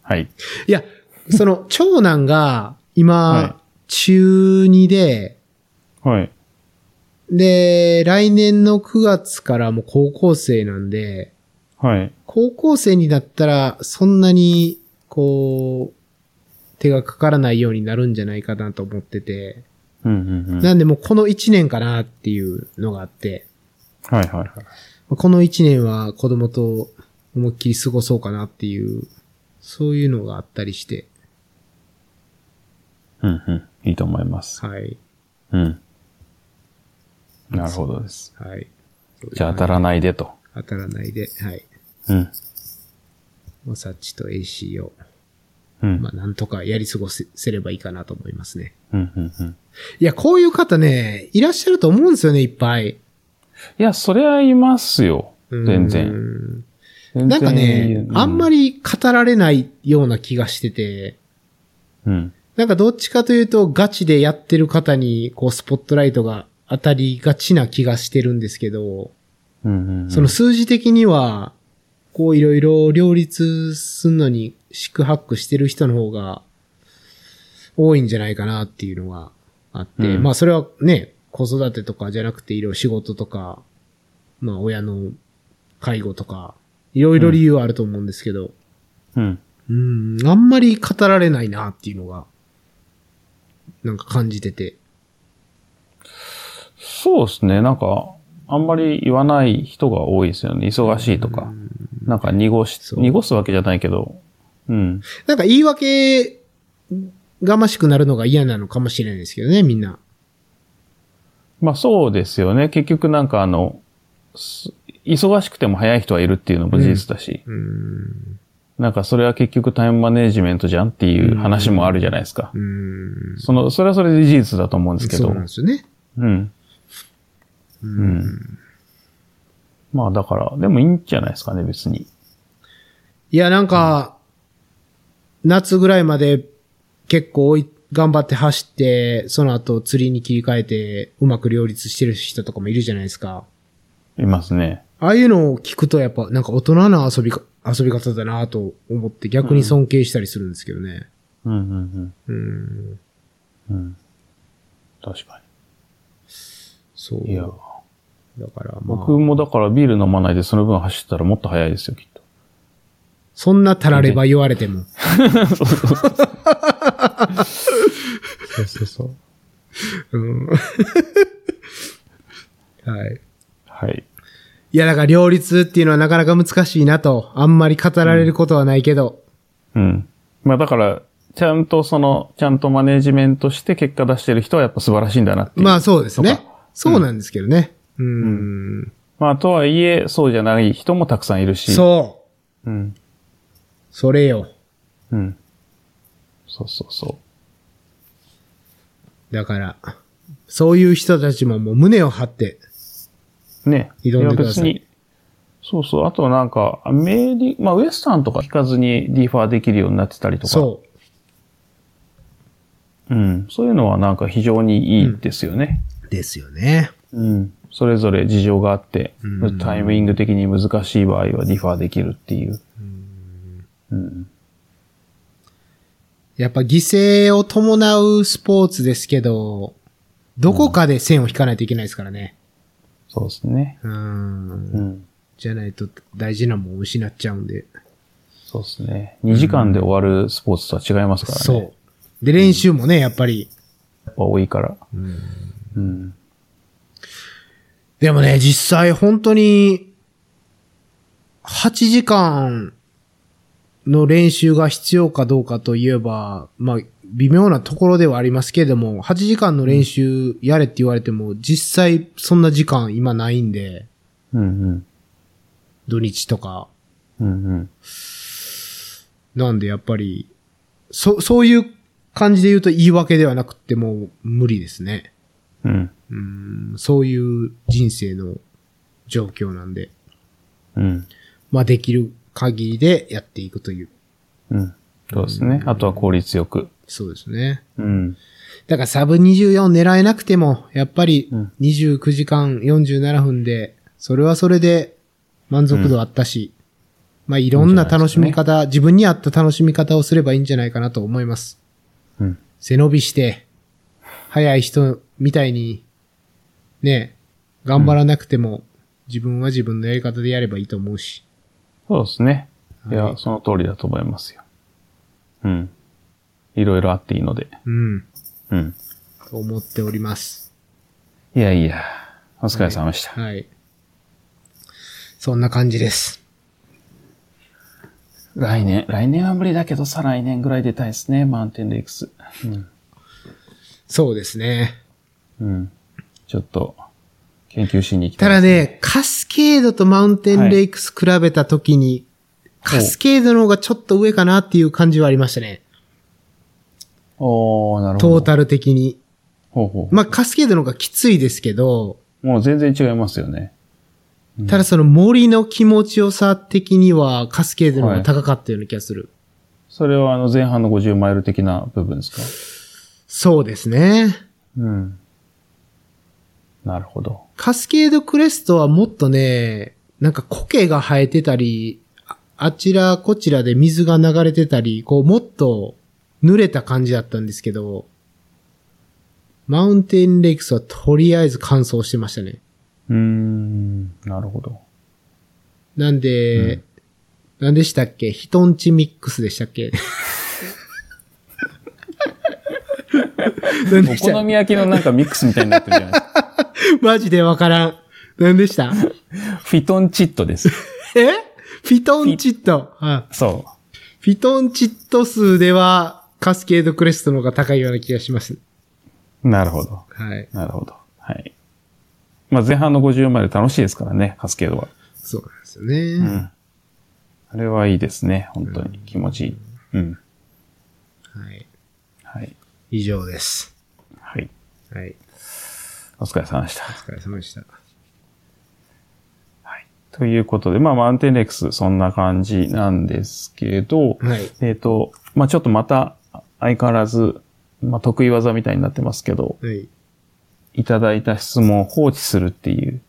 Speaker 1: はい。
Speaker 2: いや、その、 長男が、今、
Speaker 1: はい
Speaker 2: 中2で、
Speaker 1: はい。
Speaker 2: で、来年の9月からもう高校生なんで、
Speaker 1: はい。
Speaker 2: 高校生になったら、そんなに、こう、手がかからないようになるんじゃないかなと思ってて、
Speaker 1: うん、うん、うん。はい、
Speaker 2: なんでもうこの1年かなっていうのがあって、
Speaker 1: はい、はい。
Speaker 2: この1年は子供と思いっきり過ごそうかなっていう、そういうのがあったりして、
Speaker 1: うん、うん。いいと思います。
Speaker 2: はい、
Speaker 1: うん。なるほどです。
Speaker 2: はい。
Speaker 1: じゃあ当たらないでと。
Speaker 2: 当たらないで、はい。
Speaker 1: うん。
Speaker 2: モサッチと AC を、
Speaker 1: うん。
Speaker 2: まあ、なんとかやり過ごせせればいいかなと思いますね。
Speaker 1: うん、うん、うん。
Speaker 2: いや、こういう方ね、いらっしゃると思うんですよね、いっぱい。
Speaker 1: いや、それはいますよ。
Speaker 2: うん
Speaker 1: 全然。。全然
Speaker 2: なんかね、
Speaker 1: う
Speaker 2: あんまり語られないような気がしてて、
Speaker 1: うん。
Speaker 2: なんかどっちかというとガチでやってる方にこうスポットライトが当たりがちな気がしてるんですけど、
Speaker 1: うんうんうん。
Speaker 2: その数字的には、こういろいろ両立すんのに四苦八苦してる人の方が多いんじゃないかなっていうのがあって、
Speaker 1: うん
Speaker 2: まあそれはね、子育てとかじゃなくていろいろ仕事とか、まあ親の介護とか、いろいろ理由はあると思うんですけど、
Speaker 1: うん。
Speaker 2: うん、あんまり語られないなっていうのが、なんか感じてて。
Speaker 1: そうですね。なんか、あんまり言わない人が多いですよね。忙しいとか。なんか濁し、
Speaker 2: そう
Speaker 1: 濁すわけじゃないけど。うん。
Speaker 2: なんか言い訳がましくなるのが嫌なのかもしれないですけどね、みんな。
Speaker 1: まあそうですよね。結局なんかあの、す忙しくても早い人はいるっていうのも事実だし、
Speaker 2: うん
Speaker 1: なんかそれは結局タイムマネジメントじゃんっていう話もあるじゃないですか。
Speaker 2: うーん。
Speaker 1: その、それはそれで事実だと思うんですけ
Speaker 2: そう
Speaker 1: ど
Speaker 2: なん。ですよね。
Speaker 1: うん。
Speaker 2: う
Speaker 1: う。ん。まあだから、でもいいんじゃないですかね、別に。
Speaker 2: いや、なんか、夏ぐらいまで結構おい頑張って走って、その後釣りに切り替えて、うまく両立してる人とかもいるじゃないですか。
Speaker 1: いますね。
Speaker 2: ああいうのを聞くとやっぱ、なんか大人な遊びか、遊び方だなと思って逆に尊敬したりするんですけどね。
Speaker 1: うんうん
Speaker 2: うん。
Speaker 1: うん。うん。確か
Speaker 2: そう。
Speaker 1: に。いや、
Speaker 2: だからま
Speaker 1: 僕
Speaker 2: あ、
Speaker 1: もだからビール飲まないでその分走ったらもっと早いですよ、きっと。
Speaker 2: そんなたられば言われても。
Speaker 1: そうそうそう。
Speaker 2: うん。 はい。
Speaker 1: はい。
Speaker 2: いや、だから両立っていうのはなかなか難しいなと、あんまり語られることはないけど。
Speaker 1: うん。まあだから、ちゃんとその、ちゃんとマネジメントして結果出してる人はやっぱ素晴らしいんだなっていう。
Speaker 2: まあそうです
Speaker 1: と
Speaker 2: ね
Speaker 1: か。
Speaker 2: そうなんですけどね。うん。
Speaker 1: まあとはいえ、そうじゃない人もたくさんいるし。う。
Speaker 2: そ
Speaker 1: うん。
Speaker 2: う。それよ。
Speaker 1: うん。そうそうそ
Speaker 2: だから、そういう人たちももう胸を張って。
Speaker 1: う。ね。
Speaker 2: 挑んでください
Speaker 1: や別に。そうそう。あとはなんか、アメリ、まあウエスタンとか聞かずにディファーできるようになってたりとか。
Speaker 2: そう。
Speaker 1: う。ん。そういうのはなんか非常にいいですよね。
Speaker 2: ですよね。
Speaker 1: うん。それぞれ事情があって、
Speaker 2: うん
Speaker 1: タイミング的に難しい場合はディファーできるっていう。うん。
Speaker 2: やっぱ犠牲を伴うスポーツですけど、どこかで線を引かないといけないですからね。
Speaker 1: そうですね。
Speaker 2: うん。
Speaker 1: うん。
Speaker 2: じゃないと大事なもんを失っちゃうんで。
Speaker 1: そうですね。2時間で終わるスポーツとは違いますからね。やっ
Speaker 2: そう。で、練習もね、やっぱり。
Speaker 1: ぱ多いから。
Speaker 2: うん
Speaker 1: うん。
Speaker 2: でもね、実際本当に、8時間の練習が必要かどうかといえば、まあ、微妙なところではありますけれども、8時間の練習やれって言われても、実際そんな時間今ないんで、
Speaker 1: うんうん。
Speaker 2: 土日とか。
Speaker 1: うんうん。
Speaker 2: なんでやっぱり、そ、そういう感じで言うと言い訳ではなくってもう無理ですね。
Speaker 1: うん。
Speaker 2: うん、そういう人生の状況なんで。
Speaker 1: うん。
Speaker 2: まあ、できる限りでやっていくという。
Speaker 1: うん。そうですね。あとは効率よく。
Speaker 2: そうですね。
Speaker 1: うん。
Speaker 2: だからサブ24狙えなくても、やっぱり
Speaker 1: うん
Speaker 2: 29時間47分で、それはそれで満足度あったし、まあいろんな楽しみ方、自分に合った楽しみ方をすればいいんじゃないかなと思います。
Speaker 1: うん。
Speaker 2: 背伸びして、早い人みたいに、ね、頑張らなくても、自分は自分のやり方でやればいいと思うし。
Speaker 1: そうですね。い
Speaker 2: は
Speaker 1: や、
Speaker 2: い
Speaker 1: その通りだと思いますよ。うん。いろいろあっていいので。
Speaker 2: うん。
Speaker 1: うん。
Speaker 2: と思っております。
Speaker 1: いやいや。お疲れ様でした。
Speaker 2: はい。そんな感じです。
Speaker 1: 来年、来年は無理だけど、再来年ぐらい出たいですね。マウンテンレイクス。うん。
Speaker 2: そうですね。
Speaker 1: うん。ちょっと、研究しに行きた
Speaker 2: た
Speaker 1: い。
Speaker 2: だね、カスケードとマウンテンレイクス比べたときに、
Speaker 1: はい
Speaker 2: カスケードの方がちょっと上かなっていう感じはありましたね。
Speaker 1: おー、なるほど。
Speaker 2: トータル的に。
Speaker 1: ほうほう。
Speaker 2: まあ、カスケードの方がきついですけど、
Speaker 1: もう全然違いますよね。うん
Speaker 2: ただその森の気持ちよさ的にはカスケードの方が高かったような気がする。
Speaker 1: それはあの前半の50マイル的な部分ですか
Speaker 2: そうですね。
Speaker 1: うん。なるほど。
Speaker 2: カスケードクレストはもっとね、なんか苔が生えてたり、ああちらこちらで水が流れてたり、こうもっと濡れた感じだったんですけど、マウンテンレイクスはとりあえず乾燥してましたね。
Speaker 1: うーん、なるほ ど。
Speaker 2: なんで、なんでしたっけ人んちミックスでしたっ けなんで
Speaker 1: お
Speaker 2: した
Speaker 1: 好み焼きのなんかミックスみたいになってるじゃないですか。
Speaker 2: マジでわからん。なんでした
Speaker 1: フィトンチットです。
Speaker 2: えフィトンチット。はい
Speaker 1: そ
Speaker 2: フィトンチット数では、カスケードクレストの方が高いような気がします。
Speaker 1: う。なるほど。
Speaker 2: はい。
Speaker 1: なるほど。はい。まあ前半の50まで楽しいですからね、カスケードは。
Speaker 2: そうなんですよね。
Speaker 1: うん。あれはいいですね、本当に。気持ちいい。うん。
Speaker 2: はい。
Speaker 1: はい。
Speaker 2: 以上です。
Speaker 1: はい。
Speaker 2: はい。
Speaker 1: お疲れ様でした。
Speaker 2: お疲れ様でした。
Speaker 1: ということで、まあマウンテンレックス、そんな感じなんですけど、
Speaker 2: はい。
Speaker 1: えっ、と、まあちょっとまた、相変わらず、まあ得意技みたいになってますけど、
Speaker 2: はい。
Speaker 1: いただいた質問を放置するっていう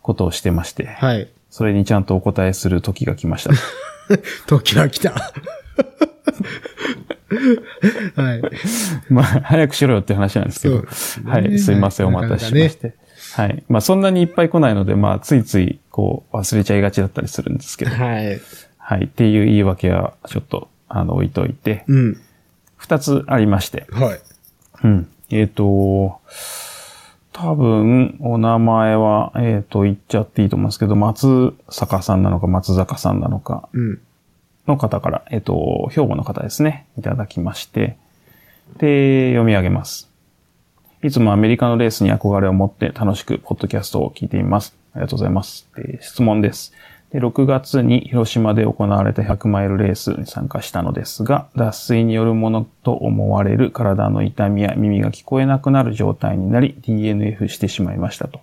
Speaker 1: ことをしてまして、
Speaker 2: はい。
Speaker 1: それにちゃんとお答えする時が来ま した。
Speaker 2: 東京は来た。 はい。
Speaker 1: まあ、早くしろよって話なんですけ
Speaker 2: そ
Speaker 1: ど
Speaker 2: う。ですね
Speaker 1: はい、すいません、お待たせしまし。て。はい。まあ、そんなにいっぱい来ないので、まあ、ついつい、こう、忘れちゃいがちだったりするんですけど
Speaker 2: な。かなかねはい。
Speaker 1: はい。っていう言い訳は、ちょっと、あの、置いといて。
Speaker 2: うん。
Speaker 1: 二つありまして。
Speaker 2: はい。
Speaker 1: うん。えっ、と、多分、お名前は、えっ、と、言っちゃっていいと思うんですけど、松坂さんなのか、松坂さんなのか、
Speaker 2: うん。
Speaker 1: の方から、えっ、と、兵庫の方ですね、いただきまして、で、読み上げます。いつもアメリカのレースに憧れを持って楽しくポッドキャストを聞いています。ありがとうございます。で質問です。で、6月に広島で行われた100マイルレースに参加したのですが、脱水によるものと思われる体の痛みや耳が聞こえなくなる状態になり、DNF してしまいましたと。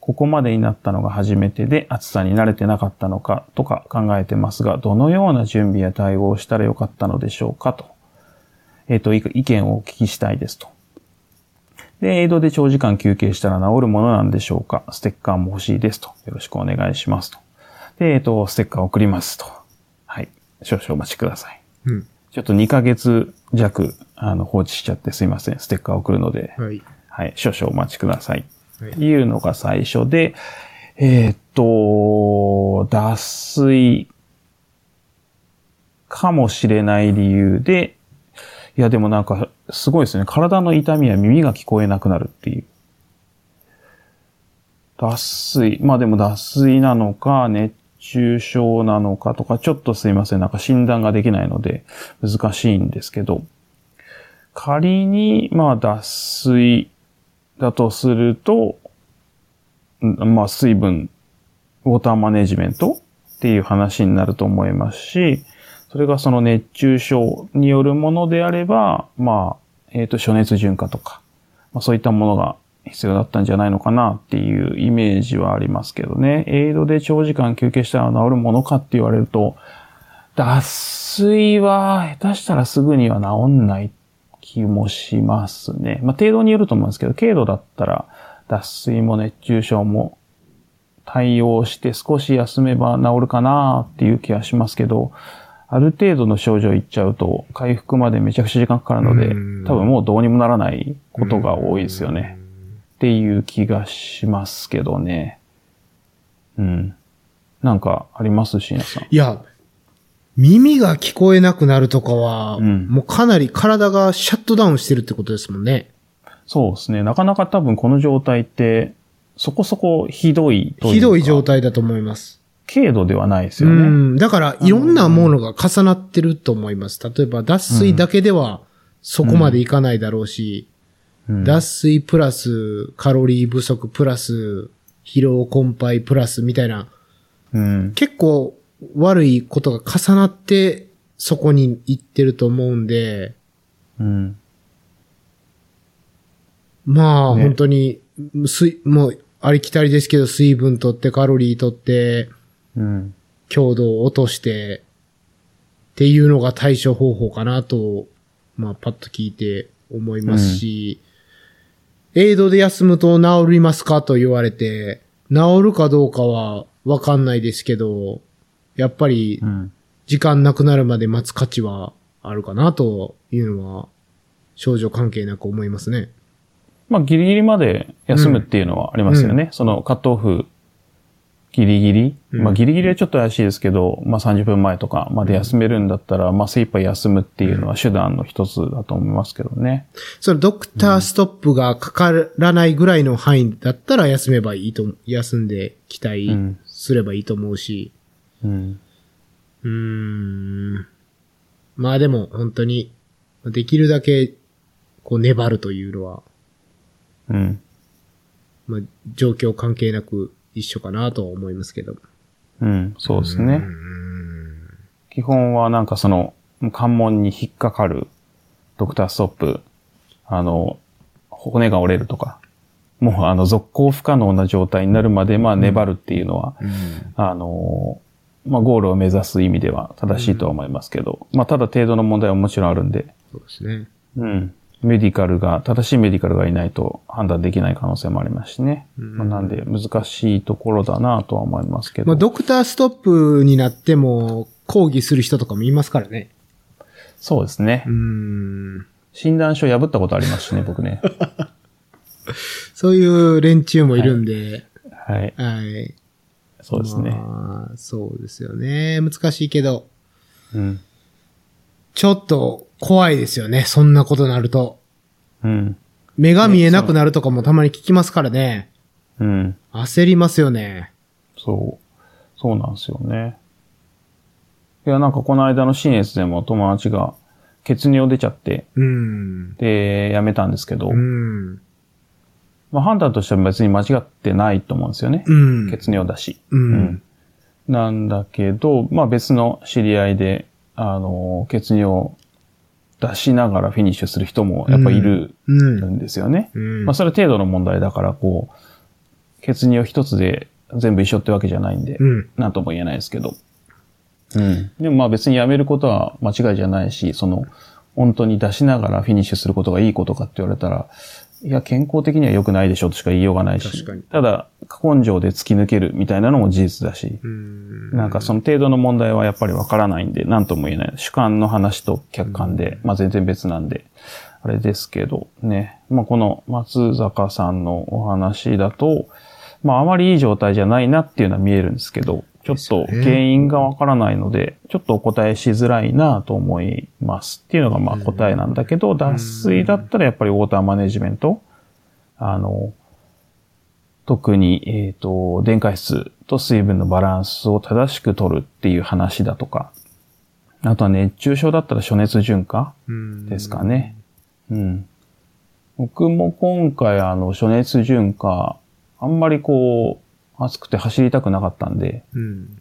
Speaker 1: ここまでになったのが初めてで暑さに慣れてなかったのかとか考えてますが、どのような準備や対応をしたらよかったのでしょうかと。えっ、と、い意見をお聞きしたいですと。で、エイドで長時間休憩したら治るものなんでしょうかステッカーも欲しいですと。よろしくお願いしますと。で、えっ、と、ステッカー送りますと。はい。少々お待ちください。
Speaker 2: うん。
Speaker 1: ちょっと2ヶ月弱、あの、放置しちゃってすいません。ステッカー送るので。
Speaker 2: はい。
Speaker 1: はい。少々お待ちください。
Speaker 2: はい
Speaker 1: い、うのが最初で、えーっと、脱水かもしれない理由で、いやでもなんかすごいですね。体の痛みや耳が聞こえなくなるっていう。脱水。まあでも脱水なのか、熱中症なのかとか、ちょっとすいません。なんか診断ができないので難しいんですけど、仮に、まあ脱水だとすると、んまあ、水分、ウォーターマネジメントっていう話になると思いますし、それがその熱中症によるものであれば、まあ、えっ、と、暑熱順化とか、まあ、そういったものが必要だったんじゃないのかなっていうイメージはありますけどね。エイドで長時間休憩したら治るものかって言われると、脱水は下手したらすぐには治んない気もしますね。まあ、程度によると思うんですけど、軽度だったら脱水も熱中症も対応して少し休めば治るかなっていう気がしますけど、ある程度の症状いっちゃうと回復までめちゃくちゃ時間かかるので
Speaker 2: うん、
Speaker 1: 多分もうどうにもならないことが多いですよね。っていう気がしますけどね。うん。なんかありますしなさん。
Speaker 2: いや、耳が聞こえなくなるとかは、
Speaker 1: うん
Speaker 2: もうかなり体がシャットダウンしてるってことですもんね。
Speaker 1: そうですね。なかなか多分この状態って、そこそこひどいというか。
Speaker 2: ひどい状態だと思います。
Speaker 1: 軽度ではないです
Speaker 2: う
Speaker 1: よね。
Speaker 2: ん。だから、いろんなものが重なってると思います。例えば、脱水だけでは、そこまでいかないだろうし、
Speaker 1: うん
Speaker 2: 脱水プラス、カロリー不足プラス、疲労困憊プラスみたいな、
Speaker 1: うん。
Speaker 2: 結構悪いことが重なって、そこに行ってると思うんで、
Speaker 1: うん。
Speaker 2: まあ、
Speaker 1: ね
Speaker 2: 本当に、水、もう、ありきたりですけど、水分取って、カロリー取って、
Speaker 1: うん。
Speaker 2: 強度を落として、っていうのが対処方法かなと、まあ、パッと聞いて思いますし、エイドで休むと治りますかと言われて、治るかどうかはわかんないですけど、やっぱり
Speaker 1: うん。
Speaker 2: 時間なくなるまで待つ価値はあるかなというのは、症状関係なく思いますね。
Speaker 1: まあ、ギリギリまで休むっていうのはありますよね。その、カットオフ、ギリギリ。
Speaker 2: うん
Speaker 1: まあ、ギリギリはちょっと怪しいですけど、まあ、30分前とかまで休めるんだったら、まあ、精一杯休むっていうのは手段の一つだと思いますけどね。
Speaker 2: それドクターストップがかからないぐらいの範囲だったら休めばいいと、休んで期待
Speaker 1: うん
Speaker 2: すればいいと思うし、
Speaker 1: うん。
Speaker 2: うーん。まあでも本当に、できるだけ、こう粘るというのは、
Speaker 1: うん。
Speaker 2: まあ状況関係なく一緒かなとは思いますけど。
Speaker 1: うん。そうですね。
Speaker 2: うーん。
Speaker 1: 基本はなんかその、関門に引っかかる、ドクターストップ、あの、骨が折れるとか、もうあの、続行不可能な状態になるまで、まあ、粘るっていうのは、あの、まあ、ゴールを目指す意味では正しいとは思いますけど、まあ、ただ程度の問題はもちろんあるんで、
Speaker 2: そうですね。
Speaker 1: うん。メディカルが、正しいメディカルがいないと判断できない可能性もありますしね。
Speaker 2: うん
Speaker 1: まあ、なんで、難しいところだなとは思いますけど。
Speaker 2: まあドクターストップになっても、抗議する人とかもいますからね。
Speaker 1: そうですね。
Speaker 2: うーん。
Speaker 1: 診断書破ったことありますし ね、僕ね。
Speaker 2: そういう連中もいるんで、
Speaker 1: はい。
Speaker 2: はい。
Speaker 1: そうですね。
Speaker 2: まあ、そうですよね。難しいけど、
Speaker 1: うん。
Speaker 2: ちょっと怖いですよね。そんなことなると。
Speaker 1: うん。
Speaker 2: 目が見えなくなるとかもたまに聞きますからね。
Speaker 1: うん。
Speaker 2: 焦りますよね。
Speaker 1: そう。そうなんですよね。いや、なんかこの間の新越でも友達が血尿出ちゃって、
Speaker 2: うん。
Speaker 1: で、やめたんですけど、
Speaker 2: うん。
Speaker 1: まあ判断としては別に間違ってないと思うんですよね。
Speaker 2: うん。
Speaker 1: 血尿だし。
Speaker 2: うん。
Speaker 1: なんだけど、まあ別の知り合いで、あの、血尿を出しながらフィニッシュする人もやっぱいる
Speaker 2: うん。
Speaker 1: んですよね。
Speaker 2: うん。
Speaker 1: まあそれ程度の問題だから、こう、血尿一つで全部一緒ってわけじゃないんで、
Speaker 2: うん。
Speaker 1: なんとも言えないですけど。うん。でもまあ別にやめることは間違いじゃないし、その、本当に出しながらフィニッシュすることがいいことかって言われたら、いや、健康的には良くないでしょうとしか言いようがないし、
Speaker 2: 確かに
Speaker 1: ただ、根性で突き抜けるみたいなのも事実だし、
Speaker 2: うん。
Speaker 1: なんかその程度の問題はやっぱりわからないんで、なんとも言えない。主観の話と客観で、まあ全然別なんで、あれですけどね。まあこの松坂さんのお話だと、まああまりいい状態じゃないなっていうのは見えるんですけど、ちょっと
Speaker 2: ですね
Speaker 1: 原因がわからないので、ちょっとお答えしづらいなと思いますっていうのがまあ答えなんだけど、脱水だったらやっぱりウォーターマネジメント、あの、特に、えっ、と、電解質と水分のバランスを正しく取るっていう話だとか、あとは熱中症だったら暑熱順化
Speaker 2: うん
Speaker 1: ですかね。うん。僕も今回あの、暑熱順化、あんまりこう、暑くて走りたくなかったんで、
Speaker 2: うん。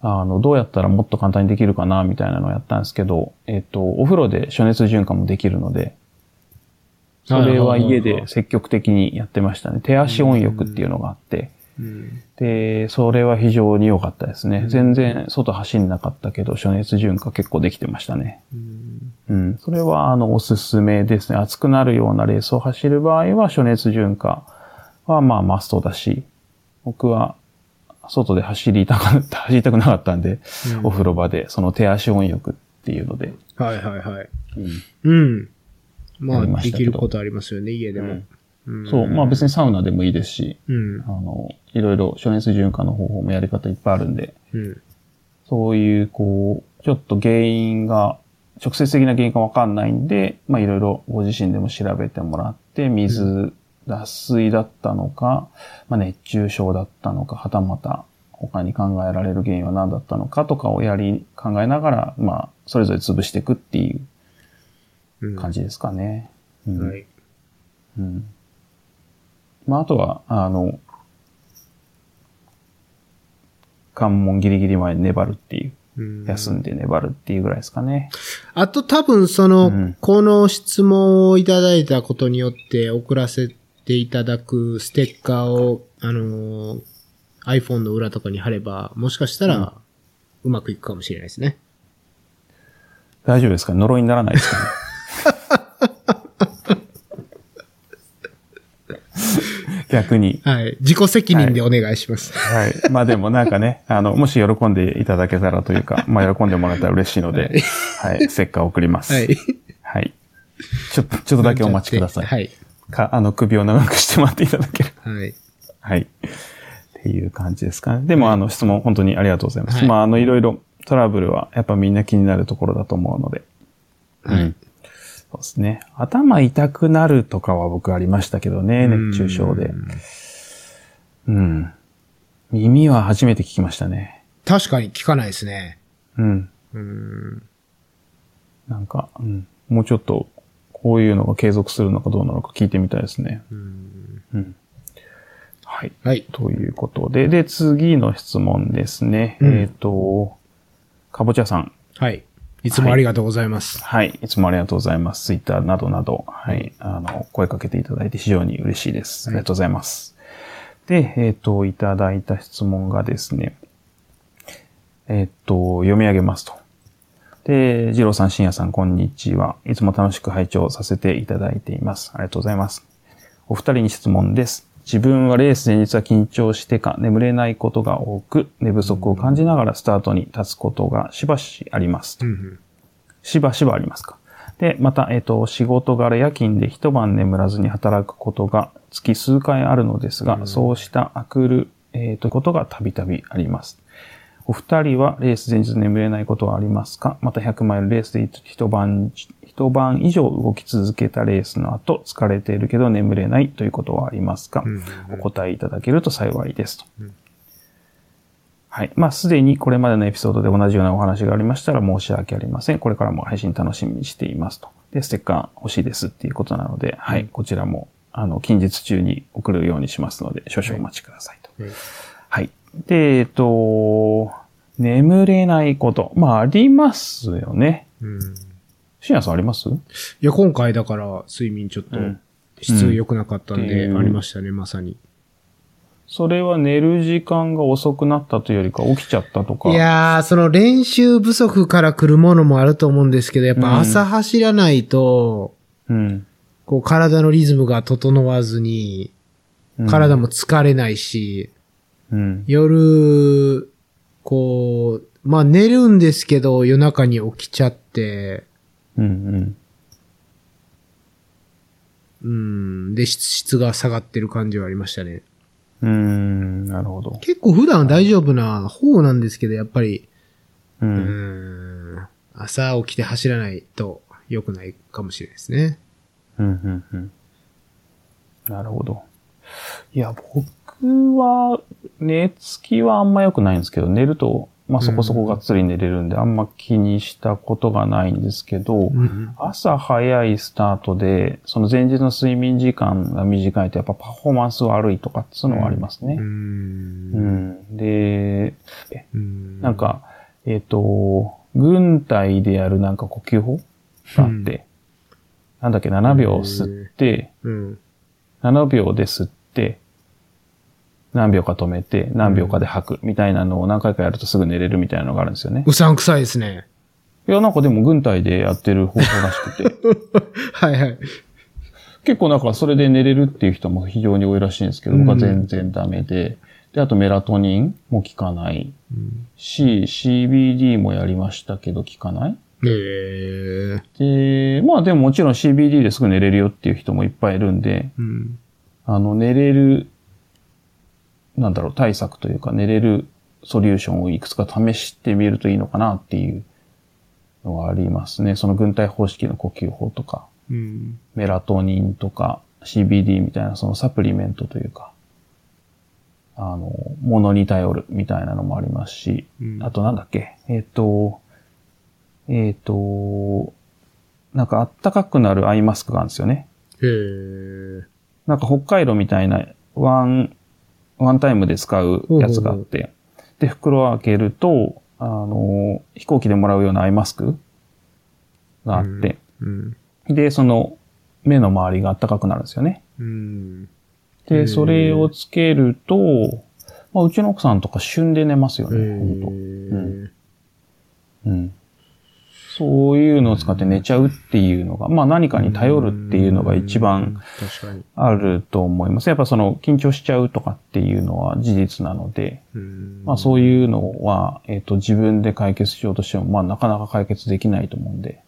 Speaker 1: あの、どうやったらもっと簡単にできるかな、みたいなのをやったんですけど、えっ、と、お風呂で暑熱循環もできるので、それは家で積極的にやってましたね。手足温浴っていうのがあって、
Speaker 2: うん。
Speaker 1: で、それは非常に良かったですね。全然外走んなかったけど、暑熱循環結構できてましたね。
Speaker 2: うん
Speaker 1: うん。それは、あの、おすすめですね。暑くなるようなレースを走る場合は、暑熱循環は、まあ、マストだし、僕は、外で走りたかった、 走りたくなかったんで、
Speaker 2: うん
Speaker 1: お風呂場で、その手足温浴っていうので、
Speaker 2: はいはいはい。うん。ま
Speaker 1: や
Speaker 2: あ、
Speaker 1: りまし
Speaker 2: で
Speaker 1: た
Speaker 2: き
Speaker 1: けど
Speaker 2: ることありますよね、家でも。ん
Speaker 1: そう、まあ別にサウナでもいいですし、
Speaker 2: うん
Speaker 1: あ。の、いろいろ暑熱循環の方法もやり方いっぱいあるんで、
Speaker 2: うん。
Speaker 1: そういう、こう、ちょっと原因が、直接的な原因がわかんないんで、まあいろいろご自身でも調べてもらって、水、脱水だったのか、まあ熱中症だったのか、はたまた他に考えられる原因は何だったのかとかをやり、考えながら、まあ、それぞれ潰していくっていう
Speaker 2: うん。
Speaker 1: 感じですかね。うん
Speaker 2: はい。
Speaker 1: うん。まあ、あとは、あの、関門ギリギリまで粘るっていう、
Speaker 2: うん
Speaker 1: 休んで粘るっていうぐらいですかね。
Speaker 2: あと多分その、
Speaker 1: うん
Speaker 2: この質問をいただいたことによって遅らせっていただくステッカーを、あのー iPhone の裏とかに貼れば、もしかしたら、うまくいくかもしれないですね。
Speaker 1: 大丈夫ですか呪いにならな いですかね。逆に。
Speaker 2: はい。自己責任でお願いします。
Speaker 1: はい。まあでもなんかね、あの、もし喜んでいただけたらというか、まあ喜んでもらえたら嬉しいので、はい。せっか送ります。
Speaker 2: はい。
Speaker 1: はい。ちょっと、ちょっとだけお待ちください。
Speaker 2: はい。
Speaker 1: か、あの、首を長くしてもらっていただける。
Speaker 2: はい。
Speaker 1: はい。っていう感じですかね。でも、あの、質問本当にありがとうございます。
Speaker 2: はい
Speaker 1: まあ、あの、いろいろトラブルはやっぱみんな気になるところだと思うので。
Speaker 2: はい
Speaker 1: うんそうですね。頭痛くなるとかは僕ありましたけどね、熱中症で
Speaker 2: う。ん
Speaker 1: うん。耳は初めて聞きましたね。
Speaker 2: 確かに聞かないですね。
Speaker 1: うん。
Speaker 2: うん。
Speaker 1: なんか、うん。もうちょっと、こういうのが継続するのかどうなのか聞いてみたいですね。
Speaker 2: うん
Speaker 1: うん。はい。
Speaker 2: はい。
Speaker 1: ということで、で、次の質問ですね。
Speaker 2: うん
Speaker 1: えっ、と、かぼちゃさん。
Speaker 2: はい。いつもありがとうございます。
Speaker 1: はい。いつもありがとうございます。ツイッターなどなど、はい。あの、声かけていただいて非常に嬉しいです。あ
Speaker 2: はい
Speaker 1: りがとうございます。で、えっ、と、いただいた質問がですね、えっ、と、読み上げますと。で、二郎さん、深夜さん、こんにちは。いつも楽しく拝聴させていただいています。ありがとうございます。お二人に質問です。自分はレース前日は緊張してか眠れないことが多く、寝不足を感じながらスタートに立つことがしばしありますと。
Speaker 2: うん
Speaker 1: しばしばありますか。で、また、えっ、と、仕事柄夜勤で一晩眠らずに働くことが月数回あるのですが、そうしたあくる、えっ、と、ことがたびたびあります。お二人はレース前日眠れないことはありますかまた100マイルレースで一晩、一晩以上動き続けたレースの後、疲れているけど眠れないということはありますか、
Speaker 2: うんうん
Speaker 1: お答えいただけると幸いですと。
Speaker 2: うん
Speaker 1: はい。まあ、すでにこれまでのエピソードで同じようなお話がありましたら申し訳ありません。これからも配信楽しみにしていますと。で、ステッカー欲しいですっていうことなので、はい。こちらも、あの、近日中に送るようにしますので、少々お待ちくださいと。
Speaker 2: うんはい
Speaker 1: はい。で、えっと、眠れないこと。まあ、ありますよね。
Speaker 2: うん
Speaker 1: 深夜さんあります
Speaker 2: いや、今回だから、睡眠ちょっと
Speaker 1: うん、
Speaker 2: 質良くなかったんで、
Speaker 1: うん
Speaker 2: ありましたね、まさに。
Speaker 1: それは寝る時間が遅くなったというよりか起きちゃったとか。
Speaker 2: いやー、その練習不足から来るものもあると思うんですけど、やっ
Speaker 1: うん
Speaker 2: ぱ朝走らないと、
Speaker 1: うん。
Speaker 2: こう体のリズムが整わずに、
Speaker 1: うん。
Speaker 2: 体も疲れないし、
Speaker 1: うん。
Speaker 2: 夜、こう、まあ寝るんですけど、夜中に起きちゃって、
Speaker 1: うんうん。
Speaker 2: うん、で、質質が下がってる感じはありましたね。
Speaker 1: うーん、なるほど。
Speaker 2: 結構普段は大丈夫な方なんですけど、やっぱり、
Speaker 1: う。
Speaker 2: うんん、朝起きて走らないと良くないかもしれないですね。
Speaker 1: うん、うん、うん。なるほど。いや、僕は、寝つきはあんま良くないんですけど、寝ると、まあ、そこそこがっつり寝れるんで、あんま気にしたことがないんですけど、
Speaker 2: うん
Speaker 1: 朝早いスタートで、その前日の睡眠時間が短いと、やっぱパフォーマンス悪いとかっていうのはあります
Speaker 2: う。
Speaker 1: ね。うんん。で、
Speaker 2: うん
Speaker 1: なん、か、えっ、と、軍隊でやるなんか呼吸法があって、
Speaker 2: うん
Speaker 1: なんだっけ、7秒吸って、
Speaker 2: うん。
Speaker 1: 7秒で吸って、何秒か止めて、何秒かで吐くみたいなのを何回かやるとすぐ寝れるみたいなのがあるんですよね。
Speaker 2: うさんくさいですね。
Speaker 1: いや、なんかでも軍隊でやってる方法らしく て、
Speaker 2: はいはい。
Speaker 1: 結構なんかそれで寝れるっていう人も非常に多いらしいんですけど、僕は全然ダメで、で、あとメラトニンも効かないし、CBD もやりましたけど効かない
Speaker 2: ええ。
Speaker 1: で、まあでももちろん CBD ですぐ寝れるよっていう人もいっぱいいるんで、
Speaker 2: うん。
Speaker 1: あの、寝れる、なんだろう、対策というか、寝れるソリューションをいくつか試してみるといいのかなっていうのはありますね。その軍隊方式の呼吸法とか、
Speaker 2: うん。
Speaker 1: メラトニンとか CBD みたいなそのサプリメントというか、あの、ものに頼るみたいなのもありますし、
Speaker 2: うん
Speaker 1: あとなんだっけ、えっ、と、えっ、と、なんかあったかくなるアイマスクがあるんですよね。
Speaker 2: ええ。
Speaker 1: なんか北海道みたいなワン、ワンタイムで使うやつがあって、で、袋を開けると、あの、飛行機でもらうようなアイマスクがあって、
Speaker 2: うん。
Speaker 1: で、その目の周りがあったかくなるんですよね。
Speaker 2: うん。へー
Speaker 1: で、それをつけると、まあ、うちの奥さんとか旬で寝ますよ
Speaker 2: え
Speaker 1: ね、ほんと
Speaker 2: ー
Speaker 1: うん。そういうのを使って寝ちゃうっていうのが、まあ何かに頼るっていうのが一
Speaker 2: うん
Speaker 1: 番
Speaker 2: 確かに。
Speaker 1: あると思います。やっぱその緊張しちゃうとかっていうのは事実なので、まあ
Speaker 2: う
Speaker 1: そういうのは、えっ、と自分で解決しようとしても、まあなかなか解決できないと思うんで、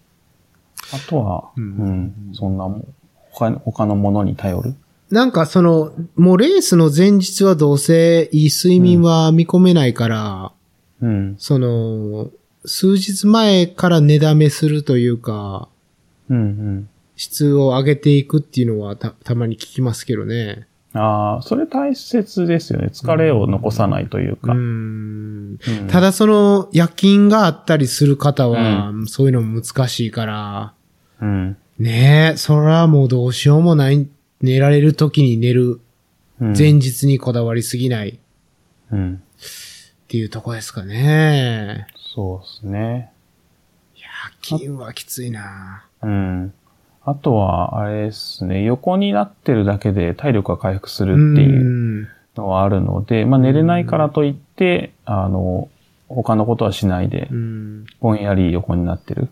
Speaker 1: あとは、
Speaker 2: う
Speaker 1: うんん、そんなもん他他のものに頼る。
Speaker 2: ん。なんかその、もうレースの前日はどうせいい睡眠は見込めないから、
Speaker 1: うん。
Speaker 2: その、数日前から寝だめするというか、
Speaker 1: うんうん。
Speaker 2: 質を上げていくっていうのはた、たまに聞きますけどね。
Speaker 1: ああ、それ大切ですよね。疲れを残さないという
Speaker 2: う
Speaker 1: か。
Speaker 2: ん。
Speaker 1: うん
Speaker 2: ただその、夜勤があったりする方は、そういうのも難しいから、
Speaker 1: うん。
Speaker 2: ねえ、それはもうどうしようもない、寝られる時に寝る、
Speaker 1: うん
Speaker 2: 前日にこだわりすぎないっ
Speaker 1: うん。
Speaker 2: ていうとこですかね。
Speaker 1: そうですね。
Speaker 2: 夜勤はきついな
Speaker 1: うん。あとは、あれですね、横になってるだけで体力が回復するっていう
Speaker 2: うん
Speaker 1: のはあるので、まあ寝れないからといって、あの、他のことはしないで
Speaker 2: う、ん。
Speaker 1: ぼんやり横になってる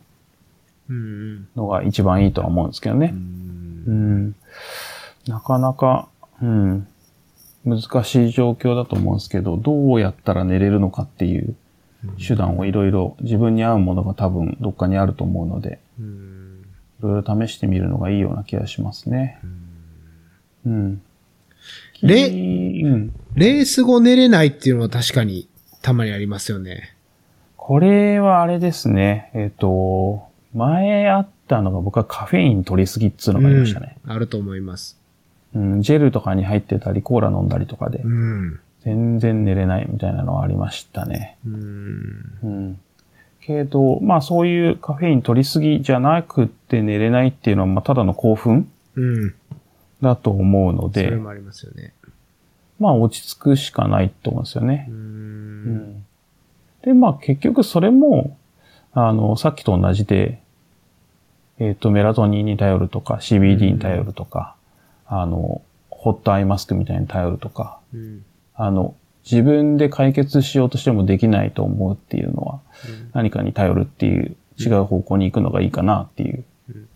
Speaker 2: うん。
Speaker 1: のが一番いいとは思うんですけど
Speaker 2: う
Speaker 1: ね。
Speaker 2: ん
Speaker 1: うん。なかなか、うん。難しい状況だと思うんですけど、どうやったら寝れるのかっていう手段をいろいろ自分に合うものが多分どっかにあると思うので、
Speaker 2: うん
Speaker 1: いろいろ試してみるのがいいような気がしますね。うん。
Speaker 2: れ
Speaker 1: きうん。
Speaker 2: レース後寝れないっていうのは確かにたまにありますよね。
Speaker 1: これはあれですね。えっ、と、前あったのが僕はカフェイン取りすぎっつうのがありましたね、
Speaker 2: うんあると思います。
Speaker 1: うん。ジェルとかに入ってたり、コーラ飲んだりとかで
Speaker 2: う、ん。
Speaker 1: 全然寝れないみたいなのはありましたね。
Speaker 2: うん。
Speaker 1: うん。けど、まあそういうカフェイン取りすぎじゃなくて寝れないっていうのは、まあただの興奮
Speaker 2: うん。
Speaker 1: だと思うの
Speaker 2: それ
Speaker 1: で、
Speaker 2: もありますよね。
Speaker 1: まあ落ち着くしかないと思うんですよね
Speaker 2: う。。
Speaker 1: うんん。で、まあ結局それも、あの、さっきと同じで、えっ、と、メラトニンに頼るとか、CBD に頼るとか、あの、ホットアイマスクみたいに頼るとか、
Speaker 2: うん。
Speaker 1: あの、自分で解決しようとしてもできないと思うっていうのは、何かに頼るっていう、違う方向に行くのがいいかなっていう
Speaker 2: うん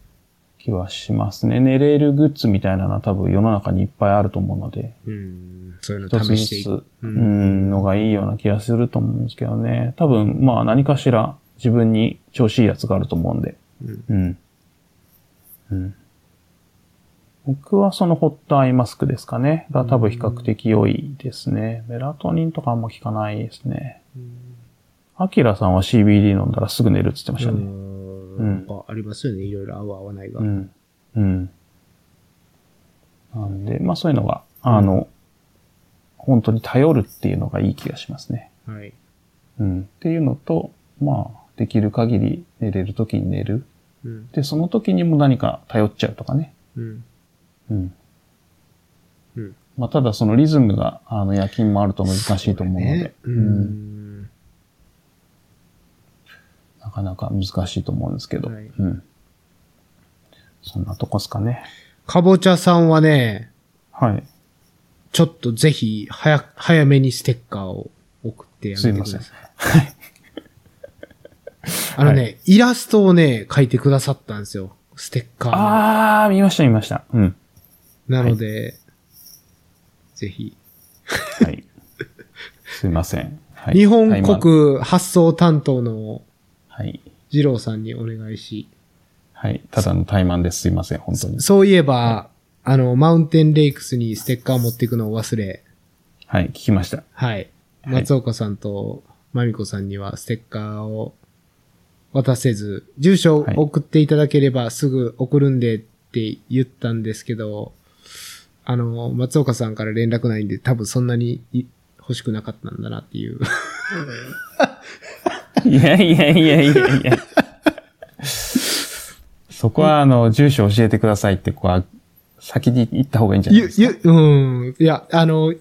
Speaker 1: 気はしますね。寝れるグッズみたいなのは多分世の中にいっぱいあると思うので、
Speaker 2: うん。そういう
Speaker 1: 一
Speaker 2: の
Speaker 1: つ
Speaker 2: 試して
Speaker 1: ず
Speaker 2: い
Speaker 1: つ、
Speaker 2: く。う。
Speaker 1: うんん、のがいいような気がすると思うんですけどね。多分、まあ何かしら自分に調子いいやつがあると思うんで。
Speaker 2: うん
Speaker 1: うん。うん。僕はそのホットアイマスクですかね。が多分比較的良いですね。メラトニンとかあんま効かないですね。アキラさんは CBD 飲んだらすぐ寝るって言ってましたね。
Speaker 2: うん。やっぱありますよね。いろいろ合う合わないが
Speaker 1: う。ん。うん。なんで、まあそういうのが、あの、本当に頼るっていうのがいい気がしますね。
Speaker 2: はい。
Speaker 1: うん。っていうのと、まあ、できる限り寝れる時に寝る。
Speaker 2: うん。
Speaker 1: で、その時にも何か頼っちゃうとかね。
Speaker 2: うん。
Speaker 1: うん。
Speaker 2: うん。
Speaker 1: まあただそのリズムが、あの、夜勤もあると難しいと思うので、
Speaker 2: ね。うん。
Speaker 1: なかなか難しいと思うんですけど、
Speaker 2: はい
Speaker 1: うん。そんなとこですかね。
Speaker 2: かぼちゃさんはね、
Speaker 1: はい。
Speaker 2: ちょっとぜひ、早、早めにステッカーを送ってや
Speaker 1: す
Speaker 2: め
Speaker 1: い
Speaker 2: て
Speaker 1: ま
Speaker 2: く
Speaker 1: せん
Speaker 2: ださい。。 あのね、
Speaker 1: は
Speaker 2: イラストをね、書いてくださったんですよ。ステッカーの。
Speaker 1: あー、見ました見ました。うん。
Speaker 2: なので、ぜひ、
Speaker 1: はい。 すいません。はい
Speaker 2: 日本。国発送担当の
Speaker 1: はい。
Speaker 2: 二郎さんにお願いし、
Speaker 1: はい。ただの怠慢です。すいません。本当に。
Speaker 2: そういえば、あの、マウンテンレイクスにステッカー持っていくのを忘れ、
Speaker 1: はい。聞きました。
Speaker 2: はい。
Speaker 1: はい
Speaker 2: 松岡さんとまみこさんにはステッカーを渡せず、住所を送っていただければすぐ送るんでって言ったんですけど、あの、松岡さんから連絡ないんで多分そんなにい欲しくなかったんだなっていう。
Speaker 1: いやいやいやいやいや。そこは、あの、住所教えてくださいって、ここは、先に行った方がいいんじゃな い
Speaker 2: ゆ
Speaker 1: で、すか。
Speaker 2: ゆ、 うん。いや、あの、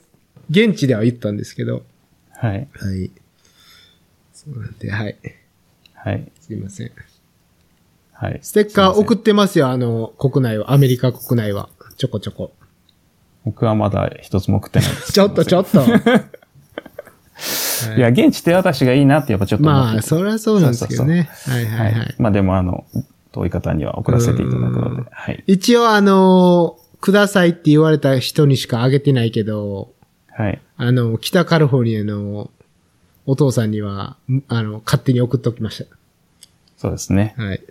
Speaker 2: 現地では言ったんですけど。
Speaker 1: はい。
Speaker 2: はい。そうなんで、はい。
Speaker 1: はい。
Speaker 2: すいません。
Speaker 1: はい。
Speaker 2: ステッカー
Speaker 1: すいません
Speaker 2: 送ってますよ、あの、国内は。アメリカ国内は。ちょこちょこ。
Speaker 1: 僕はまだ一つも食ってないです。
Speaker 2: ちょっとちょっと。
Speaker 1: いや、現地手渡しがいいなってやっぱちょっと思って
Speaker 2: まあ、そりゃそうなんですけどね。はい
Speaker 1: は
Speaker 2: はい
Speaker 1: い、
Speaker 2: はい。
Speaker 1: まあでもあの、遠い方には送らせていただくの
Speaker 2: うん
Speaker 1: で、はい。
Speaker 2: 一応、あのーくださいって言われた人にしかあげてないけど、
Speaker 1: はい。
Speaker 2: あの、北カルフォルニアのお父さんには、んあの、勝手に送っときまし
Speaker 1: そうですね。
Speaker 2: た。はい。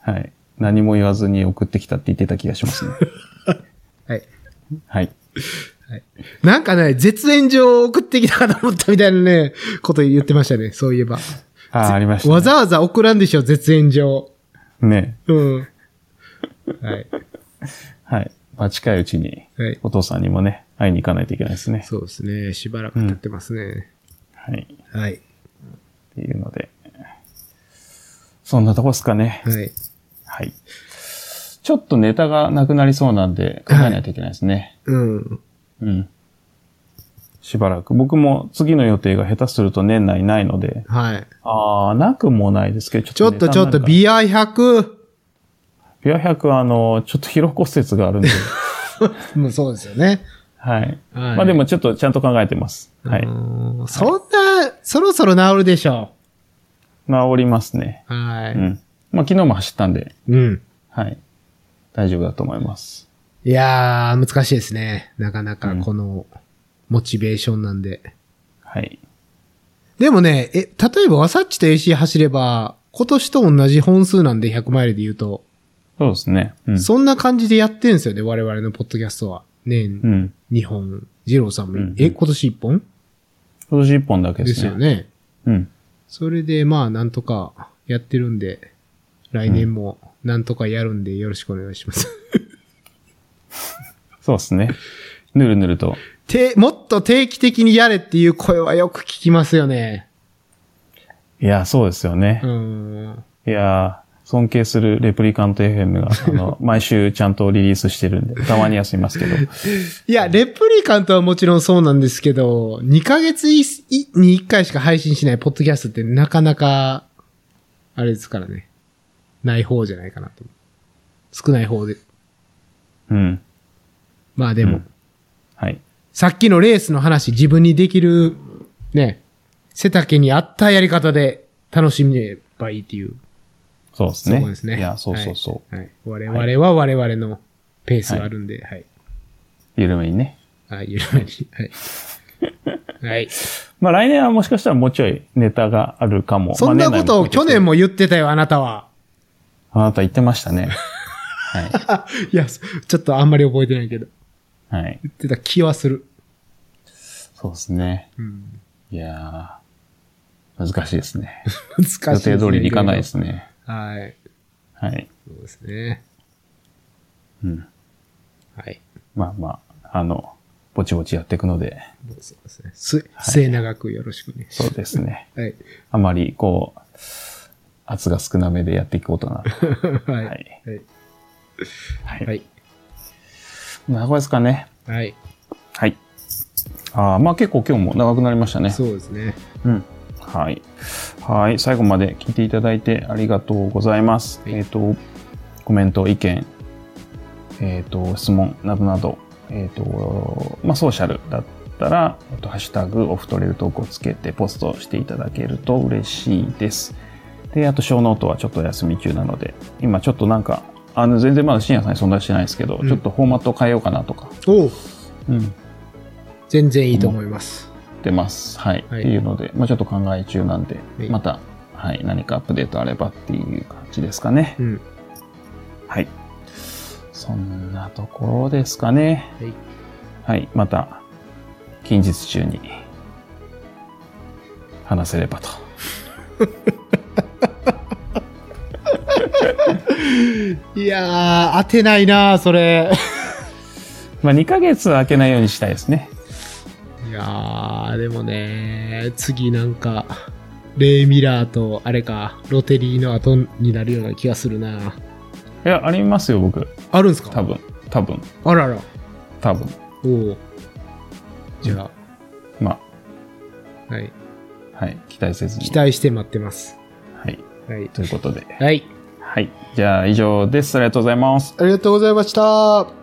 Speaker 1: はい。何も言わずに送ってきたって言ってた気がしま すね。
Speaker 2: はい。
Speaker 1: はい。
Speaker 2: なんかね、絶縁状を送ってきたかと思ったみたいなね、こと言ってましたね、そういえば。
Speaker 1: ああ、ありました、ね。
Speaker 2: わざわざ送らんでしょ、絶縁状。
Speaker 1: ね。
Speaker 2: うん。はい。
Speaker 1: はい。まあ近いうちに、
Speaker 2: はい。
Speaker 1: お父さんにもね、会いに行かないといけないですね。
Speaker 2: そうですね、しばらく経ってますね。
Speaker 1: はい。
Speaker 2: はい。
Speaker 1: っていうので。そんなとこですかね。
Speaker 2: はい。
Speaker 1: はい。ちょっとネタがなくなりそうなんで、考えないといけないですね。
Speaker 2: うん。
Speaker 1: うん。しばらく。僕も次の予定が下手すると年内ないので、
Speaker 2: はい。
Speaker 1: あー、なくもないですけど、
Speaker 2: ちょっとちょっと
Speaker 1: ビ
Speaker 2: BI100!
Speaker 1: ア100はあの、ちょっと疲労骨折がある んで、
Speaker 2: もうそうですよね。
Speaker 1: はい。
Speaker 2: はい
Speaker 1: まあでもちょっとちゃんと考えてます。は
Speaker 2: う
Speaker 1: い。
Speaker 2: んそんな、そろそろ治るでしょ
Speaker 1: 治りますね。
Speaker 2: う。は
Speaker 1: うん。まあ昨日も走ったんで、
Speaker 2: い。うん。
Speaker 1: はい。大丈夫だと思います。
Speaker 2: いやー、難しいですね。なかなか
Speaker 1: うん
Speaker 2: この、モチベーションなんで。
Speaker 1: はい。
Speaker 2: でもね、え、例えばワサッチと AC 走れば、今年と同じ本数なんで100マイルで言うと、
Speaker 1: そうですね。うん。
Speaker 2: そんな感じでやってんすよね、我々のポッドキャストは。
Speaker 1: う
Speaker 2: 年、
Speaker 1: ん。
Speaker 2: 2本。ジローさんも、
Speaker 1: うん
Speaker 2: え、今年1本
Speaker 1: 今年1本だけで
Speaker 2: です
Speaker 1: ね。
Speaker 2: すよね。
Speaker 1: うん。
Speaker 2: それで、まあ、なんとかやってるんで、来年もなんとかやるんでよろしくお願いします。
Speaker 1: そうですね。ぬるぬると。
Speaker 2: て、もっと定期的にやれっていう声はよく聞きますよね。
Speaker 1: いや、そうですよね
Speaker 2: う。ーん。
Speaker 1: いやー、尊敬するレプリカント FM が、あの、毎週ちゃんとリリースしてるんで、たまに休みますけど。
Speaker 2: いや、レプリカントはもちろんそうなんですけど、2ヶ月いいに1回しか配信しないポッドキャストってなかなか、あれですからね。ない方じゃないかなと。少ない方で。
Speaker 1: うん。
Speaker 2: まあでも、
Speaker 1: うんはい。
Speaker 2: さっきのレースの話、自分にできる、ね、背丈に合ったやり方で楽しめばいいっていう。
Speaker 1: そうです
Speaker 2: そ
Speaker 1: ね。
Speaker 2: こですね。
Speaker 1: いや、そうそうそう。
Speaker 2: はい。はい我々は我々のペースがあるんで、はい。
Speaker 1: 緩めにね。
Speaker 2: あ、ゆるめに。はい。はい。
Speaker 1: まあ来年はもしかしたらもうちょいネタがあるかも。
Speaker 2: そんな
Speaker 1: まあ
Speaker 2: ことを去。
Speaker 1: 年内
Speaker 2: 年
Speaker 1: も
Speaker 2: も言ってたよ、あなたは。
Speaker 1: あなた言ってまし たね。はい
Speaker 2: や、そちょっとあんまり覚えてないけど。
Speaker 1: い。はい。
Speaker 2: 言ってた気はする。
Speaker 1: そうですね。
Speaker 2: うん。
Speaker 1: いやー、難しいですね。
Speaker 2: 難しい、
Speaker 1: 予定通りにいかないで。すね。
Speaker 2: はい。
Speaker 1: はい。
Speaker 2: そうですね。
Speaker 1: うん。
Speaker 2: はい。
Speaker 1: まあまあ、あの、ぼちぼちやっていくので、
Speaker 2: そうですね。す、末長くよろしくね。
Speaker 1: そうです ね。
Speaker 2: はい。
Speaker 1: あまり、こう、圧が少なめでやっていこうとな。
Speaker 2: はい。は
Speaker 1: はいい。
Speaker 2: はい。
Speaker 1: はい。長いですかね。
Speaker 2: はい。
Speaker 1: はい。ああ、まあ結構今日も長くなりましたね。
Speaker 2: そうですね。
Speaker 1: うん。はい。はい。最後まで聞いていただいてありがとうございます。
Speaker 2: はい
Speaker 1: えっ、と、コメント、意見、えっ、と、質問などなど、えっ、と、まあ、ソーシャルだったら、えっ、と、ハッシュタグ、オフトレルトークをつけてポストしていただけると嬉しいです。で、あと、小ノートはちょっとお休み中なので、今ちょっとなんか、あの、全然まだ深夜さんに存在してないですけど、
Speaker 2: うん
Speaker 1: ちょっとフォーマット変えようかなとか、
Speaker 2: おう
Speaker 1: うん、
Speaker 2: 全然いいと思います。
Speaker 1: ってます。はい。
Speaker 2: はい
Speaker 1: っていうので、まあちょっと考え中なんで、
Speaker 2: はい
Speaker 1: また、はい、何かアップデートあればっていう感じですかね。
Speaker 2: うん。
Speaker 1: はい。そんなところですかね。
Speaker 2: はい。
Speaker 1: はい。また、近日中に、話せればと。
Speaker 2: いやー、当てないなー、それ。
Speaker 1: まあ2ヶ月は空けないようにしたいですね。
Speaker 2: いやー、でもね、次なんか、レイミラーと、あれか、ロテリーの後になるような気がするな。
Speaker 1: いや、ありますよ、僕。
Speaker 2: あるんすか
Speaker 1: 多分。多分。
Speaker 2: あらら。
Speaker 1: 多分。
Speaker 2: おお。じゃ
Speaker 1: ま
Speaker 2: あ、はい。
Speaker 1: あ、はい。期待せずに。
Speaker 2: 期待して待ってます。
Speaker 1: はい。
Speaker 2: はい。
Speaker 1: ということで。
Speaker 2: はい。
Speaker 1: はい。じゃあ、以上です。ありがとうございます。
Speaker 2: ありがとうございました。